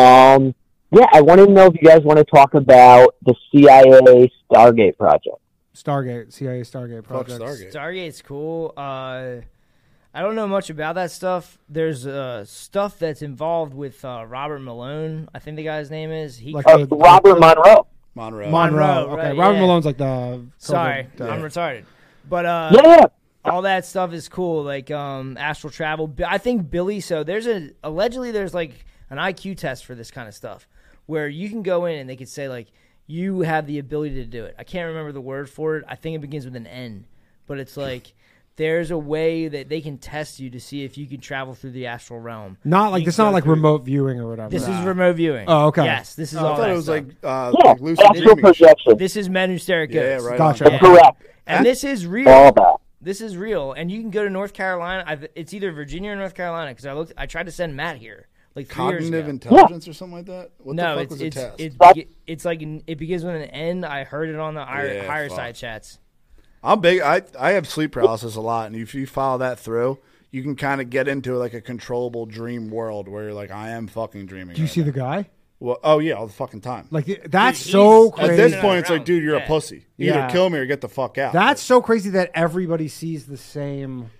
Speaker 11: Um, yeah, I want to know if you guys want to talk about the CIA Stargate project.
Speaker 3: Stargate, CIA Stargate project.
Speaker 5: Stargate's cool. Uh, I don't know much about that stuff. There's uh, stuff that's involved with uh, Robert Malone. I think the guy's name is. He
Speaker 3: Like Uh, the- Robert Monroe.
Speaker 4: Monroe.
Speaker 3: Monroe. okay,
Speaker 5: right,
Speaker 3: Robert
Speaker 5: yeah.
Speaker 3: Malone's like the.
Speaker 5: Sorry,
Speaker 3: COVID, uh,
Speaker 5: I'm retarded. But uh,
Speaker 11: Yeah.
Speaker 5: all that stuff is cool. Like um, astral travel. Bi- I think Billy. So there's a allegedly there's like an IQ test for this kind of stuff where you can go in and they could say like you have the ability to do it. I can't remember the word for it. I think it begins with an N, but it's like. There's a way that they can test you to see if you can travel through the astral realm.
Speaker 3: Not
Speaker 5: You
Speaker 3: like
Speaker 5: can
Speaker 3: it's not
Speaker 5: go
Speaker 3: like
Speaker 5: through-
Speaker 3: remote viewing or whatever.
Speaker 5: This is remote viewing.
Speaker 3: Oh, okay.
Speaker 5: Yes, this is
Speaker 4: Oh, I
Speaker 5: all.
Speaker 4: thought
Speaker 5: that
Speaker 4: it was
Speaker 5: stuff.
Speaker 4: like, uh,
Speaker 11: Yeah,
Speaker 4: like lucid
Speaker 11: astral
Speaker 4: dreaming and shit.
Speaker 11: projection.
Speaker 5: This is men who stare at
Speaker 4: Yeah,
Speaker 5: ghosts.
Speaker 4: right
Speaker 3: Gotcha.
Speaker 4: on.
Speaker 5: Yeah.
Speaker 11: Correct.
Speaker 5: And this is real.
Speaker 11: All
Speaker 5: This is real, and you can go to North Carolina. I've, it's either Virginia or North Carolina because I looked. I tried to send Matt here like three years
Speaker 4: Cognitive
Speaker 5: ago.
Speaker 4: intelligence or something like that? What
Speaker 5: no,
Speaker 4: the fuck
Speaker 5: it's
Speaker 4: was
Speaker 5: it's
Speaker 4: the test?
Speaker 5: it begi- it's like an, it begins with an N. I heard it on the higher,
Speaker 4: Yeah,
Speaker 5: higher
Speaker 4: fuck.
Speaker 5: side chats.
Speaker 4: I'm big. I I have sleep paralysis a lot, and if you follow that through, you can kind of get into like a controllable dream world where you're like, I am fucking dreaming.
Speaker 3: Do you
Speaker 4: right
Speaker 3: see
Speaker 4: now.
Speaker 3: the guy?
Speaker 4: Well, oh yeah, all the fucking time.
Speaker 3: Like the- that's so
Speaker 5: he's-
Speaker 3: crazy.
Speaker 4: At
Speaker 5: Crazy.
Speaker 4: this point, it's like, dude, you're
Speaker 5: Yeah.
Speaker 4: a pussy. You
Speaker 3: Yeah.
Speaker 4: Either kill me or get the fuck out.
Speaker 3: That's so crazy that everybody sees the same.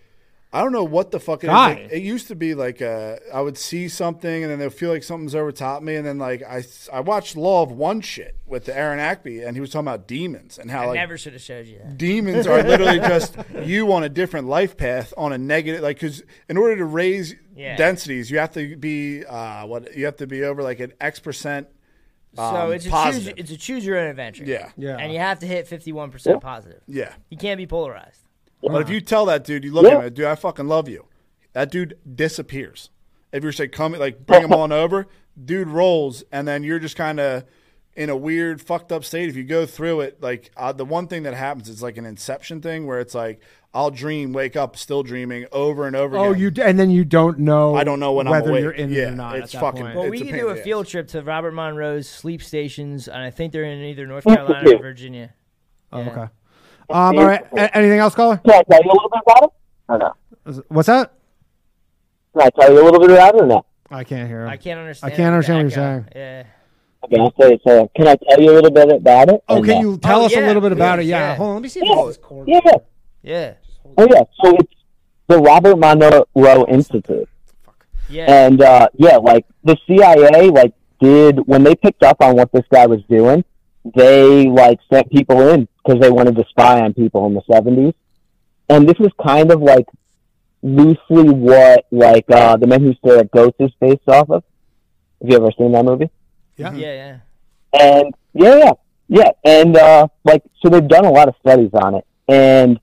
Speaker 4: I don't know what the fuck it is.
Speaker 3: Guy.
Speaker 4: Like, it used to be like uh, I would see something and then they'd feel like something's over top me. And then like I, I watched Law of One shit with the Aaron Ackby and he was talking about demons and how
Speaker 5: I
Speaker 4: like
Speaker 5: never should have showed you that.
Speaker 4: demons are literally just you on a different life path on a negative like because in order to raise
Speaker 5: Yeah.
Speaker 4: densities you have to be uh what you have to be over like an x percent
Speaker 5: so
Speaker 4: um,
Speaker 5: it's a
Speaker 4: positive.
Speaker 5: choose it's a choose your own adventure.
Speaker 4: yeah
Speaker 3: Yeah.
Speaker 5: and you have to hit fifty one percent positive.
Speaker 4: yeah
Speaker 5: You can't be polarized.
Speaker 4: but if you tell that dude you look at him dude i fucking love you that dude disappears if you're say come like bring him on over dude rolls and then you're just kind of in a weird fucked up state if you go through it like uh, the one thing that happens is like an inception thing where it's like i'll dream wake up still dreaming over and over
Speaker 3: oh,
Speaker 4: again
Speaker 3: you d- and then you don't know.
Speaker 4: I don't know when I'm
Speaker 3: whether
Speaker 4: awake.
Speaker 3: you're in it
Speaker 4: Yeah,
Speaker 3: or not.
Speaker 4: it's
Speaker 3: at that
Speaker 4: fucking-
Speaker 3: point.
Speaker 5: Well,
Speaker 4: It's
Speaker 5: we
Speaker 4: a
Speaker 5: can
Speaker 4: pain
Speaker 5: do
Speaker 4: in
Speaker 5: a
Speaker 4: the ass.
Speaker 5: field trip to Robert Monroe's sleep stations, and I think they're in either North
Speaker 11: Yeah.
Speaker 5: Carolina or Virginia.
Speaker 3: Oh,
Speaker 5: Yeah.
Speaker 3: okay. Um, all right. A- anything else, caller?
Speaker 11: Can I tell you a little bit about it? Or no?
Speaker 3: Is- What's that?
Speaker 11: Can I tell you a little bit about it or no?
Speaker 3: I can't hear. Him.
Speaker 5: I can't understand.
Speaker 3: can't
Speaker 5: with the
Speaker 3: understand what you're
Speaker 5: echo. Yeah.
Speaker 11: Okay, I'll tell you. So, can I tell you a little bit about it?
Speaker 3: Oh,
Speaker 11: or
Speaker 3: can
Speaker 11: no?
Speaker 3: you tell
Speaker 5: Oh,
Speaker 3: us a
Speaker 5: yeah,
Speaker 3: little bit about
Speaker 5: please,
Speaker 3: it? Yeah.
Speaker 5: yeah.
Speaker 3: Hold on. Let me see if
Speaker 11: Yeah.
Speaker 3: this is cord.
Speaker 11: Yeah.
Speaker 5: Yeah.
Speaker 11: Oh yeah. So it's the Robert Monroe Institute.
Speaker 5: Yeah.
Speaker 11: And uh, yeah, like the CIA, like did when they picked up on what this guy was doing, they like sent people in because they wanted to spy on people in the seventies. And this is kind of like loosely what like uh, the Men Who Stare at Ghosts is based off of. Have you ever seen that movie?
Speaker 3: Yeah.
Speaker 5: yeah. Yeah.
Speaker 11: And yeah, yeah, yeah. And uh, like, so they've done a lot of studies on it, and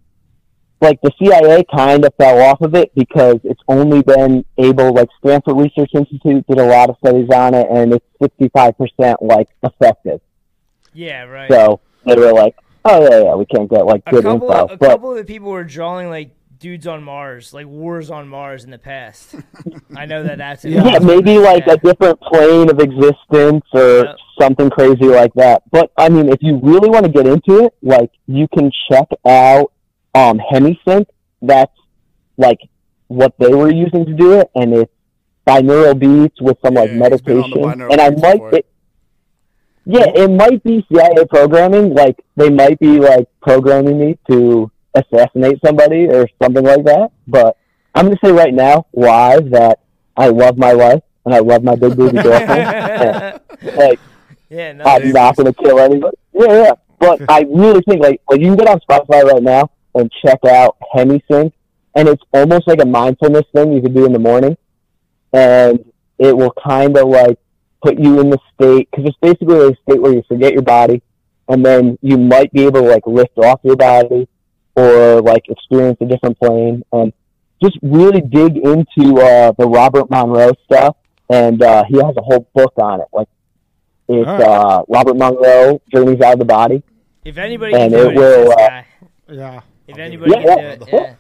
Speaker 11: like the CIA kind of fell off of it because it's only been able, like Stanford Research Institute did a lot of studies on it, and it's sixty-five percent like effective.
Speaker 5: Yeah. Right.
Speaker 11: So they were like, oh yeah, yeah, we can't get like
Speaker 5: a
Speaker 11: good
Speaker 5: couple,
Speaker 11: info,
Speaker 5: a
Speaker 11: but
Speaker 5: couple of the people were drawing like dudes on Mars, like wars on Mars in the past. I know that that's
Speaker 3: Yeah.
Speaker 11: yeah, maybe like
Speaker 5: Yeah.
Speaker 11: a different plane of existence or
Speaker 5: Yep.
Speaker 11: something crazy like that. But I mean, if you really want to get into it, like you can check out um, HemiSync. That's like what they were using to do it, and it's binaural beats with some like
Speaker 4: Yeah, he's been on the
Speaker 11: meditation.
Speaker 4: binaural
Speaker 11: And I
Speaker 4: beats
Speaker 11: might,
Speaker 4: before.
Speaker 11: it, Yeah, it might be CIA programming. Like they might be like programming me to assassinate somebody or something like that. But I'm gonna say right now, live that I love my wife and I love my big booty girlfriend. And, like
Speaker 5: Yeah, no,
Speaker 11: I'm not gonna kill anybody. Yeah, yeah. But I really think like like you can get on Spotify right now and check out Hemi Sync, and it's almost like a mindfulness thing you can do in the morning, and it will kind of like put you in the state because it's basically a state where you forget your body, and then you might be able to like lift off your body or like experience a different plane and just really dig into uh, the Robert Monroe stuff, and uh, he has a whole book on it. Like it's
Speaker 5: All right.
Speaker 11: uh, Robert Monroe Journeys Out of the Body.
Speaker 5: If anybody can
Speaker 11: and
Speaker 5: do
Speaker 11: it
Speaker 5: it, it's
Speaker 11: will.
Speaker 5: this
Speaker 11: uh,
Speaker 5: guy.
Speaker 3: Yeah.
Speaker 5: If anybody
Speaker 11: Yeah,
Speaker 5: can do it, yeah.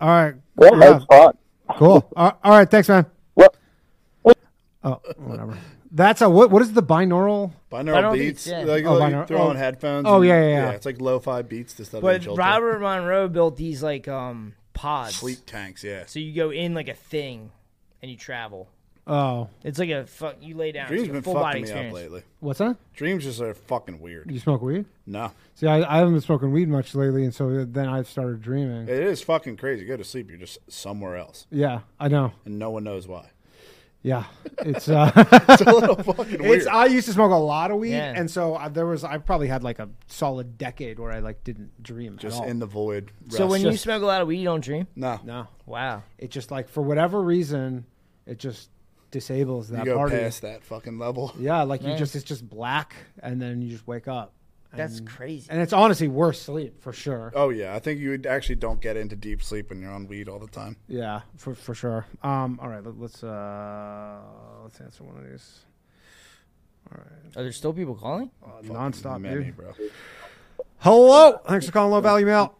Speaker 3: All right.
Speaker 11: Yeah, that's fun.
Speaker 3: Cool. All all right. Thanks, man.
Speaker 11: What?
Speaker 3: Oh, whatever. That's a what? What is the binaural?
Speaker 4: Binaural beats, like,
Speaker 3: Oh,
Speaker 4: like
Speaker 3: binaural-
Speaker 4: throw on
Speaker 3: oh.
Speaker 4: headphones.
Speaker 3: Oh,
Speaker 4: and-
Speaker 3: yeah, yeah, yeah.
Speaker 4: It's like lo-fi beats to stuff.
Speaker 5: But Robert Monroe built these like um pods,
Speaker 4: Sleep tanks, yeah.
Speaker 5: So you go in like a thing, and you travel.
Speaker 3: Oh,
Speaker 5: It's like a fuck. You lay down.
Speaker 4: Dream's
Speaker 5: It's
Speaker 4: been
Speaker 5: a full
Speaker 4: fucking me
Speaker 5: body experience.
Speaker 4: up lately.
Speaker 3: What's that?
Speaker 4: Dreams just are fucking weird.
Speaker 3: you smoke weed?
Speaker 4: No,
Speaker 3: See, I, I haven't been smoking weed much lately, and so then I've started dreaming.
Speaker 4: it is fucking crazy. You go to sleep, you're just somewhere else,
Speaker 3: Yeah, I know.
Speaker 4: and no one knows why.
Speaker 3: Yeah, it's uh,
Speaker 4: It's a little fucking
Speaker 3: It's,
Speaker 4: weird.
Speaker 3: I used to smoke a lot of weed,
Speaker 4: Yeah.
Speaker 3: and so I, there was I probably had like a solid decade where I like didn't dream.
Speaker 4: Just
Speaker 3: at all.
Speaker 4: in the void.
Speaker 5: So when you
Speaker 3: Just-
Speaker 5: smoke a lot of weed, you don't dream.
Speaker 4: No,
Speaker 3: no,
Speaker 5: wow.
Speaker 3: It just like for whatever reason, it just disables that
Speaker 4: you go
Speaker 3: part of you.
Speaker 4: past that fucking level.
Speaker 3: Yeah, like you
Speaker 4: Man.
Speaker 3: just it's just black, and then you just wake up.
Speaker 4: That's
Speaker 3: And-
Speaker 5: crazy.
Speaker 3: And it's honestly worse sleep for sure.
Speaker 4: Oh yeah, I think you would- actually don't get into deep sleep when you're on weed all the time.
Speaker 3: Yeah, for for sure. Um, all right, let, let's uh, let's answer one of these. All right, Uh,
Speaker 5: Are there still people calling?
Speaker 3: nonstop,
Speaker 4: many,
Speaker 3: dude.
Speaker 4: bro.
Speaker 3: Hello, thanks for calling Low Value Mail.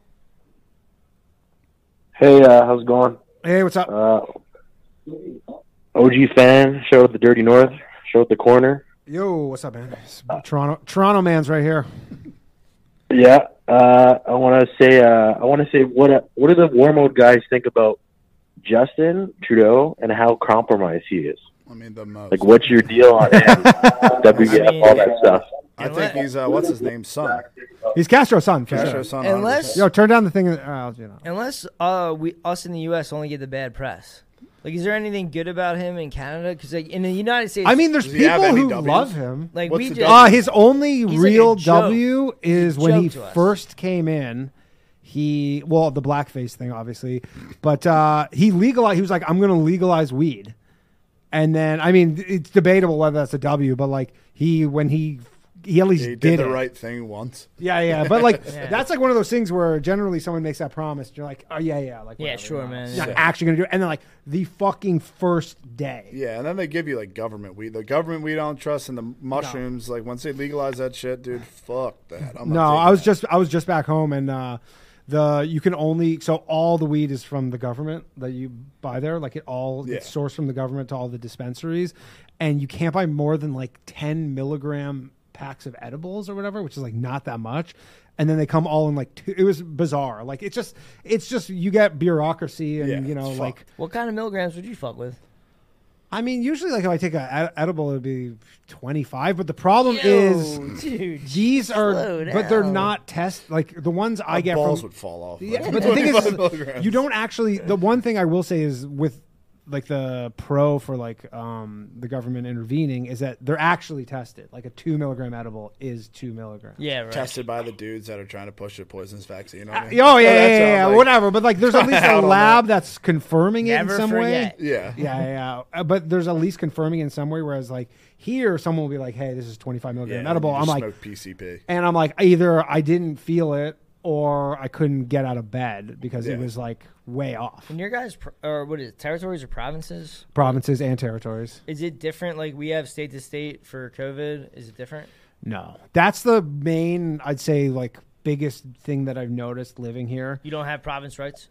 Speaker 12: Hey, uh, how's it going?
Speaker 3: Hey, what's up?
Speaker 12: Uh, OG fan, show at the Dirty North, show at the corner.
Speaker 3: Yo, what's up, man? It's Toronto, Toronto man's right here.
Speaker 12: Yeah, uh, I want to say, uh, I want to say, what uh, what do the war mode guys think about Justin Trudeau and how compromised he is?
Speaker 4: I mean, the most.
Speaker 12: Like, what's your deal on him? WGF, all that stuff.
Speaker 4: I think he's uh, what's his name's son.
Speaker 3: He's Castro's son. For
Speaker 4: Castro's
Speaker 3: sure.
Speaker 4: son,
Speaker 5: Unless- 100%.
Speaker 3: yo, turn down the thing. Uh, you know.
Speaker 5: Unless uh, we us in the U.S. only get the bad press. Like, is there anything good about him in Canada? Because like in the United States,
Speaker 3: I mean, there's people
Speaker 4: E
Speaker 3: who love him.
Speaker 5: Like we just
Speaker 3: Ah, his only
Speaker 5: He's like a
Speaker 3: real
Speaker 5: joke.
Speaker 3: W is
Speaker 5: He's a
Speaker 3: when he
Speaker 5: joke to us.
Speaker 3: first came in. He well, the blackface thing, obviously, but uh, he legalized. He was like, "I'm going to legalize weed," and then I mean, it's debatable whether that's a W, but like he when he he at least
Speaker 4: He did,
Speaker 3: did,
Speaker 4: the
Speaker 3: it.
Speaker 4: right thing once.
Speaker 3: Yeah, yeah, but like
Speaker 4: Yeah.
Speaker 3: that's like one of those things where generally someone makes that promise, and you're like, "Oh yeah, yeah, like
Speaker 5: Yeah,
Speaker 3: whatever,
Speaker 5: sure,
Speaker 3: you know,
Speaker 5: man,
Speaker 3: he's not
Speaker 4: yeah.
Speaker 3: actually going to do it," and then like the fucking first day.
Speaker 4: Yeah, and then they give you like government weed. The government we don't trust, and the mushrooms. Like once they legalize that shit, dude, fuck that. I'm
Speaker 3: no,
Speaker 4: not
Speaker 3: I was just I was just back home and uh the you can only so all the weed is from the government that you buy there like it all it's sourced from the government to all the dispensaries and you can't buy more than like 10 milligram packs of edibles or whatever which is like not that much and then they come all in like two, it was bizarre like it's just it's just you get bureaucracy and you know like
Speaker 5: what kind of milligrams would you fuck with?
Speaker 3: I mean, usually, like if I take a ed- edible, it'd be twenty five. But the problem
Speaker 5: Yo,
Speaker 3: is,
Speaker 5: dude,
Speaker 3: these are,
Speaker 5: slow
Speaker 3: but they're
Speaker 5: down.
Speaker 3: not test like the ones I
Speaker 4: My
Speaker 3: get.
Speaker 4: balls
Speaker 3: from,
Speaker 4: would fall off.
Speaker 3: Yeah,
Speaker 4: Like,
Speaker 3: but the thing
Speaker 4: 25
Speaker 3: is,
Speaker 4: milligrams.
Speaker 3: you don't actually. The one thing I will say is with like the pro for like um the government intervening is that they're actually tested. Like a two milligram edible is two milligrams.
Speaker 4: Tested by the dudes that are trying to push a poisonous vaccine.
Speaker 3: Oh
Speaker 4: On me.
Speaker 3: yeah, yeah,
Speaker 4: So
Speaker 3: yeah,
Speaker 4: that's
Speaker 3: yeah,
Speaker 4: how I'm like-
Speaker 3: whatever. But like, there's at least
Speaker 4: out
Speaker 3: a
Speaker 4: on that.
Speaker 3: lab that's confirming it
Speaker 4: Never
Speaker 3: in some
Speaker 4: forget.
Speaker 3: way.
Speaker 4: Yeah.
Speaker 3: yeah, yeah. Uh, But there's at least confirming in some way. Whereas like here, someone will be like, "Hey, this is 25
Speaker 4: Yeah,
Speaker 3: milligram
Speaker 4: you
Speaker 3: edible." I'm
Speaker 4: just
Speaker 3: like,
Speaker 4: smoke PCP.
Speaker 3: and I'm like, either I didn't feel it or I couldn't get out of bed because it
Speaker 5: Yeah.
Speaker 3: was like way off.
Speaker 5: In your guys, pr- or what is it, territories or provinces?
Speaker 3: Provinces and territories.
Speaker 5: Is it different? Like we have state to state for COVID. Is it different?
Speaker 3: No, that's the main. I'd say like biggest thing that I've noticed living here.
Speaker 5: You don't have province rights.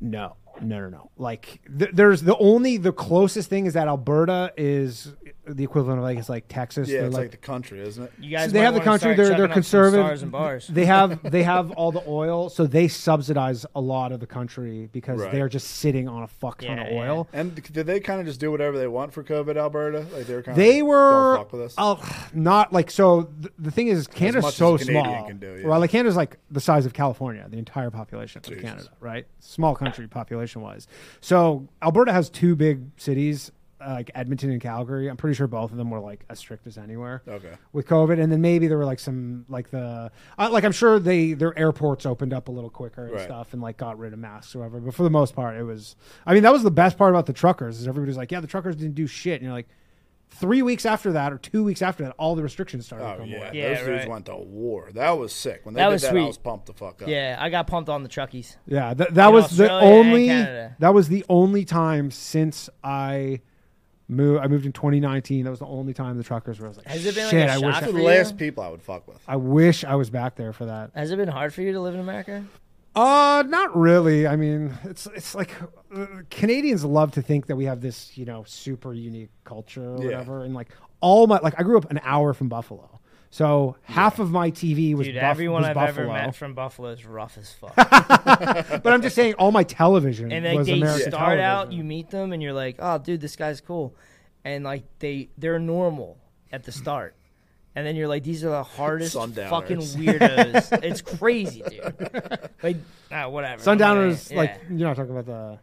Speaker 3: No. No, no, no. Like th- there's the only the closest thing is that Alberta is the equivalent of like it's like Texas.
Speaker 4: Yeah,
Speaker 3: They're
Speaker 4: it's like,
Speaker 3: like
Speaker 4: the country, isn't it?
Speaker 5: You guys
Speaker 3: they
Speaker 5: might
Speaker 3: have the
Speaker 5: wanna
Speaker 3: country.
Speaker 5: start
Speaker 3: They're they're
Speaker 5: checking up some
Speaker 3: conservative.
Speaker 5: stars and bars.
Speaker 3: They have they have all the oil, so they subsidize a lot of the country because
Speaker 4: Right.
Speaker 3: they're just sitting on a fuck ton of oil.
Speaker 4: And did they kind of just do whatever they want for COVID, Alberta? Like they were kind
Speaker 3: They
Speaker 4: of
Speaker 3: were
Speaker 4: fuck with us.
Speaker 3: Oh, not like so. Th- the thing is,
Speaker 4: much
Speaker 3: Canada's
Speaker 4: as
Speaker 3: so
Speaker 4: a Canadian
Speaker 3: small.
Speaker 4: can do, yeah.
Speaker 3: Well, like Canada's like the size of California, the entire population of Canada, right? Small country population wise. So Alberta has two big cities, uh, like Edmonton and Calgary. I'm pretty sure both of them were like as strict as anywhere.
Speaker 4: Okay.
Speaker 3: With COVID, and then maybe there were like some like the uh, like I'm sure they their airports opened up a little quicker and
Speaker 4: Right.
Speaker 3: stuff, and like got rid of masks or whatever. But for the most part, it was. I mean, that was the best part about the truckers is everybody's like, yeah, the truckers didn't do shit, and you're like, three weeks after that or two weeks after that, all the restrictions started to
Speaker 4: Oh
Speaker 3: come
Speaker 4: yeah,
Speaker 3: away.
Speaker 5: Yeah,
Speaker 4: those dudes
Speaker 5: right.
Speaker 4: went to war. That was sick. When they
Speaker 5: That
Speaker 4: did
Speaker 5: was
Speaker 4: that,
Speaker 5: sweet.
Speaker 4: I was pumped the fuck up.
Speaker 5: Yeah, I got pumped on the Truckies.
Speaker 3: Yeah, that, that
Speaker 5: In
Speaker 3: was the
Speaker 5: Australia and
Speaker 3: only
Speaker 5: Canada.
Speaker 3: that was the only time since I moved. I moved in 2019. That was the only time the truckers were. I was like,
Speaker 5: Has it been, like,
Speaker 3: shit?
Speaker 5: a
Speaker 3: I wish
Speaker 5: shock
Speaker 3: I,
Speaker 5: for The last you?
Speaker 4: people I would fuck with.
Speaker 3: I wish I was back there for that.
Speaker 5: Has it been hard for you to live in America?
Speaker 3: Uh, not really. I mean, it's it's like uh, Canadians love to think that we have this, you know, super unique culture or
Speaker 4: Yeah.
Speaker 3: whatever. And like all my like, I grew up an hour from Buffalo, so half of my TV was
Speaker 5: Dude,
Speaker 3: Buff-
Speaker 5: everyone
Speaker 3: was
Speaker 5: I've
Speaker 3: Buffalo.
Speaker 5: ever met from Buffalo is rough as fuck.
Speaker 3: but I'm just saying, all my television
Speaker 5: and
Speaker 3: was
Speaker 5: like they
Speaker 3: American
Speaker 5: start
Speaker 3: television.
Speaker 5: out, you meet them, and you're like, "Oh, dude, this guy's cool," and like they they're normal at the start, and then you're like, "These are the hardest
Speaker 4: Sundowners.
Speaker 5: fucking weirdos." it's crazy, dude. Like, ah, whatever.
Speaker 3: Sundowners,
Speaker 5: Yeah.
Speaker 3: like you're not talking about the.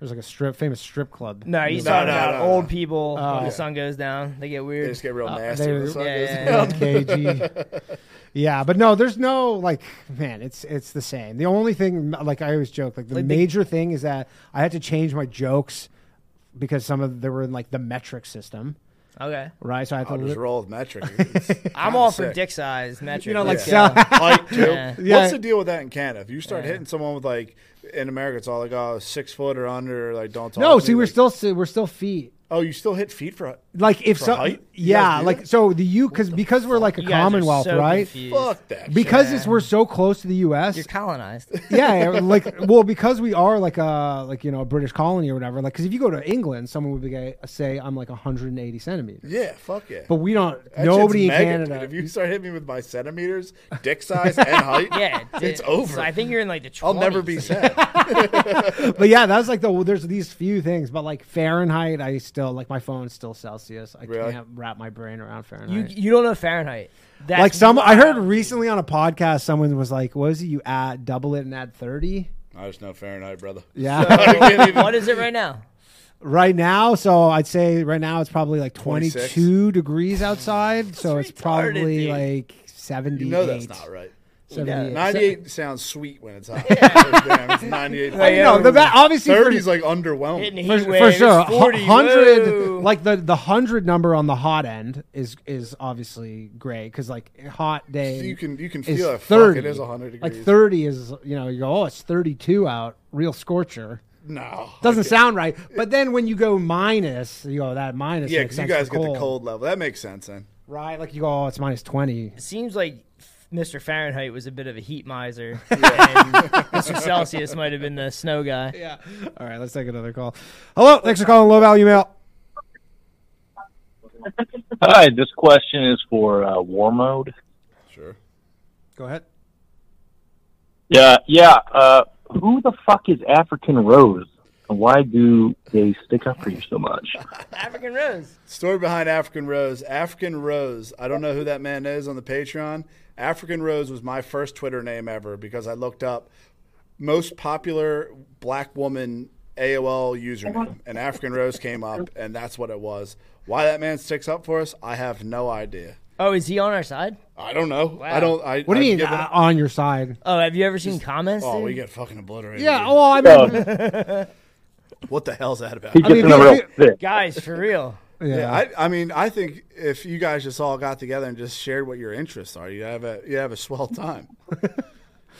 Speaker 3: There's like a strip, famous strip club.
Speaker 5: No, he's
Speaker 3: No,
Speaker 5: talking
Speaker 3: no,
Speaker 5: about
Speaker 3: no,
Speaker 5: old
Speaker 3: no.
Speaker 5: people.
Speaker 3: Oh.
Speaker 5: when
Speaker 3: Yeah. Uh,
Speaker 5: the sun goes down, they get weird. They
Speaker 4: just get real
Speaker 3: nasty when the sun
Speaker 5: yeah,
Speaker 3: goes
Speaker 5: yeah,
Speaker 3: down.
Speaker 5: yeah.
Speaker 3: Cagey. Yeah, but no, there's no like, man, it's it's the same. The only thing, like I always joke, like the
Speaker 5: Like, they-
Speaker 3: major thing is that I had to change my jokes because some of they were in like the metric system,
Speaker 5: Okay.
Speaker 3: right? So I had to
Speaker 4: I'll just
Speaker 3: li-
Speaker 4: roll with metric. It's
Speaker 5: I'm
Speaker 4: kinda
Speaker 5: all for
Speaker 4: sick.
Speaker 5: dick size metric.
Speaker 3: You know, like
Speaker 5: Let's
Speaker 3: sell-
Speaker 5: go.
Speaker 4: Like, two.
Speaker 5: Yeah.
Speaker 4: What's
Speaker 3: Yeah.
Speaker 4: the deal with that in Canada? If you start hitting someone with like in America, it's all like oh six foot or under, or, like don't talk.
Speaker 3: No,
Speaker 4: to
Speaker 3: see,
Speaker 4: me.
Speaker 3: we're
Speaker 4: Like,
Speaker 3: still we're still feet.
Speaker 4: oh you still hit feet for
Speaker 3: Like if
Speaker 4: For
Speaker 3: so,
Speaker 4: height? You guys
Speaker 3: yeah,
Speaker 4: do
Speaker 3: like
Speaker 4: that?
Speaker 3: so the U because because we're like a
Speaker 5: You guys are
Speaker 3: commonwealth,
Speaker 5: so
Speaker 3: right?
Speaker 5: confused.
Speaker 4: fuck that. shit.
Speaker 3: Because it's, we're so close to the U.S.
Speaker 5: You're colonized.
Speaker 3: yeah, yeah, like well, because we are like a like you know a British colony or whatever. Like, because if you go to England, someone would be gay, say I'm like 180 centimeters,
Speaker 4: yeah, fuck yeah.
Speaker 3: but we don't.
Speaker 4: That
Speaker 3: nobody in
Speaker 4: shit's mega, dude.
Speaker 3: Canada.
Speaker 4: If you start hitting me with my centimeters, dick size, and height,
Speaker 5: yeah, dude.
Speaker 4: it's over.
Speaker 5: So I think you're in like the 20s.
Speaker 4: I'll never be sad.
Speaker 3: But yeah, that's like the well, there's these few things, but like Fahrenheit, I still like my phone's still Celsius. I
Speaker 4: Really?
Speaker 3: can't wrap my brain around Fahrenheit.
Speaker 5: You you don't know Fahrenheit. That's
Speaker 3: like some, I heard
Speaker 5: wild.
Speaker 3: recently on a podcast, someone was like, "What is it? You add double it and add 30."
Speaker 4: I just know Fahrenheit, brother.
Speaker 3: Yeah,
Speaker 5: what is it right now?
Speaker 3: right now. So I'd say right now it's probably like
Speaker 4: 26.
Speaker 3: 22 degrees outside. So it's
Speaker 5: retarded,
Speaker 3: probably
Speaker 5: dude.
Speaker 3: like 78.
Speaker 4: You know that's not right.
Speaker 3: 78.
Speaker 4: 98 sounds sweet when it's hot. Damn, it's 98.
Speaker 3: I know the ba- obviously for,
Speaker 4: 30 is like
Speaker 5: Hitting
Speaker 4: underwhelming.
Speaker 5: heat
Speaker 3: for,
Speaker 5: wave,
Speaker 3: for sure
Speaker 5: it's 40,
Speaker 3: hundred
Speaker 5: whoa.
Speaker 3: like the the hundred number on the hot end is is obviously great because like hot day
Speaker 4: You can you can
Speaker 3: is
Speaker 4: feel it. Fuck,
Speaker 3: thirty
Speaker 4: it is 100 degrees.
Speaker 3: like thirty is you know you go oh it's thirty two out real scorcher
Speaker 4: No,
Speaker 3: doesn't sound right but then when you go minus you go that minus
Speaker 4: Yeah,
Speaker 3: makes
Speaker 4: because you
Speaker 3: sense
Speaker 4: guys
Speaker 3: for
Speaker 4: get the cold level. That makes sense then.
Speaker 3: right like you go oh it's minus twenty
Speaker 5: It seems like f- Mr. Fahrenheit was a bit of a heat miser, and Mr. Celsius might have been the snow guy.
Speaker 3: Yeah. All right, let's take another call. Hello, thanks for calling Low Value Mail.
Speaker 13: Hi, this question is for uh, War Mode.
Speaker 4: Sure.
Speaker 3: Go ahead.
Speaker 13: Yeah, yeah. Uh, who the fuck is African Rose? And why do they stick up for you so much?
Speaker 5: African Rose.
Speaker 4: Story behind African Rose. African Rose. I don't know who that man is on the Patreon. African Rose was my first Twitter name ever because I looked up most popular black woman AOL username, and African Rose came up, and that's what it was. Why that man sticks up for us, I have no idea.
Speaker 5: Oh, is he on our side?
Speaker 4: I don't know.
Speaker 5: Wow.
Speaker 4: I don't. I,
Speaker 3: What do you mean
Speaker 4: I've given
Speaker 3: uh,
Speaker 4: up.
Speaker 3: on your side?
Speaker 5: Oh, have you ever seen comments?
Speaker 4: Oh,
Speaker 5: dude?
Speaker 4: we get fucking obliterated.
Speaker 3: Yeah.
Speaker 4: dude.
Speaker 3: Well, I mean,
Speaker 4: What the hell's that about?
Speaker 13: He
Speaker 3: I
Speaker 13: gets
Speaker 3: mean,
Speaker 13: in a
Speaker 3: if
Speaker 13: real
Speaker 3: you-
Speaker 13: fit.
Speaker 5: guys for real.
Speaker 3: yeah.
Speaker 4: Yeah, I, I mean, I think if you guys just all got together and just shared what your interests are, you have a you have a swell time. I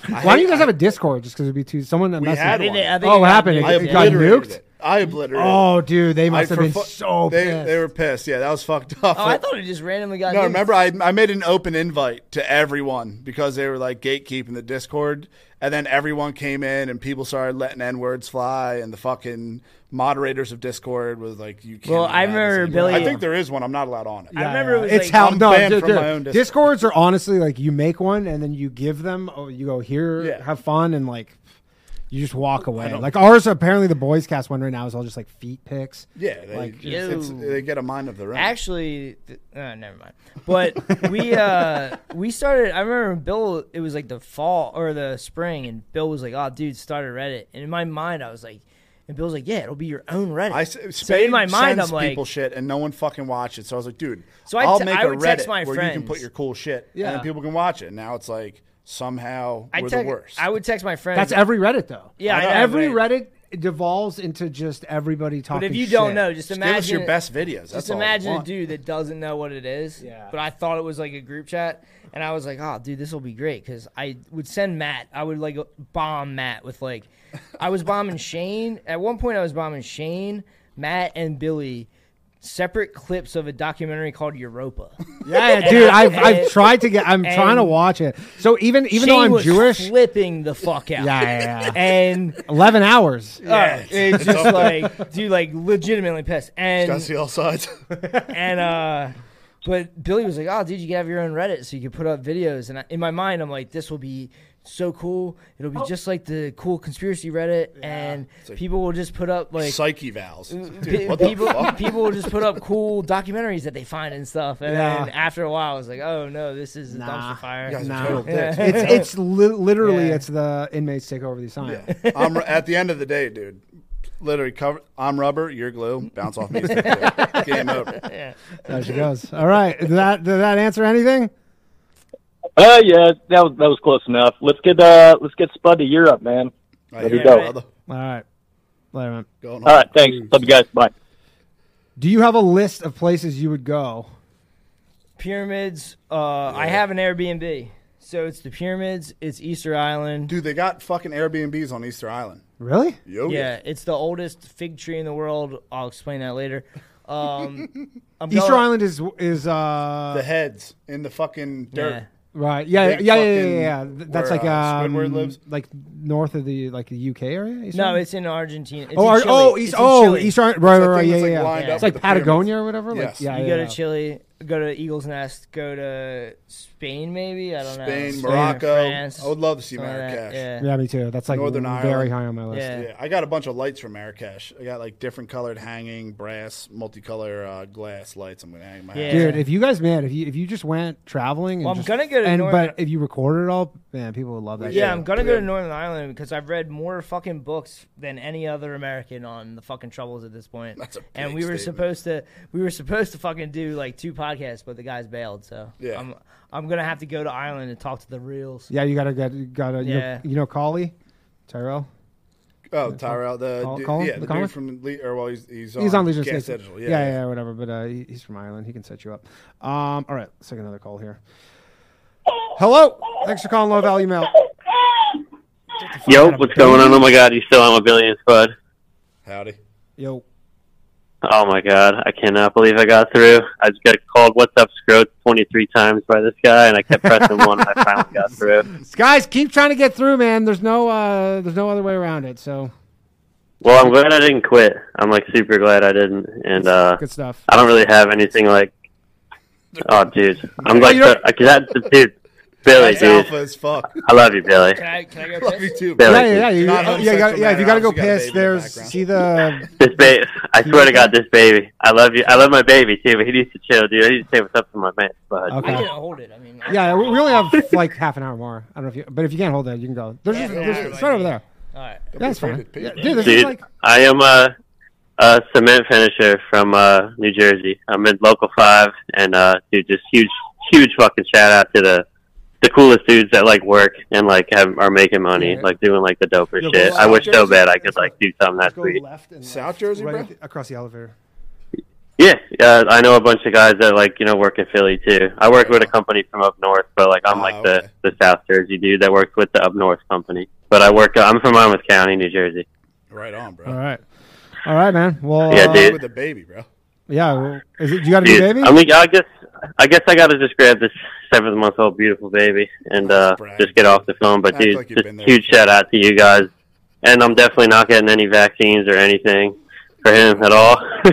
Speaker 3: Why do
Speaker 4: hate-
Speaker 3: you guys have a Discord? Just because it'd be too someone that
Speaker 4: We
Speaker 3: messaged.
Speaker 4: had
Speaker 5: I think
Speaker 4: one.
Speaker 5: they- I think
Speaker 3: Oh,
Speaker 5: they
Speaker 3: what
Speaker 5: got
Speaker 3: happened?
Speaker 5: nuked.
Speaker 4: I
Speaker 3: It got
Speaker 4: obliterated
Speaker 3: nuked?
Speaker 4: it. I obliterated.
Speaker 3: Oh, dude, they must
Speaker 4: I-
Speaker 3: have
Speaker 4: for
Speaker 3: been
Speaker 4: fu-
Speaker 3: so
Speaker 4: they,
Speaker 3: pissed.
Speaker 4: They were pissed. Yeah, that was fucked up.
Speaker 5: Oh, I thought it just randomly got.
Speaker 4: no,
Speaker 5: nuked.
Speaker 4: remember I, I made an open invite to everyone because they were like gatekeeping the Discord, and then everyone came in and people started letting n words fly, and the fucking moderators of Discord was like, "You can't."
Speaker 5: Well,
Speaker 4: have
Speaker 5: I
Speaker 4: this
Speaker 5: remember
Speaker 4: anymore."
Speaker 5: Billy-
Speaker 4: I think there is one. I'm not allowed on it.
Speaker 5: I remember it was
Speaker 3: it's
Speaker 5: like-
Speaker 3: how
Speaker 4: I'm
Speaker 3: no
Speaker 4: banned
Speaker 3: dude,
Speaker 4: from my
Speaker 3: dude,
Speaker 4: own Discord.
Speaker 3: discords are honestly like you make one and then you give them oh you go here have fun and like you just walk away
Speaker 4: don't-
Speaker 3: like ours apparently the boys cast one right now is all just like feet pics
Speaker 4: Yeah, they,
Speaker 3: Like-
Speaker 4: it's, it's-
Speaker 5: Yo.
Speaker 4: they get a mind of their own.
Speaker 5: Actually, th- uh, never mind. But we uh, we started. I remember Bill. It was like the fall or the spring, and Bill was like, "Oh, dude, started Reddit." And in my mind, I was like, "And Bill's like, yeah, it'll be your own Reddit."
Speaker 4: I s- Spade
Speaker 5: so in my mind, I'm
Speaker 4: sends
Speaker 5: like,
Speaker 4: people shit and no one fucking watches. So I was like, dude,
Speaker 5: So I
Speaker 4: I'll
Speaker 5: te-
Speaker 4: make
Speaker 5: I
Speaker 4: a
Speaker 5: would
Speaker 4: Reddit
Speaker 5: text my
Speaker 4: where you can put
Speaker 5: friends.
Speaker 4: your cool shit,
Speaker 5: Yeah.
Speaker 4: and then people can watch it. Now it's like somehow
Speaker 5: I
Speaker 4: we're
Speaker 5: text-
Speaker 4: the worst.
Speaker 5: I would text my friend.
Speaker 3: that's every reddit though
Speaker 5: Yeah, I know,
Speaker 3: every
Speaker 5: right.
Speaker 3: reddit devolves into just everybody talking
Speaker 5: But if you don't
Speaker 3: shit.
Speaker 5: know, just imagine
Speaker 4: your best videos. That's
Speaker 5: Just
Speaker 4: all we
Speaker 5: imagine a
Speaker 4: want.
Speaker 5: dude that doesn't know what it is. Yeah. But I thought it was like a group chat, and I was like, "Oh, dude, this will be great." Because I would send Matt. I would like bomb Matt with like, I was bombing Shane. At one point, I was bombing Shane, Matt, and Billy. Separate clips of a documentary called Europa.
Speaker 3: yeah,
Speaker 5: And
Speaker 3: dude,
Speaker 5: I-
Speaker 3: I've, I've
Speaker 5: and-
Speaker 3: tried to get. I'm trying to
Speaker 5: and
Speaker 3: watch it. So even even though
Speaker 5: Shane
Speaker 3: I'm
Speaker 5: was
Speaker 3: Jewish,
Speaker 5: flipping the fuck out.
Speaker 3: Yeah, yeah, yeah.
Speaker 5: and
Speaker 3: eleven hours.
Speaker 5: Yeah, it's just
Speaker 3: Something.
Speaker 5: like, dude, like legitimately pissed. And
Speaker 4: Gotta see all sides.
Speaker 5: and uh, but Billy was like, "Oh, dude, you can have your own Reddit, so you can put up videos." And I, in my mind, I'm like, "This will be so cool. It'll be just like the cool conspiracy Reddit, and people will just put up like uh,
Speaker 4: Psyche valves. Dude,
Speaker 5: pe-
Speaker 4: what the
Speaker 5: people,
Speaker 4: fuck?
Speaker 5: people will just put up cool documentaries that they find and stuff, and
Speaker 3: Yeah.
Speaker 5: then after a while, I was like, "Oh no, this is a dumpster fire."
Speaker 3: Nah.
Speaker 5: Yeah.
Speaker 3: It's it's li- literally
Speaker 5: Yeah.
Speaker 3: it's the inmates take over the assignment.
Speaker 4: I'm, at the end of the day, dude, literally cover. I'm rubber, you're glue. Bounce off me. it's no good. Game over.
Speaker 3: There she goes. All right, did that did that answer anything?
Speaker 13: Uh, yeah, that was that was close enough. Let's get uh, let's get Spud to Europe, man. There we go.
Speaker 3: All right, later, man.
Speaker 4: All
Speaker 13: right, thanks. Love you guys. Bye.
Speaker 3: Do you have a list of places you would go?
Speaker 5: Pyramids. Uh, I have an Airbnb, so it's the pyramids. It's Easter Island.
Speaker 4: Dude, they got fucking Airbnbs on Easter Island.
Speaker 3: Really?
Speaker 4: Yo.
Speaker 5: Yeah, it's the oldest fig tree in the world. I'll explain that later. Um, I'm
Speaker 3: Easter
Speaker 5: going-
Speaker 3: Island is is uh
Speaker 4: The heads in the fucking dirt.
Speaker 3: Right. Yeah.
Speaker 4: Big
Speaker 3: Yeah. Yeah. Yeah.
Speaker 4: fucking-
Speaker 3: yeah, yeah. Th- That's
Speaker 4: where,
Speaker 3: like
Speaker 4: uh,
Speaker 3: um,
Speaker 4: Squidward lives.
Speaker 3: like north of the like the UK area. Easter
Speaker 5: No,
Speaker 3: Island?
Speaker 5: it's in Argentina. It's
Speaker 3: oh,
Speaker 5: in
Speaker 3: Ar-
Speaker 5: Chile.
Speaker 3: oh,
Speaker 5: It's
Speaker 3: East,
Speaker 5: in
Speaker 3: oh,
Speaker 5: Chile.
Speaker 3: East Island, right, right, right, yeah, yeah, yeah. It's like Patagonia or whatever. Like, yeah,
Speaker 5: you
Speaker 3: yeah,
Speaker 5: go
Speaker 3: yeah.
Speaker 5: to Chile, go to Eagles Nest, go to Spain, maybe I don't know.
Speaker 4: Spain,
Speaker 5: or
Speaker 4: Morocco.
Speaker 5: France,
Speaker 4: I would love to see
Speaker 5: something like that,
Speaker 4: Marrakesh.
Speaker 5: Yeah.
Speaker 3: Yeah, me too. That's like
Speaker 4: Northern Ireland.
Speaker 3: very high on my list.
Speaker 4: Yeah. I got a bunch of lights from Marrakesh. I got like different colored hanging brass, multicolor uh, glass lights. I'm gonna hang my house.
Speaker 3: Dude, if you guys, man, if you if you just went traveling, and
Speaker 5: Well, I'm
Speaker 3: just-
Speaker 5: gonna go to
Speaker 3: and,
Speaker 5: North-
Speaker 3: but if you recorded it all, man, people would love that.
Speaker 5: Yeah,
Speaker 3: shit.
Speaker 5: I'm gonna go to Northern Ireland because I've read more fucking books than any other American on the fucking troubles at this point. That's a and we were supposed to we were supposed to fucking do like two podcasts, but the guys bailed. So
Speaker 3: Yeah.
Speaker 5: I'm I'm gonna have to go to Ireland and talk to the reals.
Speaker 3: Yeah, you gotta get gotta you, know,
Speaker 5: Yeah.
Speaker 3: you know Collie, Tyrell.
Speaker 4: Oh, Tyrell, the
Speaker 3: Col-
Speaker 4: dude-
Speaker 3: Colin?
Speaker 4: yeah, the
Speaker 3: Colin?
Speaker 4: dude from Le- or well, he's he's on,
Speaker 3: He's on Leisure
Speaker 4: Gas
Speaker 3: Station.
Speaker 4: Digital.
Speaker 3: Yeah, yeah, whatever. But uh, he- he's from Ireland. He can set you up. Um, all right, let's take another call here. Hello, thanks for calling Low Value Mail.
Speaker 14: Yo, what's going on? Oh my god, you still on with Billy and Spud?
Speaker 4: Howdy.
Speaker 3: Yo,
Speaker 14: Oh my god, I cannot believe I got through. I just got called "What's up, Scroat" twenty-three times by this guy, and I kept pressing one, and I finally got through.
Speaker 3: guys, keep trying to get through, man. There's no uh, there's no other way around it. So
Speaker 14: Well, I'm glad I didn't quit. I'm like super glad I didn't. And uh,
Speaker 3: Good stuff.
Speaker 14: I don't really have anything like. Oh, dude, I'm
Speaker 4: Oh,
Speaker 14: like
Speaker 4: you're-
Speaker 14: so, I, that, dude, Billy,
Speaker 4: That's alpha
Speaker 14: dude.
Speaker 4: as fuck.
Speaker 14: I love you, Billy.
Speaker 5: I, can I
Speaker 4: Love you too.
Speaker 14: Billy.
Speaker 4: bro.
Speaker 14: Yeah, yeah, yeah,
Speaker 3: you-
Speaker 4: Not
Speaker 3: yeah, you gotta- yeah, if you gotta go
Speaker 4: homosexual,
Speaker 3: piss, there's see the
Speaker 14: This baby, I swear to God, this baby. I love you. I love my baby too, but he needs to chill, dude. I need to say what's up to my man. But
Speaker 3: Okay. I can
Speaker 5: hold it. I mean,
Speaker 3: yeah, we we only have like half an hour more. I don't know if you, but if you can't hold that, you can go. There's,
Speaker 5: Yeah,
Speaker 3: just,
Speaker 5: no,
Speaker 3: there's
Speaker 5: I
Speaker 3: it's
Speaker 5: like
Speaker 3: right over
Speaker 5: it.
Speaker 3: there.
Speaker 5: All right.
Speaker 3: Yeah, it's fine. Yeah, dude, there's
Speaker 14: Dude,
Speaker 3: like
Speaker 14: I am a, a cement finisher from uh, New Jersey. I'm in local five, and uh, dude, just huge, huge fucking shout out to the the coolest dudes that like work and like have, are making money, like doing like the doper
Speaker 3: Yo,
Speaker 14: shit.
Speaker 3: go
Speaker 14: I wish
Speaker 3: South
Speaker 14: so
Speaker 3: Jersey.
Speaker 14: bad I could like do something that
Speaker 3: go
Speaker 14: sweet.
Speaker 3: left and
Speaker 4: South Jersey,
Speaker 3: right
Speaker 4: bro.
Speaker 3: at- across the elevator.
Speaker 14: Yeah, uh, I know a bunch of guys that like you know work in Philly too. I work with a company from up north, but like
Speaker 3: Ah,
Speaker 14: I'm like the the South Jersey dude that works with the up north company. But I work. I'm from Monmouth County, New Jersey.
Speaker 4: Right on, bro.
Speaker 3: All right. All right, man. Well, uh,
Speaker 14: Yeah, dude.
Speaker 4: With a baby, bro.
Speaker 3: Yeah, well, is it? You got a new
Speaker 14: Dude,
Speaker 3: baby?
Speaker 14: I mean, I guess I guess I got to just grab this seventh month old beautiful baby and uh, just get off the phone. But
Speaker 4: Act
Speaker 14: dude,
Speaker 4: like you've been
Speaker 14: just
Speaker 4: there
Speaker 14: huge shout out to you guys. And I'm definitely not getting any vaccines or anything for him at all.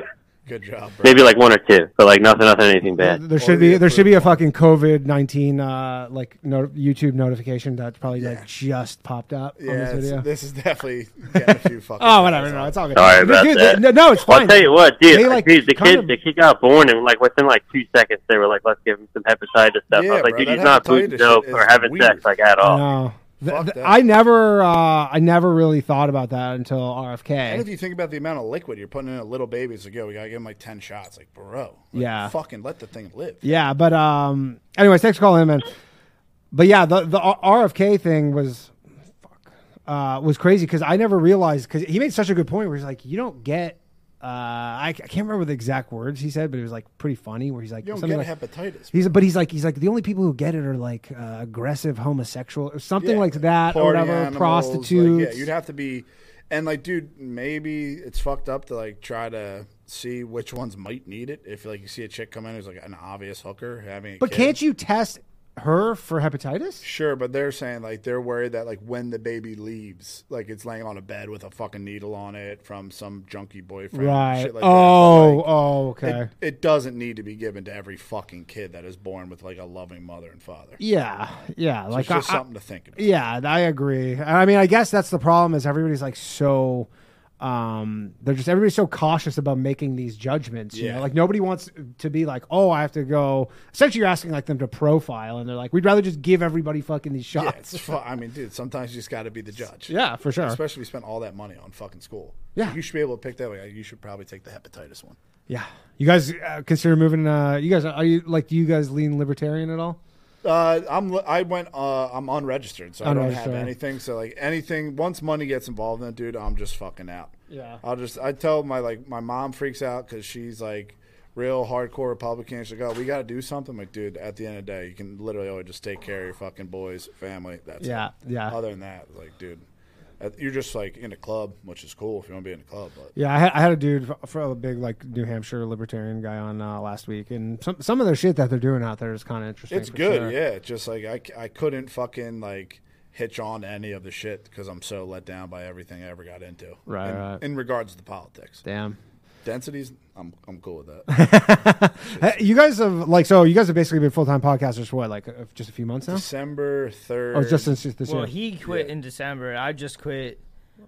Speaker 4: Good job.
Speaker 14: Maybe like one or two, but like nothing, nothing, anything bad.
Speaker 3: There should
Speaker 4: Oh,
Speaker 3: be there should be a fucking COVID nineteen uh, like no, YouTube notification that probably like just popped up on this
Speaker 4: Yeah,
Speaker 3: video.
Speaker 4: it's- this is definitely getting a few fucking.
Speaker 3: Oh, whatever. No, it's all good.
Speaker 14: Sorry
Speaker 3: Dude,
Speaker 14: about
Speaker 3: dude,
Speaker 14: that.
Speaker 3: no, no, it's fine.
Speaker 14: I'll tell you what, dude.
Speaker 3: They,
Speaker 14: like,
Speaker 3: like,
Speaker 14: dude, the
Speaker 3: kind
Speaker 14: kid,
Speaker 3: of-
Speaker 14: the kid got born, and like within like two seconds, they were like, "Let's give him some hepatitis stuff." I
Speaker 4: Yeah,
Speaker 14: was like,
Speaker 4: bro,
Speaker 14: "Dude,
Speaker 4: that
Speaker 14: he's not
Speaker 4: hepatitis
Speaker 14: boozing dope
Speaker 4: shit
Speaker 14: or
Speaker 4: is
Speaker 14: having sex like at all."
Speaker 3: No. Th- th- I never, uh, I never really thought about that until RFK.
Speaker 4: And if you think about the amount of liquid you're putting in a little baby, it's like, yo, we gotta give him like ten shots. Like, bro, like,
Speaker 3: Yeah.
Speaker 4: fucking let the thing live.
Speaker 3: Yeah, but um, anyways, thanks for calling in, man. But yeah, the the R- RFK thing was, fuck, uh, was crazy because I never realized because he made such a good point where he's like, you don't get, uh, I, I can't remember the exact words he said, but it was like pretty funny where he's like,
Speaker 4: You don't
Speaker 3: something
Speaker 4: get
Speaker 3: like-
Speaker 4: hepatitis,
Speaker 3: He's but he's like he's like the only people who get it are like uh, aggressive homosexual or something
Speaker 4: Yeah,
Speaker 3: like that or
Speaker 4: party
Speaker 3: whatever
Speaker 4: animals, like,
Speaker 3: prostitutes.
Speaker 4: yeah, you'd have to be, and like, dude, maybe it's fucked up to like try to see which ones might need it. If like you see a chick come in who's like an obvious hooker having, a
Speaker 3: but
Speaker 4: kid.
Speaker 3: can't you test her for hepatitis?
Speaker 4: Sure, but they're saying like they're worried that like when the baby leaves, like it's laying on a bed with a fucking needle on it from some junkie boyfriend,
Speaker 3: Right.
Speaker 4: Shit like
Speaker 3: Oh,
Speaker 4: that. But, like,
Speaker 3: oh, okay.
Speaker 4: It, it doesn't need to be given to every fucking kid that is born with like a loving mother and father.
Speaker 3: Yeah, yeah.
Speaker 4: So
Speaker 3: like
Speaker 4: it's just
Speaker 3: I- I-
Speaker 4: something to think about.
Speaker 3: Yeah, I agree. I mean, I guess that's the problem is everybody's like so. Um, they're just everybody's so cautious about making these judgments. You
Speaker 4: Yeah.
Speaker 3: know, like nobody wants to be like, oh, I have to go. Essentially, you're asking like them to profile, and they're like, we'd rather just give everybody fucking these
Speaker 4: Yeah,
Speaker 3: shots.
Speaker 4: it's fu- I mean, dude, sometimes you just got to be the judge.
Speaker 3: Yeah, for sure.
Speaker 4: Especially if you spent all that money on fucking school.
Speaker 3: Yeah.
Speaker 4: you should be able to pick that. Like, you should probably take the hepatitis one.
Speaker 3: Yeah. You guys uh, consider moving? Uh, you guys are you like? Do you guys lean libertarian at all?
Speaker 4: Uh, I'm li- I went uh, I'm unregistered, so I don't
Speaker 3: Unregistered.
Speaker 4: have anything. So like anything, once money gets involved in it, dude, I'm just fucking out.
Speaker 3: Yeah.
Speaker 4: I'll just I tell my like my mom freaks out because she's like real hardcore Republican. She's like, oh, we got to do something. I'm like, dude, at the end of the day, you can literally always just take care of your fucking boys, family. That's it.
Speaker 3: Yeah, yeah.
Speaker 4: Other than that, like, dude, uh, you're just like in a club, which is cool if you want to be in a club, but
Speaker 3: Yeah, I had, I had a dude f- for a big like New Hampshire libertarian guy on uh, last week, and some some of the shit that they're doing out there is kind of interesting.
Speaker 4: It's
Speaker 3: for
Speaker 4: good,
Speaker 3: sure.
Speaker 4: yeah. Just like I, c- I couldn't fucking like hitch on to any of the shit because I'm so let down by everything I ever got into.
Speaker 3: Right,
Speaker 4: In,
Speaker 3: right.
Speaker 4: in regards to the politics,
Speaker 3: Damn.
Speaker 4: densities, I'm I'm cool with that.
Speaker 3: Hey, you guys have like so you guys have basically been full time podcasters for what like uh, just a few months now.
Speaker 4: December third.
Speaker 3: Oh, just since this
Speaker 5: well,
Speaker 3: year.
Speaker 5: he quit in December. I just quit.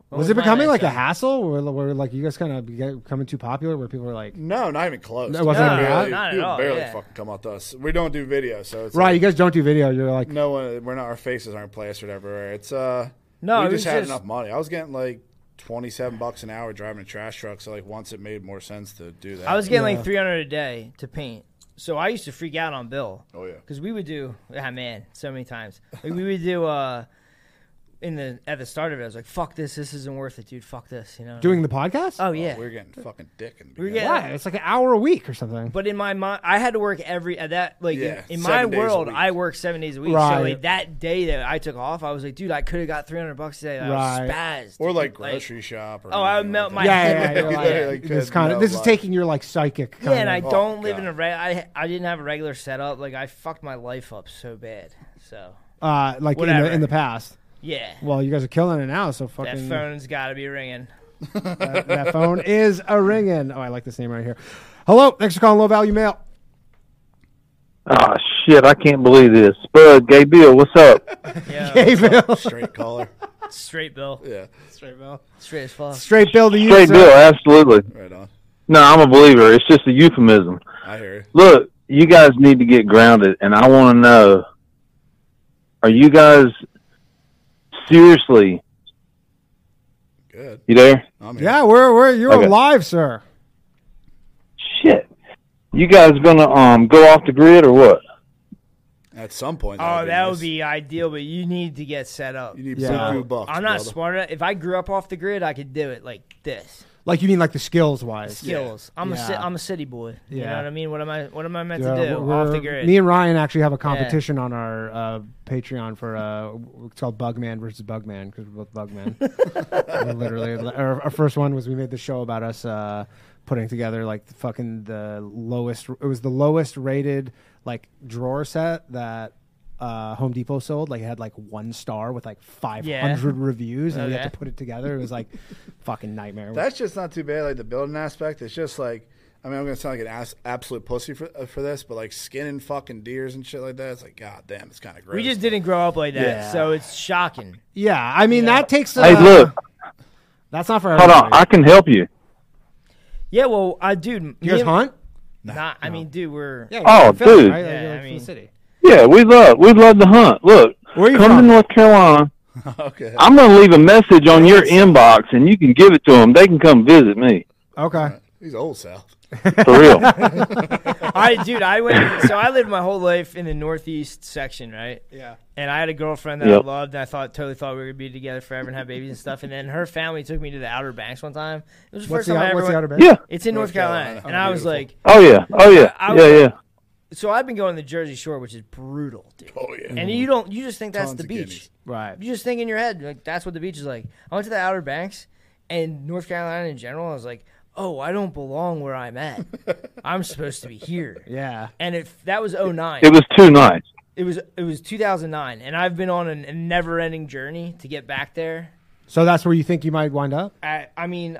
Speaker 5: When
Speaker 3: was it
Speaker 5: my
Speaker 3: becoming
Speaker 5: last
Speaker 3: like a
Speaker 5: time?
Speaker 3: hassle? Where, where like you guys kind of becoming too popular? Where people were like,
Speaker 4: no, not even close.
Speaker 3: No, it wasn't
Speaker 4: You
Speaker 3: even
Speaker 4: barely,
Speaker 3: that?
Speaker 5: Not at
Speaker 4: you
Speaker 5: all,
Speaker 4: barely
Speaker 5: yeah.
Speaker 4: fucking come up to us. We don't do video, so it's
Speaker 3: right?
Speaker 4: like-
Speaker 3: you guys don't do video. You're like,
Speaker 4: no one. We're not. Our faces aren't plastered everywhere. It's uh.
Speaker 5: No,
Speaker 4: we
Speaker 5: it
Speaker 4: just
Speaker 5: was
Speaker 4: had
Speaker 5: just-
Speaker 4: enough money. I was getting like twenty-seven bucks an hour driving a trash truck. So like, once it made more sense to do that,
Speaker 5: I was getting like 300 a day to paint. So I used to freak out on Bill.
Speaker 4: Oh yeah.
Speaker 5: Cuz we would do ah man, so many times. Like we would do uh in the at the start of it I was like fuck this, this isn't worth it, dude. Fuck this, you know.
Speaker 3: doing the podcast?
Speaker 5: Oh yeah.
Speaker 4: we're getting fucking dick and
Speaker 5: We
Speaker 3: Why? It's like an hour a week or something.
Speaker 5: But in my mind, I had to work every at that like in-
Speaker 3: Yeah,
Speaker 5: in, my
Speaker 3: seven days a
Speaker 5: world,
Speaker 3: week.
Speaker 5: I work seven days a week.
Speaker 3: Right.
Speaker 5: So like that day that I took off, I was like, dude, I could have got three hundred bucks today. I
Speaker 3: Right.
Speaker 5: was spazzed.
Speaker 4: or like
Speaker 5: dude.
Speaker 4: grocery shop. Or
Speaker 5: oh, I would
Speaker 4: anything
Speaker 5: melt
Speaker 4: like
Speaker 5: my
Speaker 3: yeah,
Speaker 5: head.
Speaker 3: yeah, yeah,
Speaker 5: with
Speaker 3: yeah,
Speaker 5: it.
Speaker 3: yeah.
Speaker 4: Like,
Speaker 3: this
Speaker 4: uh,
Speaker 3: kind of
Speaker 4: no
Speaker 3: this is
Speaker 4: life.
Speaker 3: taking your like psychic.
Speaker 5: Yeah, and
Speaker 3: kinda- Oh,
Speaker 5: I don't live in a re- I I didn't have a regular setup. Like I fucked my life up so bad. So
Speaker 3: uh, like in the,
Speaker 5: Whatever.
Speaker 3: in the past.
Speaker 5: Yeah.
Speaker 3: Well, you guys are killing it now, so
Speaker 5: that
Speaker 3: fucking
Speaker 5: phone's got to be ringing.
Speaker 3: that, that phone is a ringing. Oh, I like this name right here. Hello, thanks for calling Low Value Mail.
Speaker 10: Ah, shit, I can't believe this. Bud, Gay Bill, what's up?
Speaker 3: Gay Bill.
Speaker 4: Straight caller.
Speaker 5: Straight Bill.
Speaker 4: Yeah.
Speaker 3: Straight Bill.
Speaker 5: Straight as fuck.
Speaker 3: Straight Bill the
Speaker 10: Straight
Speaker 3: user.
Speaker 10: Bill, absolutely.
Speaker 4: Right on.
Speaker 10: No, I'm a believer. It's just a euphemism.
Speaker 4: I hear you.
Speaker 10: Look, you guys need to get grounded, and I want to know are you guys seriously.
Speaker 4: Good.
Speaker 10: You there?
Speaker 3: Yeah, we're we're you're
Speaker 10: Okay.
Speaker 3: alive, sir.
Speaker 10: Shit. You guys gonna um go off the grid or what?
Speaker 4: At some point.
Speaker 5: Oh, that
Speaker 4: nice.
Speaker 5: would be ideal, but you need to get set up. You
Speaker 4: need Yeah. big blue bucks,
Speaker 5: I'm not
Speaker 4: brother.
Speaker 5: smart enough. If I grew up off the grid, I could do it like this.
Speaker 3: Like you mean like the skills wise?
Speaker 5: Skills. I'm a ci- I'm a city boy. You
Speaker 3: Yeah.
Speaker 5: know what I mean? What am I What am I meant
Speaker 3: Yeah,
Speaker 5: to do
Speaker 3: we're-
Speaker 5: off the grid?
Speaker 3: Me and Ryan actually have a
Speaker 5: Yeah.
Speaker 3: competition on our uh, Patreon for uh, it's called Bugman versus Bugman because we're both Bugman. We literally, our, our first one was we made the show about us uh, putting together like the fucking the lowest. It was the lowest rated like drawer set that. Uh, Home Depot sold like it had like one star with like 500 reviews, and we had
Speaker 4: Okay.
Speaker 3: to put it together. It was like fucking nightmare.
Speaker 4: That's just not too bad. Like the building aspect, it's just like I mean, I'm gonna sound like an ass, absolute pussy for uh, for this, but like skinning fucking deers and shit like that. It's like, god damn, it's kind of gross.
Speaker 5: We just didn't grow up like that,
Speaker 4: Yeah.
Speaker 5: so it's shocking.
Speaker 3: yeah, I mean that takes. Uh,
Speaker 5: Hey, look.
Speaker 3: that's not for
Speaker 10: Hold
Speaker 3: everybody.
Speaker 10: on, I can help you.
Speaker 5: Yeah, well, I dude. me
Speaker 3: guys
Speaker 5: and-
Speaker 3: hunt?
Speaker 5: Nah, I mean, dude, we're
Speaker 3: yeah,
Speaker 10: Oh, from Philly, dude. right? Like,
Speaker 5: Yeah, I mean,
Speaker 10: Yeah, we love we love the hunt. Look, come to North Carolina.
Speaker 4: okay.
Speaker 10: I'm gonna leave a message on your inbox, and you can give it to them. They can come visit me.
Speaker 3: Okay.
Speaker 4: He's old South.
Speaker 10: For real.
Speaker 5: I dude, I went. So I lived my whole life in the northeast section, right?
Speaker 3: Yeah.
Speaker 5: And I had a girlfriend that
Speaker 10: Yep.
Speaker 5: I loved, and I thought totally thought we were gonna be together forever and have babies and stuff. And then her family took me to the Outer Banks one time. It was the
Speaker 3: What's
Speaker 5: first
Speaker 3: the
Speaker 5: time
Speaker 3: out-
Speaker 5: I ever
Speaker 3: what's the
Speaker 5: went-
Speaker 3: Outer Banks? Yeah.
Speaker 5: It's in North,
Speaker 3: North
Speaker 5: Carolina,
Speaker 3: Carolina.
Speaker 5: and I was like,
Speaker 10: Oh yeah, oh yeah,
Speaker 5: I- I was-
Speaker 10: yeah, yeah.
Speaker 5: So I've been going to the Jersey Shore, which is brutal, dude.
Speaker 4: Oh yeah.
Speaker 5: And you don't, you just think that's
Speaker 4: Tons
Speaker 5: the
Speaker 4: of
Speaker 5: beach,
Speaker 4: guineas.
Speaker 3: right?
Speaker 5: You just think in your head like that's what the beach is like. I went to the Outer Banks and North Carolina in general. I was like, oh, I don't belong where I'm at. I'm supposed to be here.
Speaker 3: Yeah.
Speaker 5: And if that was 09.
Speaker 10: It was too nice.
Speaker 5: It was it was 2009, and I've been on an, a never-ending journey to get back there.
Speaker 3: So that's where you think you might wind up.
Speaker 5: I I mean,
Speaker 3: Is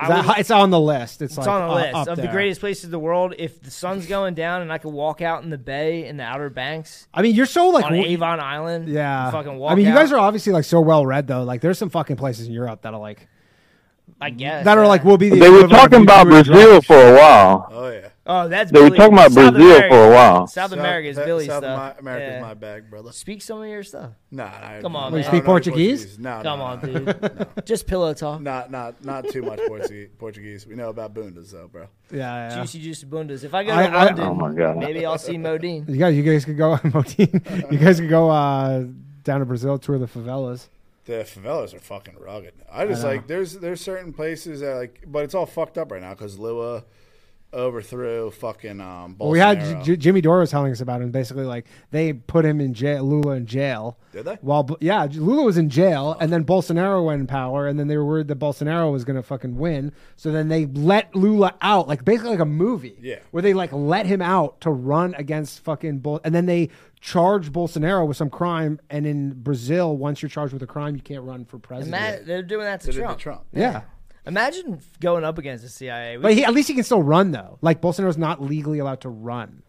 Speaker 3: that
Speaker 5: was-
Speaker 3: hi- it's on the list. It's, like
Speaker 5: it's on
Speaker 3: u-
Speaker 5: the list
Speaker 3: up
Speaker 5: of the
Speaker 3: there.
Speaker 5: greatest places in the world. If the sun's going down and I could walk out in the bay in the Outer Banks,
Speaker 3: I mean, you're so like
Speaker 5: on
Speaker 3: w-
Speaker 5: Avon Island,
Speaker 3: Yeah.
Speaker 5: fucking walk.
Speaker 3: I mean, you
Speaker 5: out,
Speaker 3: guys are obviously like so well read though. Like, there's some fucking places in Europe that are like
Speaker 5: I guess
Speaker 3: that are like will be. The
Speaker 10: They were
Speaker 3: equivalent of
Speaker 10: talking
Speaker 3: you
Speaker 10: about
Speaker 3: doing
Speaker 10: Brazil for a while.
Speaker 4: Oh yeah.
Speaker 5: Oh, that's
Speaker 10: They were
Speaker 5: Billy.
Speaker 10: talking about
Speaker 5: South
Speaker 10: Brazil
Speaker 5: America.
Speaker 10: for a while.
Speaker 5: South
Speaker 4: South-
Speaker 5: America's
Speaker 4: that-
Speaker 5: Billy
Speaker 4: South
Speaker 5: stuff.
Speaker 4: Ma- America's
Speaker 5: Yeah.
Speaker 4: my bag, brother.
Speaker 5: Speak some of your stuff.
Speaker 4: Nah, nah,
Speaker 5: come on,
Speaker 4: no,
Speaker 5: man.
Speaker 4: I don't know any Portuguese. No,
Speaker 5: come
Speaker 4: no,
Speaker 5: on,
Speaker 4: no,
Speaker 5: dude. Just pillow talk.
Speaker 4: Not not not too much Portuguese. Portuguese. We know about bundas though, bro.
Speaker 3: Yeah, yeah.
Speaker 5: Juicy, juicy bundas. If I go to
Speaker 3: I- I-
Speaker 5: London,
Speaker 3: Oh my God.
Speaker 5: maybe I'll see Modine.
Speaker 3: You guys, you guys could go, Modine. You guys could go uh, down to Brazil, tour the favelas.
Speaker 4: The favelas are fucking rugged. I
Speaker 3: I
Speaker 4: just
Speaker 3: know.
Speaker 4: like there's there's certain places that like, but it's all fucked up right now because Lua overthrew fucking um.
Speaker 3: Well, we had
Speaker 4: Bolsonaro.
Speaker 3: J- J- Jimmy Dore was telling us about him. Basically, like they put him in jail, Lula in jail.
Speaker 4: Did they? Oh.
Speaker 3: While Bo- yeah, J- Lula was in jail, and then Bolsonaro went in power, and then they were worried that Bolsonaro was going to fucking win. So then they let Lula out, like basically like a movie.
Speaker 4: Yeah.
Speaker 3: Where they like let him out to run against fucking Bol, and then they charged Bolsonaro with some crime. And in Brazil, once you're charged with a crime, you can't run for
Speaker 5: Ima-
Speaker 3: president.
Speaker 5: they're doing that to
Speaker 4: They did to
Speaker 5: Trump.
Speaker 4: Trump.
Speaker 3: Yeah.
Speaker 5: Imagine going up against the CIA. We-
Speaker 3: But he, at least he can still run though. Like Bolsonaro's not legally allowed to run.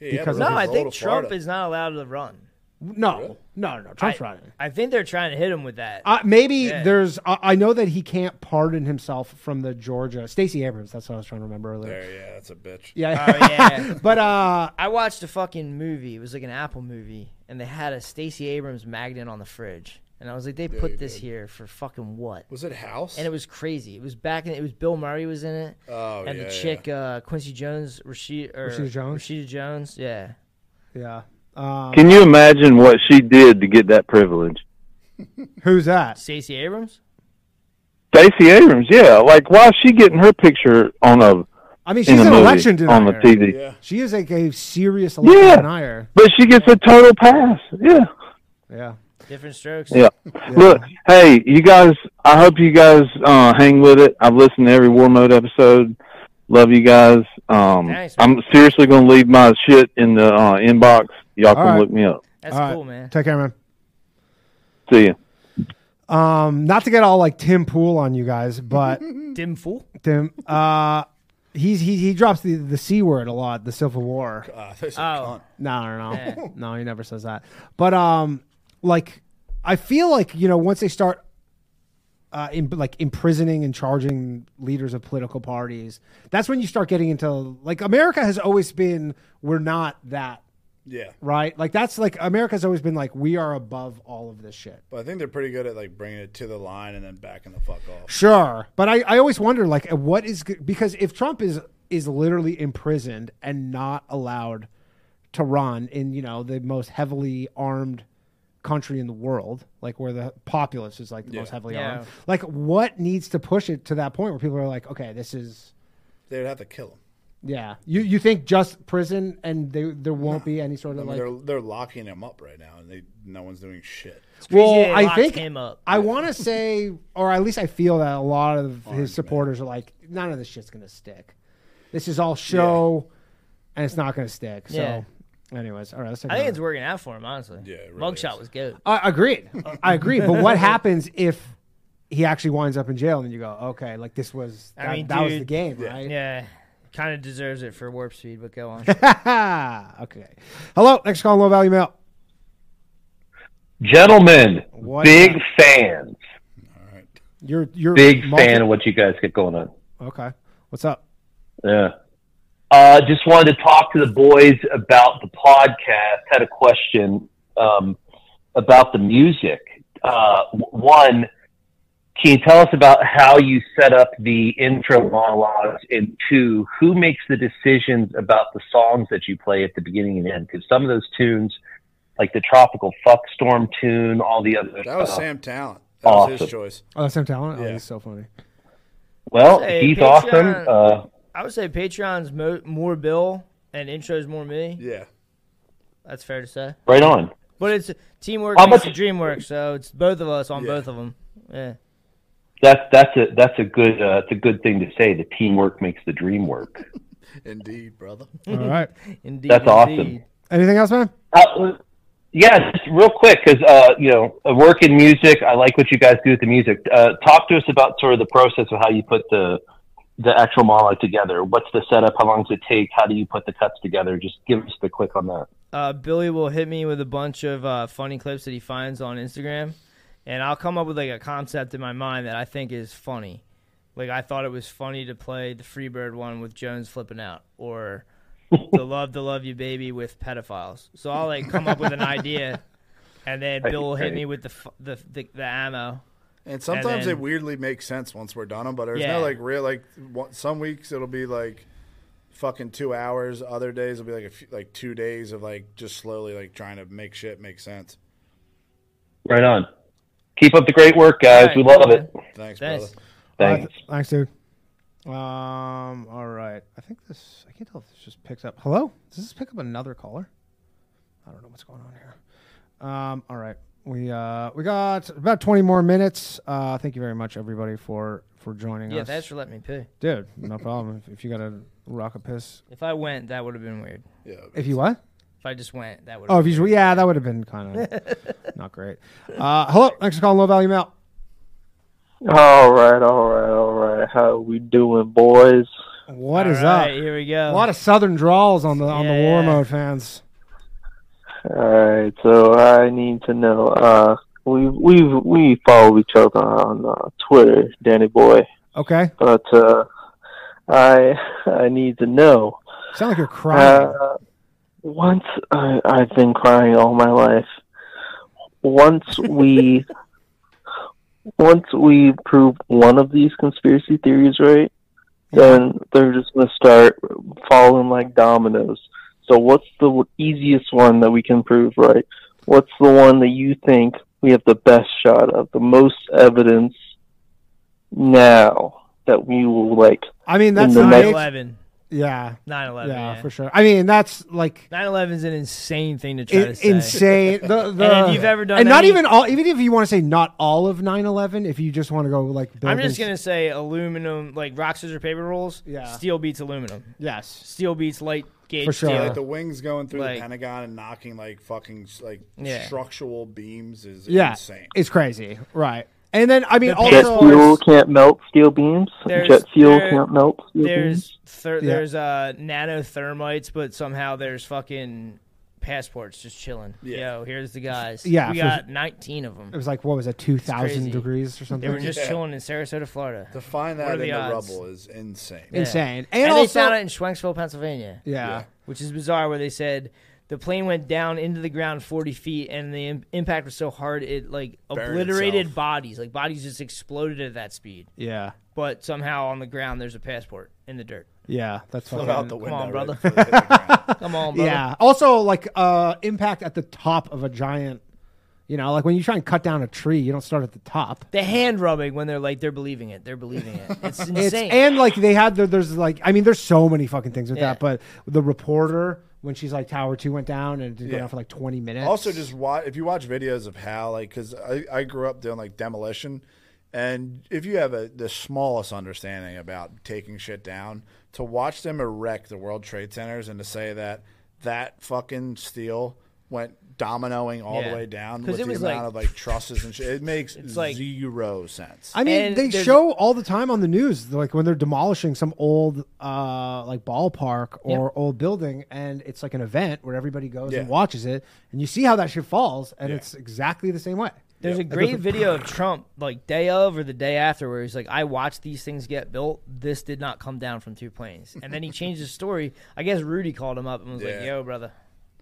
Speaker 4: Yeah, yeah,
Speaker 3: because
Speaker 5: no,
Speaker 3: of
Speaker 5: I
Speaker 3: his-
Speaker 5: think
Speaker 4: to
Speaker 5: Trump
Speaker 4: Florida.
Speaker 5: is not allowed to run.
Speaker 3: no, no, no, Trump's
Speaker 5: I,
Speaker 3: running.
Speaker 5: I think they're trying to hit him with that.
Speaker 3: Uh, maybe
Speaker 5: Yeah.
Speaker 3: there's. I I know that he can't pardon himself from the Georgia. Stacey Abrams. That's what I was trying to remember earlier.
Speaker 4: There, yeah, that's a bitch.
Speaker 3: Yeah.
Speaker 5: Oh, yeah.
Speaker 3: but uh,
Speaker 5: I watched a fucking movie. It was like an Apple movie, and they had a Stacey Abrams magnet on the fridge. And I was like, they
Speaker 4: Yeah, you
Speaker 5: put this
Speaker 4: did.
Speaker 5: here for fucking what?
Speaker 4: Was it House?
Speaker 5: And it was crazy. It was back in. It was Bill Murray was in it.
Speaker 4: Oh,
Speaker 5: And
Speaker 4: yeah,
Speaker 5: the chick, uh, Quincy Jones, Rashida, or
Speaker 3: Rashida Jones?
Speaker 5: Rashida Jones, yeah.
Speaker 3: yeah. Um,
Speaker 10: Can you imagine what she did to get that privilege?
Speaker 3: Who's that?
Speaker 5: Stacey Abrams.
Speaker 10: Stacey Abrams, yeah. Like, why is she getting her picture on a?
Speaker 3: I mean,
Speaker 10: in
Speaker 3: she's
Speaker 10: a
Speaker 3: an
Speaker 10: movie,
Speaker 3: election denier.
Speaker 10: on the TV.
Speaker 3: She is like a serious election
Speaker 10: Yeah.
Speaker 3: denier.
Speaker 10: But she gets a total pass. Yeah.
Speaker 3: Yeah.
Speaker 5: Different strokes.
Speaker 10: Yeah. Look, hey, you guys. I hope you guys uh, hang with it. I've listened to every War Mode episode. Love you guys. Um,
Speaker 5: Thanks,
Speaker 10: I'm seriously going to leave my shit in the uh, inbox. Y'all can
Speaker 3: right.
Speaker 10: look me up.
Speaker 5: That's
Speaker 3: All right.
Speaker 5: cool, man.
Speaker 3: Take care, man.
Speaker 10: See ya.
Speaker 3: Um, not to get all like Tim Pool on you guys, but
Speaker 5: Dim fool.
Speaker 3: Hmm. Tim, uh, he's he he drops the the c word a lot. The Civil War.
Speaker 4: Uh, this
Speaker 5: Oh,
Speaker 3: No, no,
Speaker 5: Yeah.
Speaker 3: no. no, he never says that. But um, like, I feel like you know once they start, uh, in, like imprisoning and charging leaders of political parties, that's when you start getting into like America has always been we're not that
Speaker 4: yeah.
Speaker 3: right. Like that's like America's always been like we are above all of this shit.
Speaker 4: But I think they're pretty good at like bringing it to the line and then backing the fuck off.
Speaker 3: Sure, but I, I always wonder like what is g- because if Trump is is literally imprisoned and not allowed to run in you know the most heavily armed country in the world, like where the populace is like the most heavily
Speaker 4: Yeah.
Speaker 3: armed. Like, what needs to push it to that point where people are like, okay, this is
Speaker 4: They would have to kill them.
Speaker 3: yeah. You you think just prison and they, there won't be any sort
Speaker 4: I
Speaker 3: of like
Speaker 4: mean, they're they're locking him up right now, and they no one's doing shit.
Speaker 3: Well, I think I want to say, or at least I feel that a lot of his supporters are like, none of this shit's gonna stick. This is all show, and it's not gonna stick. So,
Speaker 5: Yeah.
Speaker 3: anyways, all right. Let's take
Speaker 5: I think
Speaker 3: another-
Speaker 5: it's working out for him, honestly. Yeah, mugshot was good.
Speaker 3: I Uh, agreed. I agree. But what happens if he actually winds up in jail? And then you go, okay, like this was that,
Speaker 5: I mean,
Speaker 3: that was the
Speaker 5: dude,
Speaker 3: game, right?
Speaker 5: Yeah, kind of deserves it for warp speed, but go on.
Speaker 3: okay. Hello, next call, low value mail.
Speaker 15: Gentlemen,
Speaker 3: What
Speaker 15: big
Speaker 3: up?
Speaker 15: fans.
Speaker 3: You're you're
Speaker 15: big
Speaker 3: multi-
Speaker 15: fan of what you guys get going on.
Speaker 3: Okay, what's up?
Speaker 15: Yeah. Uh, just wanted to talk to the boys about the podcast. Had a question um, about the music. Uh, w- one, can you tell us about how you set up the intro monologues? And two, who makes the decisions about the songs that you play at the beginning and end? Because some of those tunes, like the Tropical Fuckstorm tune, all the other
Speaker 4: That was
Speaker 15: stuff.
Speaker 4: Sam Talent. That was his
Speaker 15: Awesome.
Speaker 4: choice.
Speaker 3: Oh, that's Sam Talent. Oh, he's so funny.
Speaker 15: Well,
Speaker 5: Say,
Speaker 15: he's awesome.
Speaker 5: Patreon-
Speaker 15: Uh,
Speaker 5: I would say Patreon's mo- more Bill and intro's more me.
Speaker 4: Yeah,
Speaker 5: that's fair to say.
Speaker 15: Right on.
Speaker 5: But it's teamwork
Speaker 15: How
Speaker 5: makes
Speaker 15: much-
Speaker 5: the dream work, so it's both of us on both of them. Yeah.
Speaker 15: That's that's a that's a good uh, it's a good thing to say. The teamwork makes the dream work.
Speaker 4: Indeed, brother.
Speaker 3: All right.
Speaker 5: Indeed.
Speaker 15: That's awesome.
Speaker 3: Anything else, man?
Speaker 15: Uh, yeah, just real quick because uh, you know I work in music. I like what you guys do with the music. Uh, talk to us about sort of the process of how you put the the actual monologue together. What's the setup? How long does it take? How do you put the cuts together? Just give us the quick on that.
Speaker 5: Uh, Billy will hit me with a bunch of uh, funny clips that he finds on Instagram, and I'll come up with like a concept in my mind that I think is funny. Like I thought it was funny to play the Freebird one with Jones flipping out, or the Love to Love You Baby with pedophiles. So I'll like come up with an idea, and then
Speaker 4: Right,
Speaker 5: Bill will hit me
Speaker 4: right.
Speaker 5: with the fu- the the, the ammo.
Speaker 4: And sometimes
Speaker 5: then-
Speaker 4: it weirdly makes sense once we're done them, but there's
Speaker 5: Yeah.
Speaker 4: no like real like one- some weeks it'll be like fucking two hours. Other days it'll be like a few, like two days of like just slowly like trying to make shit make sense.
Speaker 15: Right on. Keep up the great work, guys. we love it.
Speaker 4: Thanks, brother.
Speaker 15: Thanks.
Speaker 3: Uh, thanks, dude. Um. All right. I think this. I can't tell if this just picks up. Hello. Does this pick up another caller? I don't know what's going on here. Um. All right. We uh we got about twenty more minutes. Uh, thank you very much, everybody, for for joining
Speaker 5: Yeah,
Speaker 3: us.
Speaker 5: thanks for letting me pee.
Speaker 3: Dude, no problem. If, if you got a rock a piss,
Speaker 5: If I went, that would have been weird.
Speaker 4: Yeah.
Speaker 3: if you what?
Speaker 5: If I just went, that would.
Speaker 3: Oh, if you yeah, that would have been kind of not great. Uh, hello. Thanks for calling Low Value Mail.
Speaker 16: All right, all right, all right. How we doing, boys?
Speaker 3: What is
Speaker 16: Alright,
Speaker 3: up?
Speaker 5: Here we
Speaker 3: A
Speaker 5: go.
Speaker 3: lot of Southern drawls on the on the War Mode fans.
Speaker 16: All right, so I need to know. Uh, we we we follow each other on uh, Twitter, Danny Boy.
Speaker 3: Okay.
Speaker 16: But uh, I I need to know.
Speaker 3: Sound like you're crying.
Speaker 16: Uh, once I, I've been crying all my life. Once we once we prove one of these conspiracy theories right, then they're just gonna start falling like dominoes. So what's the easiest one that we can prove right? What's the one that you think we have the best shot of, the most evidence now that we will like?
Speaker 3: I mean,
Speaker 16: in
Speaker 3: that's
Speaker 16: the
Speaker 3: not
Speaker 16: next-
Speaker 5: eleven.
Speaker 3: Yeah.
Speaker 5: 9/11, yeah.
Speaker 3: for sure. I mean, that's like
Speaker 5: 9/11 is an insane thing to try to
Speaker 3: in-
Speaker 5: say.
Speaker 3: insane. The,
Speaker 5: And
Speaker 3: the,
Speaker 5: if you've ever done
Speaker 3: and not
Speaker 5: any-
Speaker 3: even all, even if you want to say not all of 9-11, if you just want to go like,
Speaker 5: I'm
Speaker 3: buildings-
Speaker 5: just gonna say aluminum, like rock scissors paper rolls.
Speaker 3: Yeah.
Speaker 5: Steel beats aluminum.
Speaker 3: Yes.
Speaker 5: Steel beats light gauge
Speaker 3: For sure.
Speaker 5: steel.
Speaker 4: Like the wings going through
Speaker 5: Like-
Speaker 4: the Pentagon and knocking like fucking like
Speaker 5: Yeah.
Speaker 4: structural beams is
Speaker 3: yeah,
Speaker 4: insane.
Speaker 3: it's crazy, right? And then I mean,
Speaker 4: The
Speaker 16: Jet
Speaker 3: also
Speaker 16: fuel can't melt steel beams.
Speaker 5: There's-
Speaker 16: Jet fuel
Speaker 5: there-
Speaker 16: can't melt steel beams.
Speaker 5: There's thir-
Speaker 16: Yeah.
Speaker 5: there's uh nanothermites, but somehow there's fucking passports just chilling. Yo, here's the guys.
Speaker 3: Yeah,
Speaker 5: we
Speaker 3: for-
Speaker 5: got 19 of them.
Speaker 3: it was like what was it, two thousand degrees or something?
Speaker 5: They were just
Speaker 4: Yeah.
Speaker 5: chilling in Sarasota, Florida.
Speaker 4: To find
Speaker 5: What
Speaker 4: that
Speaker 5: are
Speaker 4: in the
Speaker 5: odds?
Speaker 4: rubble is insane.
Speaker 5: Yeah.
Speaker 3: Insane. And
Speaker 5: And,
Speaker 3: also-
Speaker 5: they found it in Schwenksville, Pennsylvania.
Speaker 3: Yeah. Yeah.
Speaker 5: Which is bizarre, where they said the plane went down into the ground 40 feet, and the im- impact was so hard it like
Speaker 3: Buried
Speaker 5: obliterated
Speaker 3: itself.
Speaker 5: bodies. Like bodies just exploded at that speed.
Speaker 3: Yeah.
Speaker 5: But somehow on the ground there's a passport in the dirt.
Speaker 3: Yeah, that's
Speaker 4: Float
Speaker 3: fucking-
Speaker 4: out the Come window, on, brother.
Speaker 5: right? Float to the ground. Come on, brother.
Speaker 3: Yeah. Also, like uh, impact at the top of a giant. You know, like when you try and cut down a tree, you don't start at the top.
Speaker 5: The hand rubbing when they're like they're believing it, they're believing it. It's insane.
Speaker 3: It's and like they had their, there's like I mean there's so many fucking things with
Speaker 5: Yeah.
Speaker 3: that, but the reporter when she's like Tower Two went down and it went
Speaker 4: Yeah.
Speaker 3: down for like 20 minutes.
Speaker 4: Also, just watch if you watch videos of how like because I, I grew up doing like demolition, and if you have a the smallest understanding about taking shit down, to watch them erect the World Trade Centers and to say that that fucking steel went dominoing all
Speaker 5: Yeah.
Speaker 4: the way down
Speaker 5: 'Cause
Speaker 4: with
Speaker 5: it
Speaker 4: the
Speaker 5: was
Speaker 4: amount
Speaker 5: like-
Speaker 4: of like trusses and shit, it makes
Speaker 5: like-
Speaker 4: zero sense.
Speaker 3: I mean, they show all the time on the news, like when they're demolishing some old, uh, like ballpark or
Speaker 5: Yeah.
Speaker 3: old building, and it's like an event where everybody goes and
Speaker 5: Yeah.
Speaker 3: watches it, and you see how that shit falls, and it's exactly the same way.
Speaker 5: There's a
Speaker 3: It
Speaker 5: great
Speaker 3: goes-
Speaker 5: video of Trump, like day of or the day after, where he's like, "I watched these things get built. This did not come down from two planes." And then he changed his story. I guess Rudy called him up and was like,
Speaker 3: Yeah.
Speaker 5: "Yo, brother,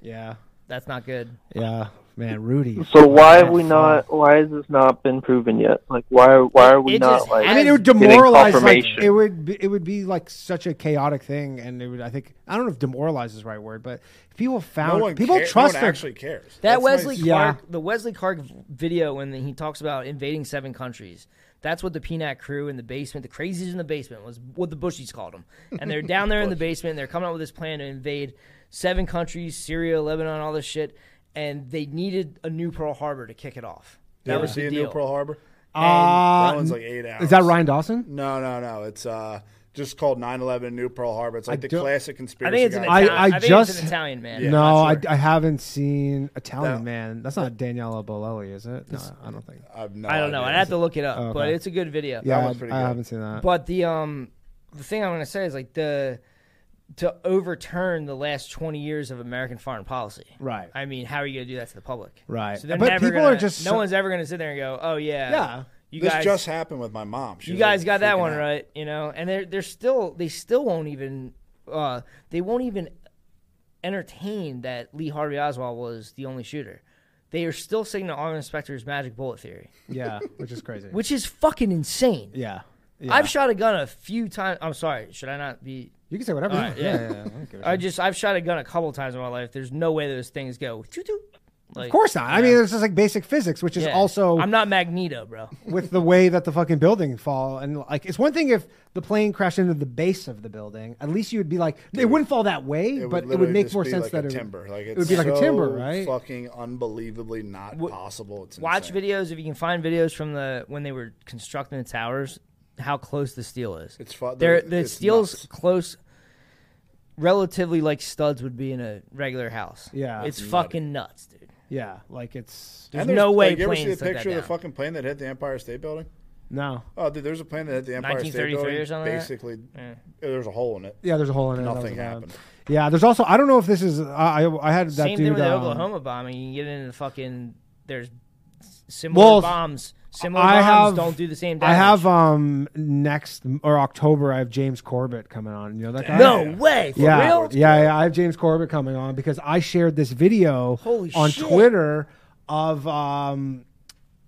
Speaker 3: yeah,
Speaker 5: that's not good."
Speaker 3: Yeah, man, Rudy.
Speaker 16: So why have we not? Why has this not been proven yet? Like, why? Why are we
Speaker 3: It
Speaker 16: not
Speaker 3: just
Speaker 16: like?
Speaker 3: I mean, it would
Speaker 16: getting
Speaker 3: demoralize. Like,
Speaker 16: confirmation?
Speaker 3: it would be, it would be like such a chaotic thing, and it would. I think I don't know if demoralize is the right word, but if people found
Speaker 4: one
Speaker 3: people
Speaker 4: care- no
Speaker 3: trust
Speaker 4: one
Speaker 3: their-
Speaker 4: actually cares.
Speaker 5: That
Speaker 4: That's
Speaker 5: Wesley
Speaker 4: nice.
Speaker 5: Clark, the Wesley Clark video when he talks about invading seven countries. That's what the Peanut Crew in the basement, the crazies in the basement, was what the Bushies called them. And they're down there in the basement. And they're coming up with this plan to invade seven countries: Syria, Lebanon, all this shit. And they needed a new Pearl Harbor to kick it off. That
Speaker 4: You ever
Speaker 5: was the
Speaker 4: see a new
Speaker 5: deal.
Speaker 4: Pearl Harbor?
Speaker 3: Uh, That
Speaker 4: one's like eight hours.
Speaker 3: Is that Ryan Dawson?
Speaker 4: No, no, no. It's uh, just called 9/11 New Pearl Harbor. It's like the
Speaker 3: don't-
Speaker 4: classic conspiracy. guy.
Speaker 3: I, I, just
Speaker 4: Yeah,
Speaker 3: no,
Speaker 4: I'm
Speaker 3: I,
Speaker 4: sure.
Speaker 3: I haven't seen Italian
Speaker 4: No.
Speaker 3: man. That's not Daniela Bolelli, is it? No, I don't think.
Speaker 4: I've
Speaker 5: I don't know. I'd have to look it up,
Speaker 3: Oh,
Speaker 5: but
Speaker 3: okay.
Speaker 5: it's a good video.
Speaker 3: Yeah, I, I haven't seen that.
Speaker 5: But the um, the thing I'm going to say is like the to overturn the last 20 years of American foreign policy.
Speaker 3: Right.
Speaker 5: I mean, how are you going to do that to the public?
Speaker 3: Right.
Speaker 5: So they're
Speaker 3: But
Speaker 5: never
Speaker 3: people
Speaker 5: gonna,
Speaker 3: are just
Speaker 5: no
Speaker 3: so-
Speaker 5: one's ever going to sit there and go, oh yeah,
Speaker 4: Yeah.
Speaker 5: You
Speaker 4: this
Speaker 5: guys
Speaker 4: just happened with my mom. She
Speaker 5: you
Speaker 4: was,
Speaker 5: guys
Speaker 4: like,
Speaker 5: got that
Speaker 4: freaking
Speaker 5: one
Speaker 4: out.
Speaker 5: right, you know, and they're they're still they still won't even uh, they won't even entertain that Lee Harvey Oswald was the only shooter. They are still sticking to Arnold Inspector's magic bullet theory.
Speaker 3: Yeah, which is crazy.
Speaker 5: Which is fucking insane.
Speaker 3: Yeah.
Speaker 5: I've shot a gun a few times. I'm sorry. Should I not be?
Speaker 3: You can say whatever you
Speaker 5: All
Speaker 3: want. Yeah, yeah, yeah, I don't give a
Speaker 5: I
Speaker 3: shit.
Speaker 5: just I've shot a gun a couple times in my life. There's no way those things go. doo-doo. Like,
Speaker 3: of course not. I mean, it's just like basic physics, which is
Speaker 5: yeah.
Speaker 3: also
Speaker 5: I'm not Magneto, bro.
Speaker 3: with the way that the fucking building fall and like it's one thing if the plane crashed into the base of the building. At least you would be like it, wouldn't fall that way, but it would
Speaker 4: literally
Speaker 3: make
Speaker 4: just
Speaker 3: more
Speaker 4: be
Speaker 3: sense
Speaker 4: like
Speaker 3: that
Speaker 4: a
Speaker 3: it,
Speaker 4: timber. Like
Speaker 3: it
Speaker 4: it's
Speaker 3: would be like a
Speaker 4: so
Speaker 3: timber, right?
Speaker 4: Fucking unbelievably not possible. It's
Speaker 5: Watch videos if you can find videos from the when they were constructing the towers, how close the steel is.
Speaker 4: It's fu-
Speaker 5: They're,
Speaker 4: they're-
Speaker 5: the
Speaker 4: it's
Speaker 5: steel's close, relatively like studs would be in a regular house.
Speaker 3: Yeah.
Speaker 5: it's
Speaker 3: Nutty.
Speaker 5: fucking nuts, dude.
Speaker 3: Yeah, like it's
Speaker 5: There's no way
Speaker 4: Like, you ever see the
Speaker 5: planes took that
Speaker 4: picture of the
Speaker 5: down.
Speaker 4: fucking plane that hit the Empire State Building?
Speaker 3: No.
Speaker 4: Oh, dude, there's a plane that hit the Empire State
Speaker 5: 1933
Speaker 4: Building.
Speaker 5: or something like that?
Speaker 4: Basically, there's a hole in it.
Speaker 3: Yeah, there's a hole in it. That was
Speaker 4: Nothing
Speaker 3: bad.
Speaker 4: happened.
Speaker 3: Yeah, there's also I don't know if this is I I, I had that
Speaker 5: Same
Speaker 3: dude
Speaker 5: thing with the
Speaker 3: um,
Speaker 5: Oklahoma bombing. You can get into the fucking there's similar
Speaker 3: Well,
Speaker 5: bombs. Similar
Speaker 3: I
Speaker 5: bombs
Speaker 3: have-
Speaker 5: don't do the same
Speaker 3: I
Speaker 5: damage.
Speaker 3: have um next or October. I have James Corbett coming on. You know that guy?
Speaker 5: No way, for
Speaker 3: yeah,
Speaker 5: real?
Speaker 3: yeah, yeah. I have James Corbett coming on because I shared this video
Speaker 5: Holy
Speaker 3: on
Speaker 5: shit.
Speaker 3: Twitter of um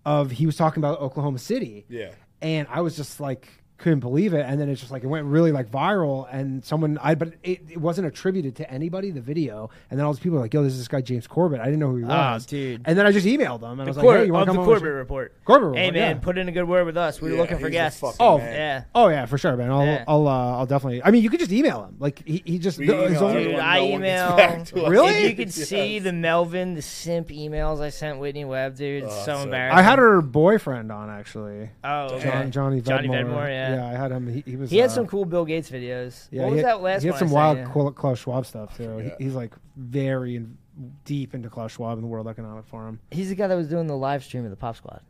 Speaker 3: of he was talking about Oklahoma City.
Speaker 4: Yeah.
Speaker 3: and I was just like couldn't believe it and then it's just like it went really like viral and someone i but it, it wasn't attributed to anybody the video and then all these people were like yo this is this guy james corbett i didn't know who he
Speaker 5: Ah,
Speaker 3: was
Speaker 5: dude.
Speaker 3: and then i just emailed them and i
Speaker 5: the
Speaker 3: was
Speaker 5: Cor-
Speaker 3: like hey, you want to come
Speaker 5: of the
Speaker 3: on
Speaker 5: Corbett
Speaker 3: with-
Speaker 5: report.
Speaker 3: Corbett
Speaker 5: Hey
Speaker 3: report,
Speaker 5: man,
Speaker 3: yeah.
Speaker 5: put in a good word with us. We were
Speaker 3: Yeah,
Speaker 5: looking for
Speaker 3: he's the
Speaker 5: guests.
Speaker 3: fucking
Speaker 5: Oh
Speaker 3: man.
Speaker 5: yeah.
Speaker 3: Oh yeah, for sure, man. I'll
Speaker 5: Yeah.
Speaker 3: I'll, uh, I'll definitely. I mean, you could just email him. Like he, he just
Speaker 5: Dude,
Speaker 3: his own-
Speaker 5: I email.
Speaker 3: Really?
Speaker 5: If you could see the Melvin, the simp emails I sent Whitney Webb, dude.
Speaker 3: Oh,
Speaker 5: It's so embarrassing.
Speaker 3: I had her boyfriend on actually.
Speaker 5: Oh, okay.
Speaker 3: John, Johnny Vedmore.
Speaker 5: Johnny Vedmore, yeah.
Speaker 3: I had him. He, he was.
Speaker 5: He had
Speaker 3: uh,
Speaker 5: some cool Bill Gates videos.
Speaker 3: Yeah,
Speaker 5: what
Speaker 3: he
Speaker 5: was
Speaker 3: had-
Speaker 5: that last?
Speaker 3: He had
Speaker 5: one
Speaker 3: some
Speaker 5: I
Speaker 3: wild
Speaker 5: sent you?
Speaker 3: Kla- Klaus Schwab stuff too. He, he's like very in, deep into Klaus Schwab and the World Economic Forum.
Speaker 5: He's the guy that was doing the live stream of the Pop Squad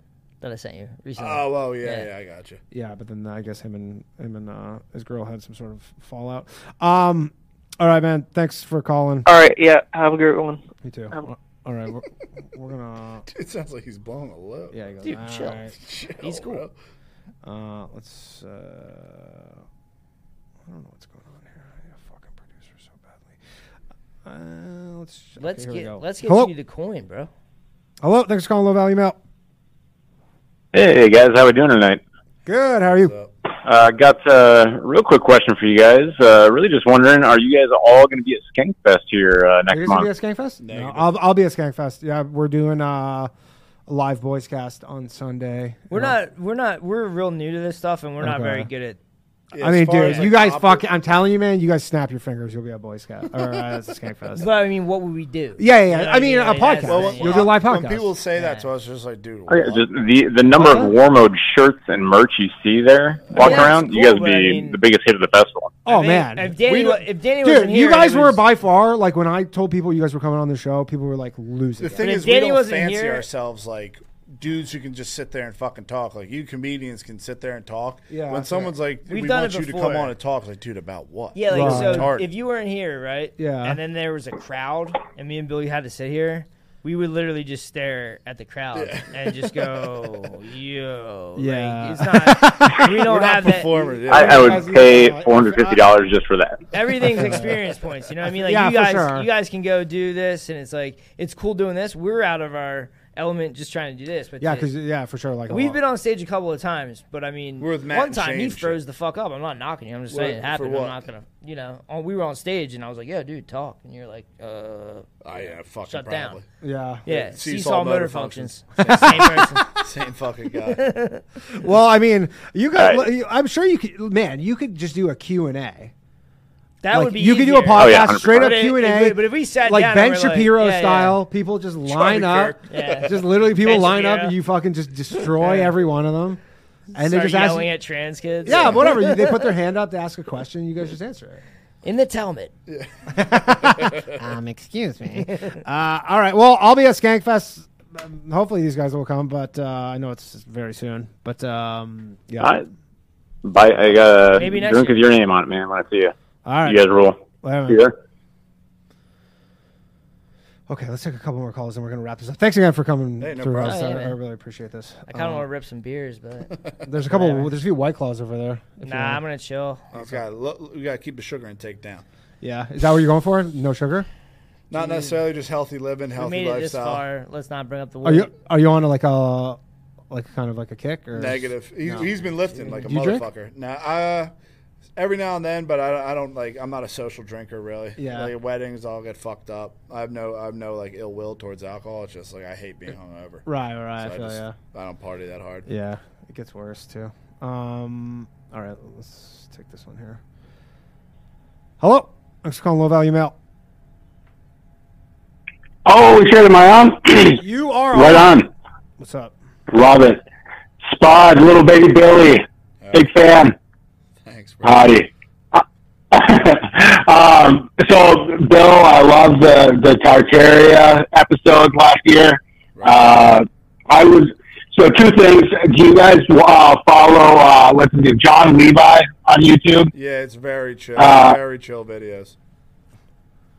Speaker 5: that I sent you recently.
Speaker 4: Oh, oh yeah, yeah, I got you.
Speaker 3: Yeah, but then I guess him and him and uh, his girl had some sort of fallout. Um, all right, man. Thanks for calling.
Speaker 16: All right. Yeah. Have a great one.
Speaker 3: Me too.
Speaker 16: Um,
Speaker 3: All right, we're, we're gonna.
Speaker 4: It sounds like he's blowing a load.
Speaker 3: Yeah, he goes,
Speaker 4: Dude,
Speaker 3: "All
Speaker 4: chill.
Speaker 3: right."
Speaker 4: Chill, He's cool. bro.
Speaker 3: Uh, let's. Uh, I don't know what's going on here. I need a fucking producer so badly. Uh, let's. okay,
Speaker 5: Let's
Speaker 3: here we
Speaker 5: get
Speaker 3: go.
Speaker 5: let's get
Speaker 3: Hello?
Speaker 5: you the coin, bro.
Speaker 3: Hello, thanks for calling Low Value Mail.
Speaker 17: Hey guys, how we doing tonight?
Speaker 3: Good. How are you?
Speaker 17: Uh, got a real quick question for you guys. Uh, really just wondering, are you guys all going to be at Skankfest here uh,
Speaker 3: Are
Speaker 17: next
Speaker 3: you guys gonna be
Speaker 17: month?
Speaker 3: at Skankfest? No, I'll, I'll be at Skankfest. Yeah, we're doing uh, a live boys cast on Sunday.
Speaker 5: We're not. We're not. We're real new to this stuff, and we're not
Speaker 3: Okay.
Speaker 5: very good at.
Speaker 3: I mean, dude, you guys fuck. I'm telling you, man, you guys snap your fingers, you'll be a Boy Scout or uh, Skankfest.
Speaker 5: But I mean, what would we do?
Speaker 3: Yeah, yeah, yeah. I mean, a
Speaker 5: that's
Speaker 3: podcast.
Speaker 5: the
Speaker 3: Well,
Speaker 5: thing.
Speaker 3: You'll do a live
Speaker 4: When
Speaker 3: podcast.
Speaker 4: people say that to us, it's just like, dude,
Speaker 17: Okay, Oh, just the the number of war mode shirts and merch you see there walk
Speaker 5: Yeah,
Speaker 17: around,
Speaker 5: it's
Speaker 17: you guys
Speaker 5: cool,
Speaker 17: would be
Speaker 5: but I mean-
Speaker 17: the biggest hit of the festival.
Speaker 3: Oh
Speaker 5: I mean,
Speaker 3: man,
Speaker 5: if Danny wa- if Danny
Speaker 3: dude,
Speaker 5: wasn't here,
Speaker 3: you guys
Speaker 5: it
Speaker 3: were
Speaker 5: was-
Speaker 3: by far like when I told people you guys were coming on the show, people were like losing.
Speaker 4: The
Speaker 3: it.
Speaker 4: thing
Speaker 5: if
Speaker 4: is, we
Speaker 5: Danny
Speaker 4: don't
Speaker 5: wasn't
Speaker 4: fancy
Speaker 5: here-
Speaker 4: ourselves like dudes who can just sit there and fucking talk. Like you comedians can sit there and talk.
Speaker 5: Yeah,
Speaker 4: when
Speaker 5: that's
Speaker 4: someone's
Speaker 5: right.
Speaker 4: like,
Speaker 5: We've
Speaker 4: we
Speaker 5: done
Speaker 4: want
Speaker 5: it
Speaker 4: you to come
Speaker 5: before.
Speaker 4: on and talk, like, dude, about what?
Speaker 5: Yeah, like
Speaker 4: It's
Speaker 5: so.
Speaker 4: retarded.
Speaker 5: If you weren't here, right?
Speaker 4: Yeah.
Speaker 5: And then there was a crowd, and me and Billy had to sit here. We would literally just stare at the crowd and just go, "Yo, like,
Speaker 3: Yeah.
Speaker 5: it's not. We
Speaker 3: We're
Speaker 5: don't
Speaker 3: not
Speaker 5: have that.
Speaker 3: performers, yeah.
Speaker 17: I, I would pay four hundred fifty dollars just for that.
Speaker 5: Everything's experience points. You know what I mean? Like
Speaker 3: Yeah,
Speaker 5: you
Speaker 3: for
Speaker 5: guys,
Speaker 3: sure.
Speaker 5: you guys can go do this, and it's like it's cool doing this. We're out of our element just trying to do this. But
Speaker 3: yeah,
Speaker 5: dude,
Speaker 3: because yeah, for sure. Like a
Speaker 5: We've
Speaker 3: lot.
Speaker 5: been on stage a couple of times, but I mean,
Speaker 4: Matt
Speaker 5: one
Speaker 4: and
Speaker 5: time
Speaker 4: Shane
Speaker 5: he
Speaker 4: and shit.
Speaker 5: froze the fuck up. I'm not knocking you. I'm just
Speaker 4: What-
Speaker 5: saying it
Speaker 4: for
Speaker 5: happened.
Speaker 4: what?
Speaker 5: I'm not gonna, you know. On, we were on stage, and I was like, "Yeah, dude, talk," and you're like, "Uh,
Speaker 4: I yeah, fucking
Speaker 5: shut
Speaker 4: probably.
Speaker 5: down."
Speaker 3: Yeah.
Speaker 5: yeah.
Speaker 4: Yeah,
Speaker 5: Seesaw
Speaker 4: Seesaw
Speaker 5: motor,
Speaker 4: Motor
Speaker 5: functions.
Speaker 4: Functions.
Speaker 5: Same person.
Speaker 4: Same fucking guy.
Speaker 3: well, I mean, you
Speaker 4: All
Speaker 3: guys,
Speaker 4: right.
Speaker 3: you- I'm sure you could, man, you could just do a Q and A.
Speaker 5: That
Speaker 3: Like,
Speaker 5: would be
Speaker 3: You could do a
Speaker 5: easier.
Speaker 3: podcast
Speaker 5: Oh, yeah,
Speaker 3: straight up
Speaker 5: 100%.
Speaker 3: Q and
Speaker 5: But
Speaker 3: A.
Speaker 5: if- but if we sat
Speaker 3: like
Speaker 5: down
Speaker 3: Ben
Speaker 5: and we're like-
Speaker 3: Shapiro
Speaker 5: yeah, yeah.
Speaker 3: style, people just line
Speaker 5: Charlie
Speaker 3: up,
Speaker 5: Kirk. Yeah.
Speaker 3: just literally people
Speaker 5: Ben
Speaker 3: line up,
Speaker 5: Shapiro.
Speaker 3: and you fucking just destroy every one of them, and they
Speaker 5: Start
Speaker 3: just ask.
Speaker 5: yelling at trans kids.
Speaker 3: yeah, whatever. You- they put their hand up to ask a question. You guys just answer it.
Speaker 5: in the Talmud.
Speaker 3: um, excuse me. Uh, all right. Well, I'll be at Skankfest. Um, hopefully, these guys will come, but uh, I know it's very soon. But um, yeah.
Speaker 17: I, buy, I got a
Speaker 3: Maybe next
Speaker 17: drink
Speaker 3: year.
Speaker 17: with your name on it, man. When I see you,
Speaker 3: All right.
Speaker 17: you guys rule.
Speaker 3: Wait a
Speaker 17: You
Speaker 3: minute.
Speaker 17: there?
Speaker 3: Okay, let's take a couple more calls and we're going to wrap this up. Thanks again for coming
Speaker 5: Hey, no
Speaker 3: through
Speaker 5: problem.
Speaker 3: us. uh,
Speaker 5: Oh, yeah,
Speaker 3: I- I
Speaker 5: man.
Speaker 3: really appreciate this.
Speaker 5: I kind of
Speaker 3: Um,
Speaker 5: want to rip some beers, but
Speaker 3: There's a couple.
Speaker 5: Whatever.
Speaker 3: There's a few white claws over there. if you
Speaker 5: Nah,
Speaker 3: want.
Speaker 5: I'm gonna chill.
Speaker 4: Okay, look, we gotta keep the sugar intake down.
Speaker 3: Yeah, is that what you're going for? No sugar?
Speaker 4: Not
Speaker 5: Dude.
Speaker 4: necessarily just healthy living, healthy
Speaker 5: we made it this
Speaker 4: lifestyle.
Speaker 5: far. Let's not bring up the.
Speaker 3: Are you
Speaker 5: weight.
Speaker 3: Are you on like a like kind of like a kick or
Speaker 4: Negative. He,
Speaker 3: No.
Speaker 4: He's been lifting like a
Speaker 3: Do you drink?
Speaker 4: motherfucker. Now, uh, every now and then, but I, I don't like. I'm not a social drinker really.
Speaker 3: Yeah.
Speaker 4: Like weddings, I'll get fucked up. I have no, I have no like ill will towards alcohol. It's just like I hate being hungover.
Speaker 3: Right, right, I feel
Speaker 4: just,
Speaker 3: ya.
Speaker 4: I don't party that hard.
Speaker 3: Yeah, it gets worse too. Um, all right, let's take this one here. Hello, thanks for calling Low Value Mail.
Speaker 18: Oh, shit, am I on?
Speaker 3: You are
Speaker 18: right on.
Speaker 3: What's up?
Speaker 18: Love it. Spod, little baby Billy, big fan. Thanks, bro. Howdy. um, so, Bill, I love the the Tartaria episode last year. Uh, I was so two things. Do you guys uh, follow uh, what's his name, John Levi on YouTube?
Speaker 4: Yeah, it's very chill.
Speaker 18: Uh,
Speaker 4: very chill videos.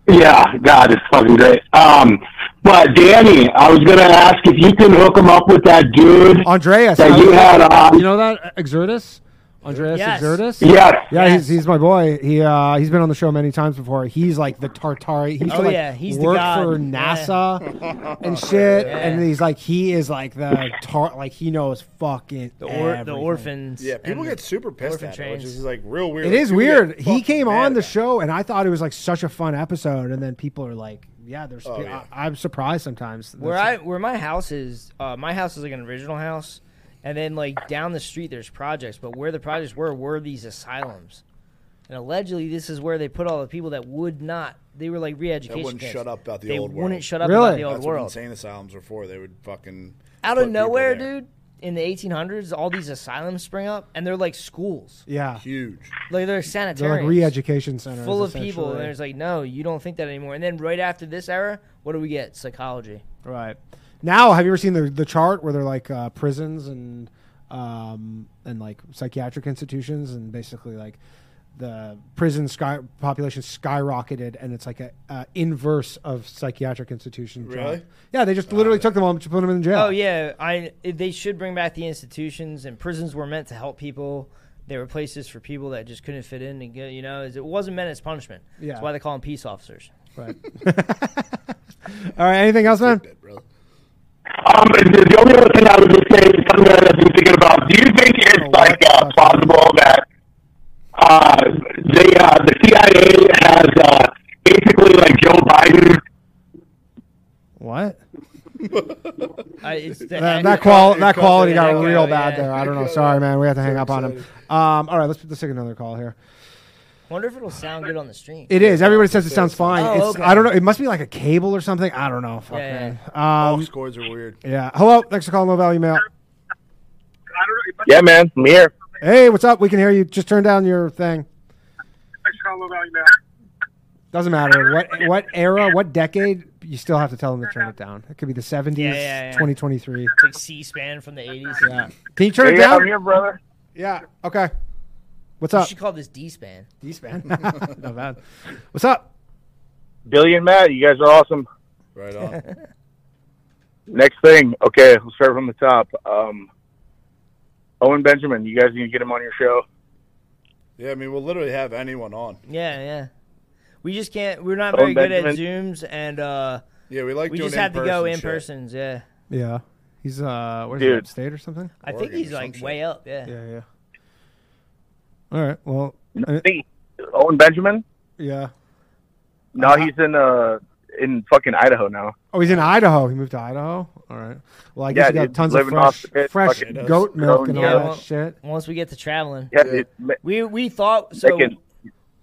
Speaker 18: Yeah, God, it's fucking great. Um, but Danny, I was gonna ask if you can hook him up with that dude
Speaker 3: Andreas
Speaker 18: that
Speaker 3: I-
Speaker 18: you had uh, on.
Speaker 3: you know that E-, Exertus, Andreas
Speaker 18: Yes.
Speaker 3: Exertus.
Speaker 18: Yes.
Speaker 3: yeah, he's, he's my boy. He uh, he's been on the show many times before. He's like the Tartari. He used to,
Speaker 5: Oh,
Speaker 3: like,
Speaker 5: yeah, he's the
Speaker 3: work
Speaker 5: god.
Speaker 3: for
Speaker 5: Yeah.
Speaker 3: NASA and
Speaker 18: Oh,
Speaker 3: shit. And he's like he is like the tar. Like he knows fucking
Speaker 5: The, or,
Speaker 3: everything.
Speaker 5: the orphans.
Speaker 4: Yeah, people get super pissed at it, which is like real weird.
Speaker 3: It
Speaker 4: Like,
Speaker 3: is
Speaker 4: people get
Speaker 3: weird. He
Speaker 4: fucking
Speaker 3: came
Speaker 4: mad
Speaker 3: on the
Speaker 4: about
Speaker 3: show, and I thought it was like such a fun episode. And then people are like, "Yeah, there's."
Speaker 5: Oh, yeah.
Speaker 3: I, am surprised sometimes.
Speaker 5: Where
Speaker 3: That's-
Speaker 5: I where my house is, uh, my house is like an original house, and then like down the street there's projects, but where the projects were were these asylums, and allegedly this is where they put all the people that would not. They were like
Speaker 4: They
Speaker 5: re-education.
Speaker 4: wouldn't
Speaker 5: camps.
Speaker 4: shut up about the
Speaker 5: they
Speaker 4: old world.
Speaker 5: wouldn't shut up about the old
Speaker 4: That's
Speaker 5: world.
Speaker 4: What insane asylums were for. They would fucking
Speaker 5: Out
Speaker 4: put
Speaker 5: of
Speaker 4: people
Speaker 5: nowhere,
Speaker 4: there.
Speaker 5: dude, in the 1800s, all these asylums spring up, and they're like schools.
Speaker 3: Yeah.
Speaker 4: Huge.
Speaker 5: Like they're
Speaker 3: They're
Speaker 5: sanitariums.
Speaker 3: like re-education centers,
Speaker 5: Full of people, and
Speaker 3: essentially.
Speaker 5: there's like, no, you don't think that anymore. And then right after this era, what do we get? Psychology.
Speaker 3: Right. Now, have you ever seen the the chart where they're like uh, prisons and um, and like psychiatric institutions and basically like the prison sky population skyrocketed and it's like a, uh inverse of psychiatric institution. chart.
Speaker 5: Really?
Speaker 3: Yeah, they just literally took them all and put them in jail.
Speaker 5: Oh yeah, I they should bring back the institutions and prisons were meant to help people. They were places for people that just couldn't fit in and get, you know, it wasn't meant as punishment.
Speaker 3: Yeah.
Speaker 5: That's why they call them peace officers.
Speaker 3: Right. all right. Anything else, man?
Speaker 18: Um, the the only other thing I was just saying is something that I've been thinking about. Do you think it's like uh, plausible that uh, they, uh, the CIA has uh, basically like Joe Biden.
Speaker 3: What?
Speaker 5: I, it's the
Speaker 3: That, that, qual- that quality got real bad there. I don't know. Sorry, man. We have to hang up on him. Um, all right, let's, let's take another call here.
Speaker 5: Wonder if it'll sound good on the stream.
Speaker 3: It is. Everybody says it sounds fine.
Speaker 5: Oh,
Speaker 3: it's,
Speaker 5: okay.
Speaker 3: I don't know. It must be like a cable or something. I don't know. Fuck,
Speaker 5: Yeah, yeah.
Speaker 3: man. Um,
Speaker 4: Aux cords are weird.
Speaker 3: Yeah. Hello. Thanks for calling Low Value Mail.
Speaker 17: Yeah, man. I'm here.
Speaker 3: Hey, what's up? We can hear you. Just turn down your thing. Doesn't matter what what era, what decade. You still have to tell them to turn it down. It could be the seventies,
Speaker 5: Yeah, yeah, yeah.
Speaker 3: twenty twenty three.
Speaker 5: It's like C-SPAN from the 80s. Yeah.
Speaker 3: Can you turn it down?
Speaker 17: brother.
Speaker 3: Yeah. Okay. What's up?
Speaker 5: You should call this D-SPAN.
Speaker 3: D-SPAN? Not bad. What's up?
Speaker 17: Billy and Matt, you guys are awesome.
Speaker 4: Right on.
Speaker 17: Next thing, okay, let's start from the top. Um, Owen Benjamin, you guys need to get him on your show.
Speaker 4: Yeah, I mean, we'll literally have anyone on.
Speaker 5: Yeah, yeah. We just can't. We're not
Speaker 4: Owen
Speaker 5: very good at
Speaker 4: Benjamin.
Speaker 5: Zooms, and uh,
Speaker 4: yeah, we like
Speaker 5: We
Speaker 4: doing
Speaker 5: just have to go
Speaker 4: in-person
Speaker 5: in
Speaker 4: shit.
Speaker 5: persons. Yeah,
Speaker 3: Yeah. He's uh, where's
Speaker 4: Dude.
Speaker 3: he? State or something?
Speaker 5: I think he's like way up. Yeah,
Speaker 3: yeah, yeah. All right. Well. I-
Speaker 17: Owen Benjamin?
Speaker 3: yeah.
Speaker 17: No, he's in uh in fucking Idaho now.
Speaker 3: Oh, he's in Idaho. He moved to Idaho. All right. Well, I guess
Speaker 17: Yeah,
Speaker 3: he got
Speaker 17: dude,
Speaker 3: tons of
Speaker 17: living off
Speaker 3: fresh,
Speaker 17: the pit,
Speaker 3: fresh
Speaker 17: fucking
Speaker 3: goat milk
Speaker 17: growing
Speaker 3: and all
Speaker 17: Yeah,
Speaker 3: that
Speaker 17: well-
Speaker 3: shit.
Speaker 5: Once we get to traveling,
Speaker 17: Yeah, dude, ma-
Speaker 5: we we thought so.
Speaker 17: Making-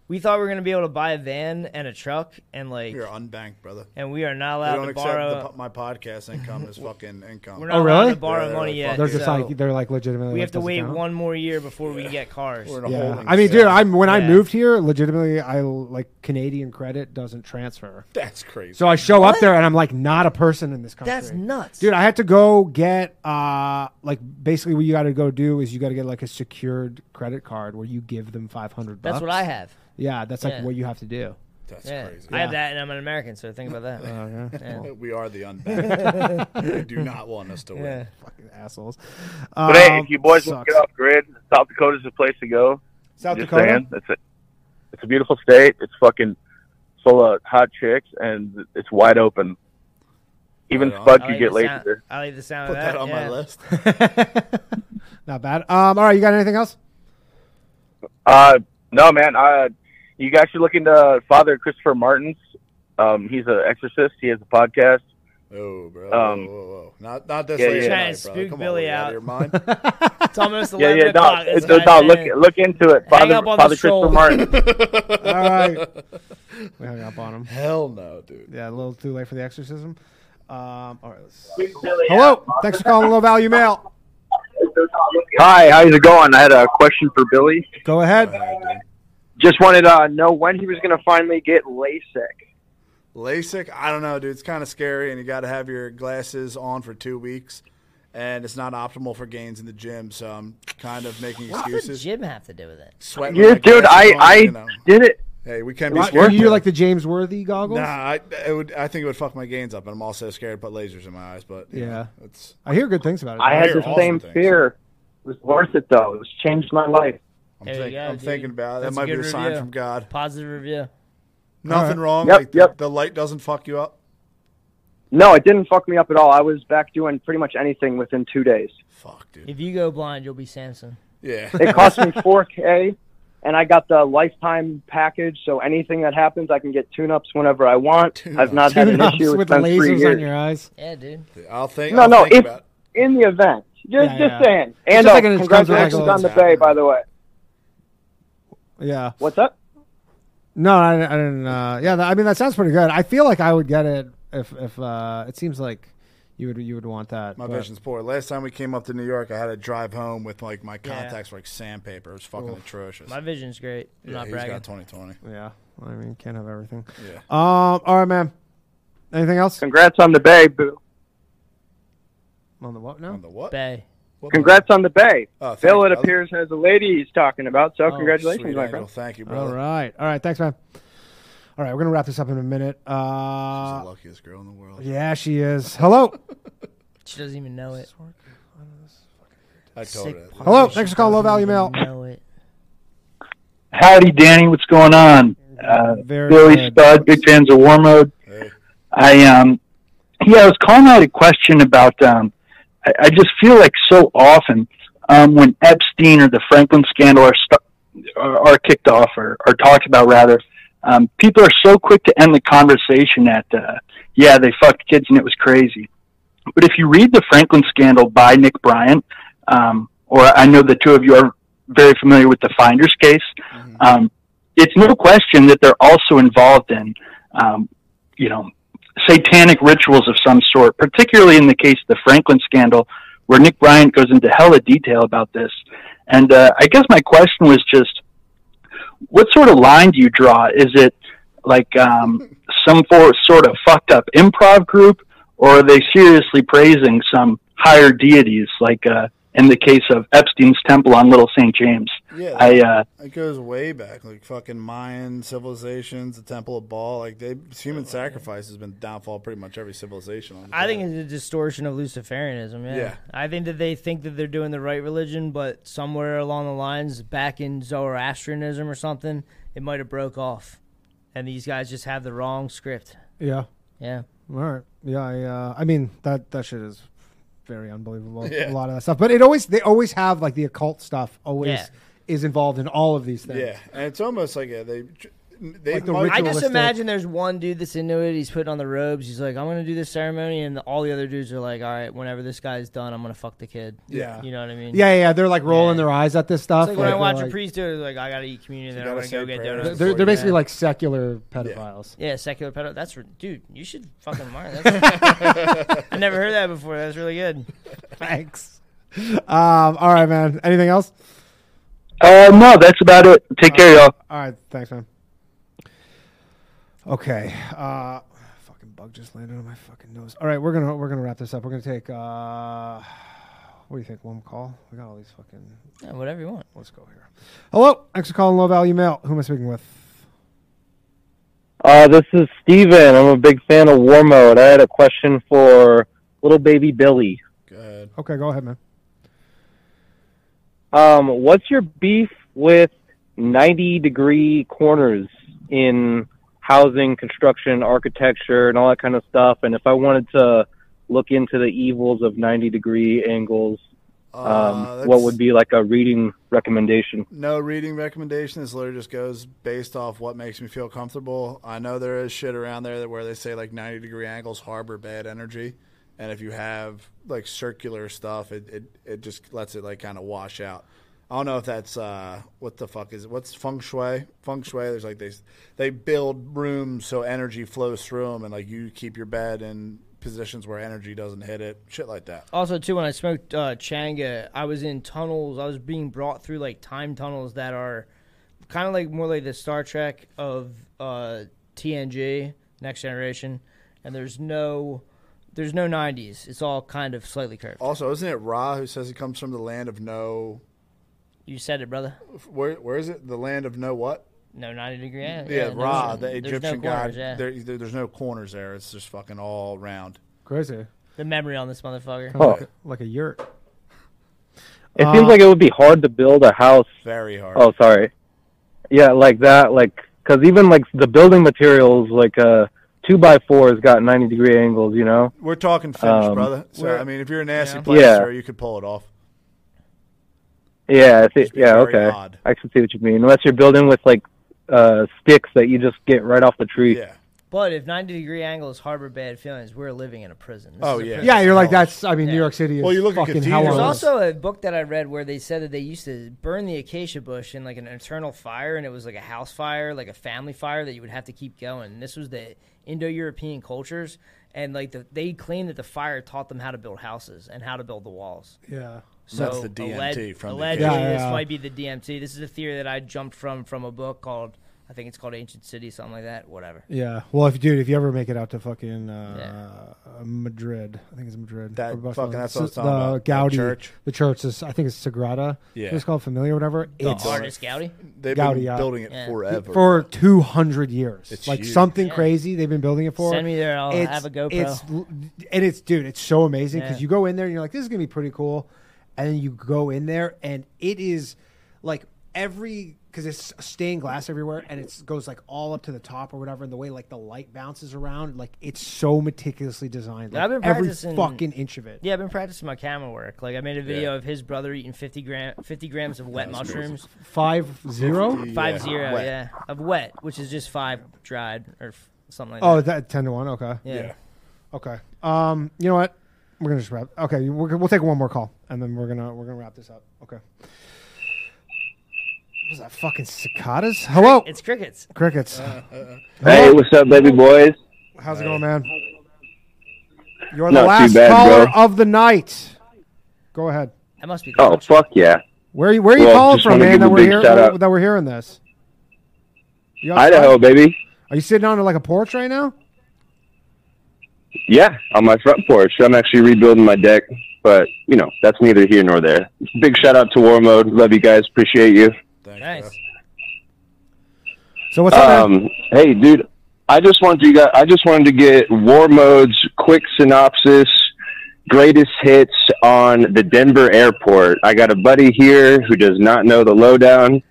Speaker 5: We thought we were gonna be able to buy a van and a truck and like
Speaker 4: You're unbanked, brother.
Speaker 5: and we are not
Speaker 4: They
Speaker 5: allowed
Speaker 4: don't
Speaker 5: to
Speaker 4: accept
Speaker 5: borrow.
Speaker 4: the, po- my podcast income as fucking income.
Speaker 5: We're
Speaker 3: Oh, really?
Speaker 5: allowed to borrow money yet.
Speaker 3: They're just
Speaker 5: so
Speaker 3: like they're like legitimately.
Speaker 5: we
Speaker 3: like,
Speaker 5: have to
Speaker 3: doesn't
Speaker 5: wait
Speaker 3: count.
Speaker 5: one more year before we get cars.
Speaker 3: Yeah. I mean, dude, I'm when I moved here, legitimately, I like Canadian credit doesn't transfer.
Speaker 4: That's crazy.
Speaker 3: So I show up there and I'm like not a person in this country.
Speaker 5: That's nuts.
Speaker 3: Dude, I had to go get uh like basically what you got to go do is you got to get like a secured credit card where you give them 500 bucks.
Speaker 5: That's what I have.
Speaker 3: Yeah, that's like
Speaker 5: Yeah.
Speaker 3: what you have to do.
Speaker 4: That's
Speaker 5: Yeah.
Speaker 4: crazy.
Speaker 5: I have that, and I'm an American, so think about that.
Speaker 3: Oh, yeah.
Speaker 5: Yeah.
Speaker 4: We are the unbanked. they do not want us to win.
Speaker 5: Yeah.
Speaker 3: Fucking assholes.
Speaker 17: But hey,
Speaker 3: Um,
Speaker 17: if you boys want to
Speaker 3: sucks.
Speaker 17: get off grid, South Dakota's the place to go.
Speaker 3: South
Speaker 17: Just
Speaker 3: Dakota?
Speaker 17: saying. That's it. It's a beautiful state. It's fucking full of hot chicks, and it's wide open. Even
Speaker 3: Right on.
Speaker 17: Spud
Speaker 3: I
Speaker 17: could
Speaker 3: like
Speaker 17: get
Speaker 3: the
Speaker 17: laid
Speaker 3: sound-
Speaker 17: there.
Speaker 5: I like the sound
Speaker 4: Put
Speaker 5: of
Speaker 4: that
Speaker 5: that.
Speaker 4: on my
Speaker 5: yeah.
Speaker 4: list.
Speaker 3: Not bad. Um all right, you got anything else?
Speaker 17: Uh, no, man. Uh, you guys should look into Father Christopher Martins. Um, he's an exorcist. He has a podcast.
Speaker 4: Oh, bro.
Speaker 17: Um,
Speaker 4: whoa, whoa, whoa. Not, not this
Speaker 17: yeah,
Speaker 4: late
Speaker 17: yeah.
Speaker 4: at
Speaker 17: Trying to
Speaker 4: night, brother.
Speaker 5: spook
Speaker 4: Come
Speaker 5: Billy
Speaker 4: on, out.
Speaker 5: out.
Speaker 4: of your mind.
Speaker 5: It's almost
Speaker 17: yeah,
Speaker 5: 11
Speaker 17: yeah. No,
Speaker 5: o'clock.
Speaker 17: it's,
Speaker 5: That's
Speaker 17: no,
Speaker 5: what I
Speaker 17: look
Speaker 5: said.
Speaker 17: look into it.
Speaker 5: Hang
Speaker 17: Father,
Speaker 5: up on
Speaker 17: Father
Speaker 5: the stroll.
Speaker 17: Christopher Martin.
Speaker 3: All right. We hung up on him.
Speaker 4: Hell no, dude.
Speaker 3: Yeah, a little too late for the exorcism. Um, all right, let's...
Speaker 17: Billy
Speaker 3: Hello. Thanks for calling Low Value Mail.
Speaker 19: Hi, how's it going? I had a question for Billy.
Speaker 3: Go ahead.
Speaker 19: Just wanted to uh, know when he was going to finally get LASIK.
Speaker 4: LASIK, I don't know, dude. It's kind of scary, and you got to have your glasses on for two weeks, and it's not optimal for gains in the gym. So I'm kind of making
Speaker 5: What does the
Speaker 4: excuses.
Speaker 5: gym have to do with it?
Speaker 4: Sweating
Speaker 19: Yeah,
Speaker 4: with my
Speaker 19: dude, I
Speaker 4: glasses on,
Speaker 19: I
Speaker 4: you know.
Speaker 19: did it.
Speaker 4: Hey, we can't be
Speaker 3: Why-
Speaker 4: scared.
Speaker 3: you do like the James Worthy goggles?
Speaker 4: Nah, I, it would, I think it would fuck my gains up, and I'm also scared to put lasers in my eyes. But you
Speaker 3: Yeah.
Speaker 4: know, it's
Speaker 3: I hear good things about it.
Speaker 19: I
Speaker 4: I
Speaker 19: had
Speaker 4: hear
Speaker 19: the
Speaker 4: awesome
Speaker 19: same
Speaker 4: things.
Speaker 19: fear. It was worth it though. It's changed my life.
Speaker 4: I'm,
Speaker 5: There you
Speaker 4: think-
Speaker 5: go,
Speaker 4: I'm
Speaker 5: dude.
Speaker 4: thinking about it.
Speaker 5: That's a
Speaker 4: that might be
Speaker 5: good
Speaker 4: a sign
Speaker 5: review.
Speaker 4: from God.
Speaker 5: Positive review.
Speaker 4: Nothing
Speaker 19: right.
Speaker 4: wrong.
Speaker 19: Yep,
Speaker 4: like the,
Speaker 19: yep.
Speaker 4: the light doesn't fuck you up.
Speaker 19: No, it didn't fuck me up at all. I was back doing pretty much anything within two days.
Speaker 5: If you go blind, you'll be Samson.
Speaker 4: Yeah.
Speaker 19: It cost me 4K, and I got the lifetime package. So anything that happens, I can get tune-ups whenever I want. I've not had an
Speaker 3: Tune-ups
Speaker 19: issue. It's
Speaker 3: with
Speaker 19: been
Speaker 3: lasers
Speaker 19: three years.
Speaker 3: on your eyes.
Speaker 5: Yeah, dude.
Speaker 4: I'll think.
Speaker 19: No,
Speaker 4: I'll
Speaker 19: no,
Speaker 4: think
Speaker 19: if
Speaker 4: about it.
Speaker 19: in the event. Just,
Speaker 3: Yeah,
Speaker 19: just
Speaker 3: yeah.
Speaker 19: saying.
Speaker 3: It's
Speaker 19: And
Speaker 3: just
Speaker 19: uh,
Speaker 3: like it just comes with, like,
Speaker 19: congratulations
Speaker 3: a-
Speaker 19: on the bay, by the way.
Speaker 3: Yeah.
Speaker 19: What's up?
Speaker 3: No, I, I didn't. Uh, yeah, that, I mean that sounds pretty good. I feel like I would get it if if uh, it seems like you would you would want that.
Speaker 4: My
Speaker 3: but-
Speaker 4: vision's poor. Last time we came up to New York, I had to drive home with like my
Speaker 5: Yeah.
Speaker 4: contacts were like sandpaper. It was fucking
Speaker 5: Oof.
Speaker 4: atrocious.
Speaker 5: My vision's great. I'm
Speaker 4: yeah,
Speaker 5: not
Speaker 4: he's
Speaker 5: bragging.
Speaker 4: got 2020.
Speaker 3: Yeah, I mean can't have everything.
Speaker 4: Yeah.
Speaker 3: Um. All right, man. Anything else?
Speaker 19: Congrats on the bay, boo.
Speaker 3: On the what now? On
Speaker 4: the what?
Speaker 5: Bay.
Speaker 19: Congrats on the bay.
Speaker 4: Oh, thanks,
Speaker 19: Bill, it
Speaker 4: brother.
Speaker 19: appears, has a lady he's talking about.
Speaker 3: Oh,
Speaker 19: So congratulations,
Speaker 4: sweet
Speaker 19: my
Speaker 4: angel.
Speaker 19: friend.
Speaker 4: Thank you,
Speaker 3: All
Speaker 4: brother.
Speaker 3: right. All right. Thanks, man. All right, we're gonna wrap this up in a minute. Uh,
Speaker 4: She's the luckiest girl in the world.
Speaker 3: Yeah, she is. Hello.
Speaker 5: She doesn't even know it.
Speaker 4: I told her. that.
Speaker 3: Hello. Thanks for calling Low Value Mail.
Speaker 10: Howdy, Danny. What's going on? Uh,
Speaker 3: Very
Speaker 10: Billy
Speaker 3: good.
Speaker 10: Stud, big fans of War Mode. I um, yeah, I was calling out a question about um, I, I just feel like so often
Speaker 20: um, when Epstein or the Franklin scandal are, stu- are, are kicked off or, or talked about, rather, um, people are so quick to end the conversation at, uh, yeah, they fucked kids and it was crazy. But if you read The Franklin Scandal by Nick Bryant, um, or I know the two of you are very familiar with the Finders case, um, it's no question that they're also involved in, um, you know, satanic rituals of some sort, particularly in the case of the Franklin scandal, where Nick Bryant goes into hella detail about this. And uh, I guess my question was just, what sort of line do you draw? Is it like um, some for, sort of fucked up improv group, or are they seriously praising some higher deities, like uh, in the case of Epstein's temple on Little St. James?
Speaker 4: Yeah,
Speaker 20: I uh,
Speaker 4: it goes way back, like fucking Mayan civilizations, the Temple of Baal. Like they, human sacrifice has been downfall of pretty much every civilization. On the
Speaker 5: I think it's a distortion of Luciferianism. Yeah.
Speaker 4: Yeah.
Speaker 5: I think that they think that they're doing the right religion, but somewhere along the lines, back in Zoroastrianism or something, it might have broke off, and these guys just have the wrong script.
Speaker 3: Yeah.
Speaker 5: Yeah.
Speaker 3: All right. Yeah. I, uh, I mean that that shit is very unbelievable.
Speaker 5: Yeah.
Speaker 3: A lot of that stuff, but it always they always have like the occult stuff always
Speaker 4: Yeah.
Speaker 3: is involved in all of these things.
Speaker 4: Yeah, and it's almost like yeah, they they
Speaker 3: Like the
Speaker 4: might-
Speaker 5: I just imagine there's one dude that's into it. He's putting on the robes. He's like, I'm gonna do this ceremony, and all the other dudes are like, All right, whenever this guy's done, I'm gonna fuck the kid.
Speaker 3: Yeah.
Speaker 5: You know what I mean?
Speaker 3: Yeah, yeah, yeah. They're like rolling their eyes at this stuff.
Speaker 5: It's like when I
Speaker 3: they're,
Speaker 5: watch a
Speaker 3: like-
Speaker 5: priest do it, it's like I gotta eat communion, then
Speaker 4: You
Speaker 5: I'm
Speaker 4: gotta
Speaker 5: gonna go
Speaker 4: say
Speaker 5: get
Speaker 4: prayers
Speaker 5: donuts.
Speaker 3: they're,
Speaker 5: before
Speaker 3: they're
Speaker 5: you-
Speaker 3: basically like secular pedophiles.
Speaker 5: Yeah, secular pedo. That's re- dude. You should fucking learn. That's, I never heard that before. That's really good.
Speaker 3: Thanks. Um, all right, man. Anything else?
Speaker 20: Uh, no, that's about it. Take care, y'all.
Speaker 3: All right, thanks, man. Okay. Uh, fucking bug just landed on my fucking nose. All right, we're gonna we're gonna wrap this up. We're gonna take uh, what do you think? One call. We got all these fucking.
Speaker 5: Yeah, whatever you want.
Speaker 3: Let's go here. Hello, thanks for calling Low Value Mail. Who am I speaking with?
Speaker 16: Uh, this is Steven. I'm a big fan of War Mode. I had a question for little baby Billy.
Speaker 3: Okay, go ahead, man.
Speaker 16: Um, what's your beef with 90 degree corners in housing, construction, architecture, and all that kind of stuff? And if I wanted to look into the evils of 90 degree angles, um, what
Speaker 4: that's-
Speaker 16: would be like a reading recommendation?
Speaker 4: No reading recommendation. This literally just goes based off what makes me feel comfortable. I know there is shit around there that where they say like 90 degree angles harbor bad energy. And if you have like circular stuff, it, it, it just lets it like kind of wash out. I don't know if that's uh, what the fuck is it? What's feng shui? Feng shui. There's like they they build rooms so energy flows through them, and like you keep your bed in positions where energy doesn't hit it. Shit like that.
Speaker 5: Also, too, when I smoked uh, Changa, I was in tunnels. I was being brought through like time tunnels that are kind of like more like the Star Trek of uh, TNG, Next Generation, and there's no. There's no 90s. It's all kind of slightly curved.
Speaker 4: Also, isn't it Ra who says he comes from the land of no?
Speaker 5: You said it, brother.
Speaker 4: Where where is it? The land of no what?
Speaker 5: No 90 degree
Speaker 4: Yeah,
Speaker 5: angle. no-
Speaker 4: Ra, the
Speaker 5: there's no
Speaker 4: Egyptian
Speaker 5: corners,
Speaker 4: god.
Speaker 5: yeah.
Speaker 4: There, there- there's no corners there. It's just fucking all round.
Speaker 3: Crazy.
Speaker 5: The memory on this motherfucker.
Speaker 3: Kinda Like, a, like a yurt.
Speaker 16: It
Speaker 3: Uh,
Speaker 16: seems like it would be hard to build a house.
Speaker 4: Very hard.
Speaker 16: Oh, sorry. Yeah, like that. Like, because even like the building materials, like uh, two by fours got ninety degree angles. You know.
Speaker 4: We're talking Finnish,
Speaker 16: Um,
Speaker 4: brother. So I mean, if you're a nasty
Speaker 16: Yeah.
Speaker 4: player,
Speaker 16: Yeah.
Speaker 4: sir, you could pull it off.
Speaker 16: Yeah. I see, yeah.
Speaker 4: very
Speaker 16: Okay.
Speaker 4: odd.
Speaker 16: I can see what you mean. Unless you're building with like uh sticks that you just get right off the tree.
Speaker 4: Yeah.
Speaker 5: But if 90 degree angles harbor bad feelings, we're living in a prison. This
Speaker 4: Oh,
Speaker 5: is a
Speaker 4: yeah.
Speaker 5: prison.
Speaker 3: Yeah, you're like that's. I mean, New York City is
Speaker 4: Well, you look at
Speaker 3: fucking how
Speaker 5: There's
Speaker 3: long?
Speaker 5: also a book that I read where they said that they used to burn the acacia bush in like an eternal fire, and it was like a house fire, like a family fire that you would have to keep going. And this was the Indo-European cultures, and like the, they claim that the fire taught them how to build houses and how to build the walls.
Speaker 3: Yeah.
Speaker 5: so
Speaker 4: That's the DMT
Speaker 5: alleg-
Speaker 4: from the
Speaker 5: allegedly,
Speaker 4: acacia. Yeah,
Speaker 5: this
Speaker 4: yeah.
Speaker 5: might be the DMT. This is a theory that I jumped from from a book called I think it's called Ancient City, something like that. Whatever.
Speaker 3: Yeah. Well, if dude, if you ever make it out to fucking uh, uh, Madrid, I think it's Madrid.
Speaker 4: That
Speaker 3: or Barcelona.
Speaker 4: fucking- that's what
Speaker 3: S-
Speaker 4: I was talking
Speaker 3: the
Speaker 4: about,
Speaker 3: Gaudi
Speaker 4: that church.
Speaker 3: The church is, I think it's Sagrada.
Speaker 4: Yeah.
Speaker 3: It's called Familiar, or whatever.
Speaker 4: The
Speaker 3: it's
Speaker 4: artist
Speaker 5: Gaudi?
Speaker 4: They've been building it Yeah. forever.
Speaker 3: For two hundred years,
Speaker 4: It's
Speaker 3: like
Speaker 4: huge.
Speaker 3: something crazy. They've been building it for.
Speaker 5: Send me there, I'll
Speaker 3: It's-
Speaker 5: have a GoPro.
Speaker 3: It's, l- and it's dude, it's so amazing because
Speaker 5: Yeah.
Speaker 3: you go in there and you're like, this is gonna be pretty cool, and then you go in there and it is like every because it's stained glass everywhere and it goes like all up to the top or whatever and the way like the light bounces around like it's so meticulously designed like,
Speaker 5: I've been
Speaker 3: every
Speaker 5: practicing
Speaker 3: fucking inch of it
Speaker 5: Yeah, I've been practicing my camera work. Like I made a video of his brother eating fifty gram, fifty grams of wet mushrooms.
Speaker 3: five zero
Speaker 5: Five zero, yeah, of wet, which is just five dried or f- something like
Speaker 3: oh
Speaker 5: that.
Speaker 3: that 10 to 1 okay
Speaker 5: Yeah. Yeah.
Speaker 3: okay um you know what we're gonna just wrap okay we're, gonna- we'll take one more call and then we're gonna we're gonna wrap this up okay was that fucking cicadas hello
Speaker 5: It's crickets.
Speaker 3: crickets
Speaker 12: Hey, what's up, baby boys?
Speaker 3: how's it going man you're
Speaker 12: Not
Speaker 3: the
Speaker 12: too
Speaker 3: last
Speaker 12: bad,
Speaker 3: caller
Speaker 12: bro.
Speaker 3: of the night go ahead
Speaker 5: that must be
Speaker 12: Oh, fuck yeah.
Speaker 3: Where are you, where are you
Speaker 12: Well,
Speaker 3: calling
Speaker 12: just
Speaker 3: from,
Speaker 12: wanna
Speaker 3: man?
Speaker 12: give
Speaker 3: That
Speaker 12: a
Speaker 3: we're,
Speaker 12: big
Speaker 3: hear,
Speaker 12: shout out.
Speaker 3: that we're hearing this. You outside?
Speaker 12: Idaho, baby.
Speaker 3: Are you sitting on like a porch right now?
Speaker 12: Yeah, on my front porch. I'm actually rebuilding my deck, but, you know, that's neither here nor there. Big shout out to War Mode. Love you guys. Appreciate you.
Speaker 5: nice.
Speaker 3: So what's
Speaker 12: up? Um, hey, dude, I just wanted you guys. I just wanted to get War Mode's quick synopsis, greatest hits on the Denver airport. I got a buddy here who does not know the lowdown,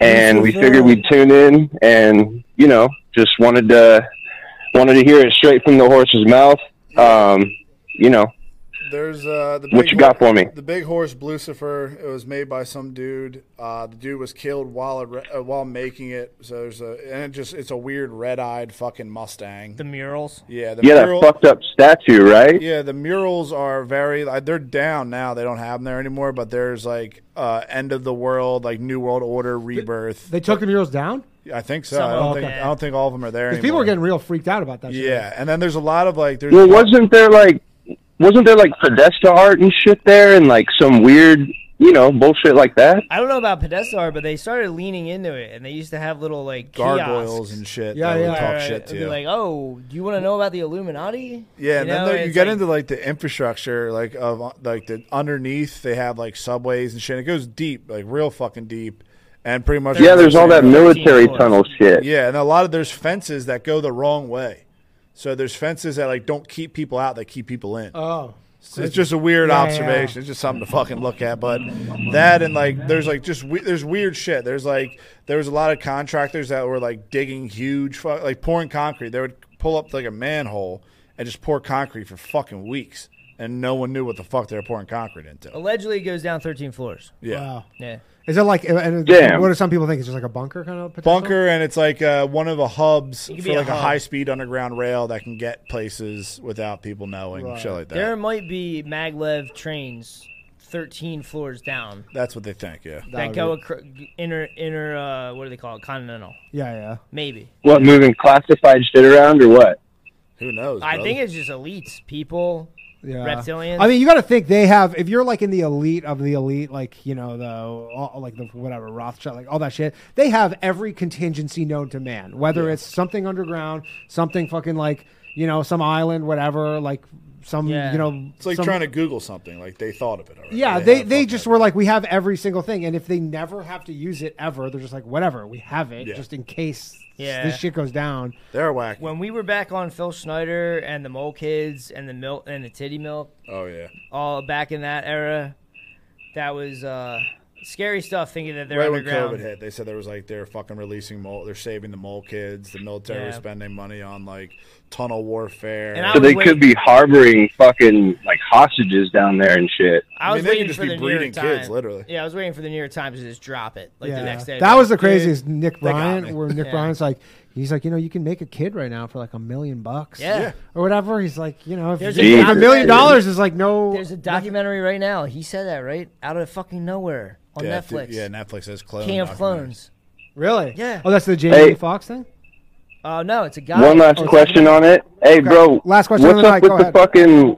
Speaker 12: and we figured we'd tune in, and you know, just wanted to wanted to hear it straight from the horse's mouth. Um, you know,
Speaker 4: There's uh, the
Speaker 12: What
Speaker 4: big
Speaker 12: you got
Speaker 4: hor-
Speaker 12: for me?
Speaker 4: The big horse, Lucifer. It was made by some dude. Uh, the dude was killed while it re- uh, while making it. So there's a and it just it's a weird red eyed fucking Mustang. The
Speaker 5: murals.
Speaker 4: Yeah, the
Speaker 12: yeah,
Speaker 4: mural-
Speaker 12: that fucked up statue, right?
Speaker 4: Yeah, the murals are very. Like, they're down now. They don't have them there anymore. But there's like uh, end of the world, like New World Order, rebirth.
Speaker 3: They took the murals down
Speaker 4: I think so.
Speaker 3: Some
Speaker 4: I
Speaker 3: of
Speaker 4: don't
Speaker 3: them.
Speaker 4: think I don't think all of them are there
Speaker 3: because
Speaker 4: anymore.
Speaker 3: people were getting real freaked out about that. shit.
Speaker 4: yeah, and then there's a lot of like there's
Speaker 12: Well, wasn't there like wasn't there like Podesta art and shit there, and like some weird, you know, bullshit like that?
Speaker 5: I don't know about Podesta art, but they started leaning into it, and they used to have little like
Speaker 4: gargoyles
Speaker 5: kiosks.
Speaker 4: and shit.
Speaker 5: Yeah,
Speaker 4: that
Speaker 5: yeah.
Speaker 4: would
Speaker 5: Right,
Speaker 4: talk
Speaker 5: right.
Speaker 4: shit
Speaker 5: It'd
Speaker 4: to
Speaker 5: be
Speaker 4: you.
Speaker 5: Like, oh, do you want to know about the Illuminati?
Speaker 4: Yeah,
Speaker 5: you
Speaker 4: and
Speaker 5: know,
Speaker 4: then there,
Speaker 5: it's
Speaker 4: you get
Speaker 5: like-
Speaker 4: into like the infrastructure, like of uh, like the underneath. They have like subways and shit. It goes deep, like real fucking deep, and pretty much.
Speaker 12: Yeah, there's all that military tunnel shit.
Speaker 4: Yeah, and a lot of there's fences that go the wrong way. So there's fences that like don't keep people out, that keep people in.
Speaker 3: Oh.
Speaker 4: So it's just a weird
Speaker 3: Yeah, yeah,
Speaker 4: observation. It's just something to fucking look at. But that and like there's like just we- there's weird shit. There's like there was a lot of contractors that were like digging huge fu- like pouring concrete. They would pull up like a manhole and just pour concrete for fucking weeks, and no one knew what the fuck they were pouring concrete into.
Speaker 5: Allegedly, it goes down 13 floors.
Speaker 4: Yeah.
Speaker 3: Wow.
Speaker 5: Yeah.
Speaker 3: Is it like? And
Speaker 4: Damn.
Speaker 3: What do some people think? It's just like a bunker kind of potential?
Speaker 4: Bunker, and it's like uh, one of the hubs for like
Speaker 5: could be a
Speaker 4: a,
Speaker 5: hub.
Speaker 4: high speed underground rail that can get places without people knowing, shit like that.
Speaker 5: There might be maglev trains 13 floors down
Speaker 4: That's what they think. Yeah,
Speaker 5: that go acro- inner inner uh, what do they call it? Continental.
Speaker 3: Yeah, yeah.
Speaker 5: Maybe.
Speaker 12: What moving classified shit around or what?
Speaker 4: Who knows?
Speaker 5: I think it's just elites, people,
Speaker 3: Yeah.
Speaker 5: reptilians.
Speaker 3: I mean, you got to think they have. If you're like in the elite of the elite, like you know the all, like the whatever Rothschild, like all that shit, they have every contingency known to man. Whether it's something underground, something fucking like you know some island, whatever, like some you know.
Speaker 4: it's like
Speaker 3: some-
Speaker 4: trying to Google something. Like they thought of it. Already.
Speaker 3: Yeah,
Speaker 4: They
Speaker 3: they
Speaker 4: have
Speaker 3: they just were like, we have every single thing, and if they never have to use it ever, they're just like, whatever, we have it just in case
Speaker 5: Yeah.
Speaker 3: this shit goes down.
Speaker 4: They're whack.
Speaker 5: when we were back on Phil Schneider and the Mole Kids and the milk and the Titty Milk.
Speaker 4: Oh yeah.
Speaker 5: All back in that era, that was uh, scary stuff. Thinking that they're
Speaker 4: right when
Speaker 5: underground.
Speaker 4: COVID hit, they said there was like they're fucking releasing mole, they're saving the mole kids. The military was
Speaker 5: Yeah.
Speaker 4: spending money on like tunnel warfare.
Speaker 12: So they could be harboring fucking like hostages down there and shit.
Speaker 5: I was
Speaker 4: mean, they could
Speaker 5: waiting
Speaker 4: just
Speaker 5: for
Speaker 4: be
Speaker 5: the New York
Speaker 4: breeding kids,
Speaker 5: Times-
Speaker 4: literally.
Speaker 5: Yeah, I was waiting for the New York Times to just drop it like the next day.
Speaker 3: That
Speaker 5: Like,
Speaker 3: was the
Speaker 5: dude,
Speaker 3: craziest. Nick
Speaker 5: they got me.
Speaker 3: Bryan, where Nick
Speaker 5: Yeah.
Speaker 3: Bryan's like, he's like, you know, you can make a kid right now for like a million bucks,
Speaker 5: Yeah. Yeah.
Speaker 3: or whatever. He's like, you know, if
Speaker 5: There's
Speaker 3: you get a
Speaker 5: documentary-
Speaker 3: million dollars is like no.
Speaker 5: There's a documentary right now. He said that right out of fucking nowhere on
Speaker 4: Yeah,
Speaker 5: Netflix.
Speaker 4: dude, yeah, Netflix has clone
Speaker 5: King of
Speaker 4: documentaries.
Speaker 5: Clones.
Speaker 3: Really?
Speaker 5: Yeah.
Speaker 3: Oh, that's the Jamie
Speaker 12: Hey.
Speaker 3: Lee Fox thing.
Speaker 5: Oh no, it's a guy.
Speaker 12: One last question on it. Hey, bro.
Speaker 3: Last question of
Speaker 12: What's
Speaker 3: the
Speaker 12: up
Speaker 3: night,
Speaker 12: with
Speaker 3: go
Speaker 12: the
Speaker 3: ahead.
Speaker 12: fucking?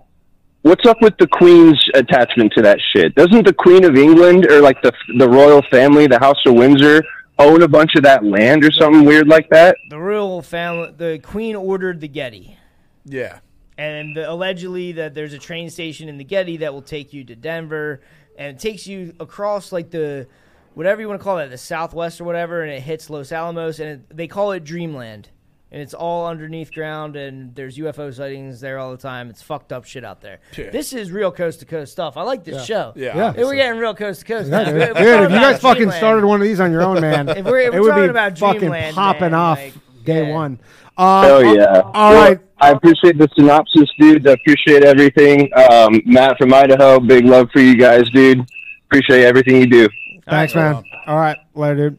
Speaker 12: What's up with the Queen's attachment to that shit? Doesn't the Queen of England or like the the royal family, the House of Windsor, own a bunch of that land or something weird like that?
Speaker 5: The royal family, the queen ordered the Getty,
Speaker 4: Yeah.
Speaker 5: and the, allegedly that there's a train station in the Getty that will take you to Denver, and it takes you across like the whatever you want to call it, the Southwest or whatever, and it hits Los Alamos, and it, they call it Dreamland. and it's all underneath ground, and there's UFO sightings there all the time. It's fucked up shit out there.
Speaker 4: Yeah.
Speaker 5: This is real coast to coast stuff. I like this
Speaker 3: Yeah.
Speaker 5: show.
Speaker 3: Yeah, Yeah.
Speaker 5: we're getting real coast to coast. now.
Speaker 3: dude,
Speaker 5: If we're
Speaker 3: Dude,
Speaker 5: talking
Speaker 3: if you
Speaker 5: about
Speaker 3: guys fucking
Speaker 5: Dreamland-
Speaker 3: started one of these on your own, man,
Speaker 5: If we're- if we're
Speaker 3: it would be
Speaker 5: talking about
Speaker 3: fucking
Speaker 5: Dreamland,
Speaker 3: popping
Speaker 5: man,
Speaker 3: off day one. Um,
Speaker 12: Oh yeah.
Speaker 3: All right.
Speaker 12: I appreciate the synopsis, dudes. I appreciate everything. Um, Matt from Idaho, big love for you guys, dude. Appreciate everything you do.
Speaker 3: Thanks, man. All right, later, dude.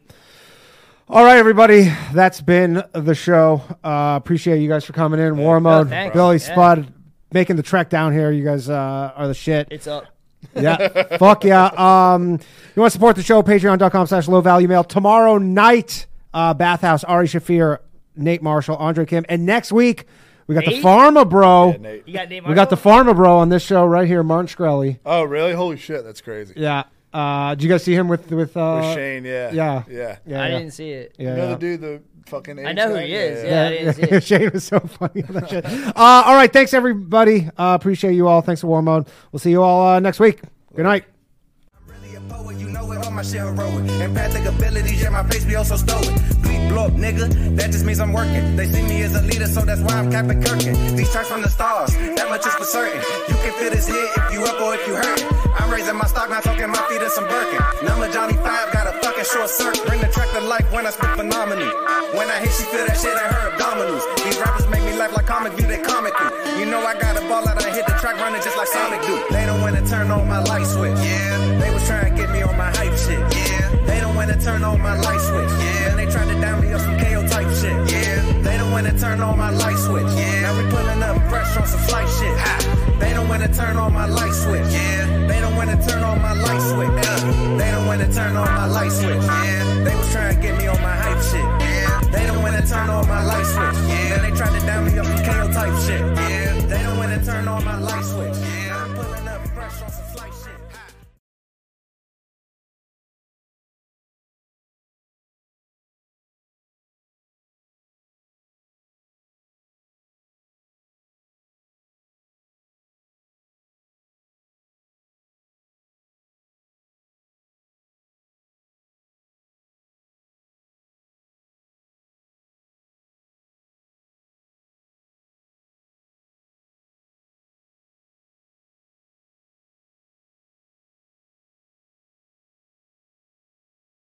Speaker 3: All right, everybody. That's been the show. Uh, appreciate you guys for coming in. War mode,
Speaker 5: thanks.
Speaker 3: Billy
Speaker 5: Yeah.
Speaker 3: Spud, making the trek down here. You guys uh, are the shit.
Speaker 5: It's up.
Speaker 3: yeah. Fuck yeah. Um, you want to support the show? Patreon.com slash low value mail. Tomorrow night, uh, Bathhouse, Ari Shafir, Nate Marshall, Andre Kim. And next week, we got
Speaker 4: Nate?
Speaker 3: the Pharma Bro.
Speaker 4: Yeah, Nate. You got Nate
Speaker 3: Oh, we got the Pharma Bro on this show right here, Martin Shkreli.
Speaker 4: Oh, really? Holy shit, that's crazy.
Speaker 3: Yeah. Uh, did you guys see him with with, uh,
Speaker 4: With Shane, yeah.
Speaker 3: yeah,
Speaker 4: Yeah.
Speaker 3: yeah,
Speaker 4: I
Speaker 3: yeah.
Speaker 4: didn't see it.
Speaker 3: Yeah,
Speaker 4: You know the
Speaker 3: yeah.
Speaker 4: dude, the fucking.
Speaker 5: I know who he is. Yeah, I didn't see
Speaker 3: yeah.
Speaker 5: it.
Speaker 3: Shane was so funny on that shit. Uh, all right, thanks everybody. Uh, appreciate you all. Thanks for War Mode. We'll see you all uh, next week. Good night.
Speaker 21: all my shit heroic. Empathic abilities, yeah, my face be also stoic. Bleep, blow up, nigga, that just means I'm working. They see me as a leader, so that's why I'm Captain Kirkin. These tracks from the stars, that much is for certain. You can feel this hit if you up or if you hurt. I'm raising my stock, not talking my feet in some Birkin. Number Johnny 5, got a fucking short circuit. Bring the track to life when I spit phenomenon. When I hit, she feel that shit in her abdominals. These rappers make me laugh like comic view, they comic through. You know I got a ball out, I hit the track running just like Sonic do. They don't wanna turn on my light switch. Yeah. They was trying to get me on my hype shit. Yeah. They don't wanna turn on my light switch. Yeah. Then they tried to down me up some KO type shit. Yeah. They don't wanna turn on my light switch. Yeah. Now we pulling up fresh on some flight shit. Ha. They don't wanna turn on my light switch. Yeah. They don't wanna turn on my light switch. Uh. They don't wanna turn on my light switch. Yeah. They was trying to get me on my hype shit. Yeah. They don't wanna turn on my light switch. Yeah. Then they tried to down me up some KO type shit. Yeah. They don't wanna turn on my light switch. Yeah. I'm pulling up fresh on some flight shit.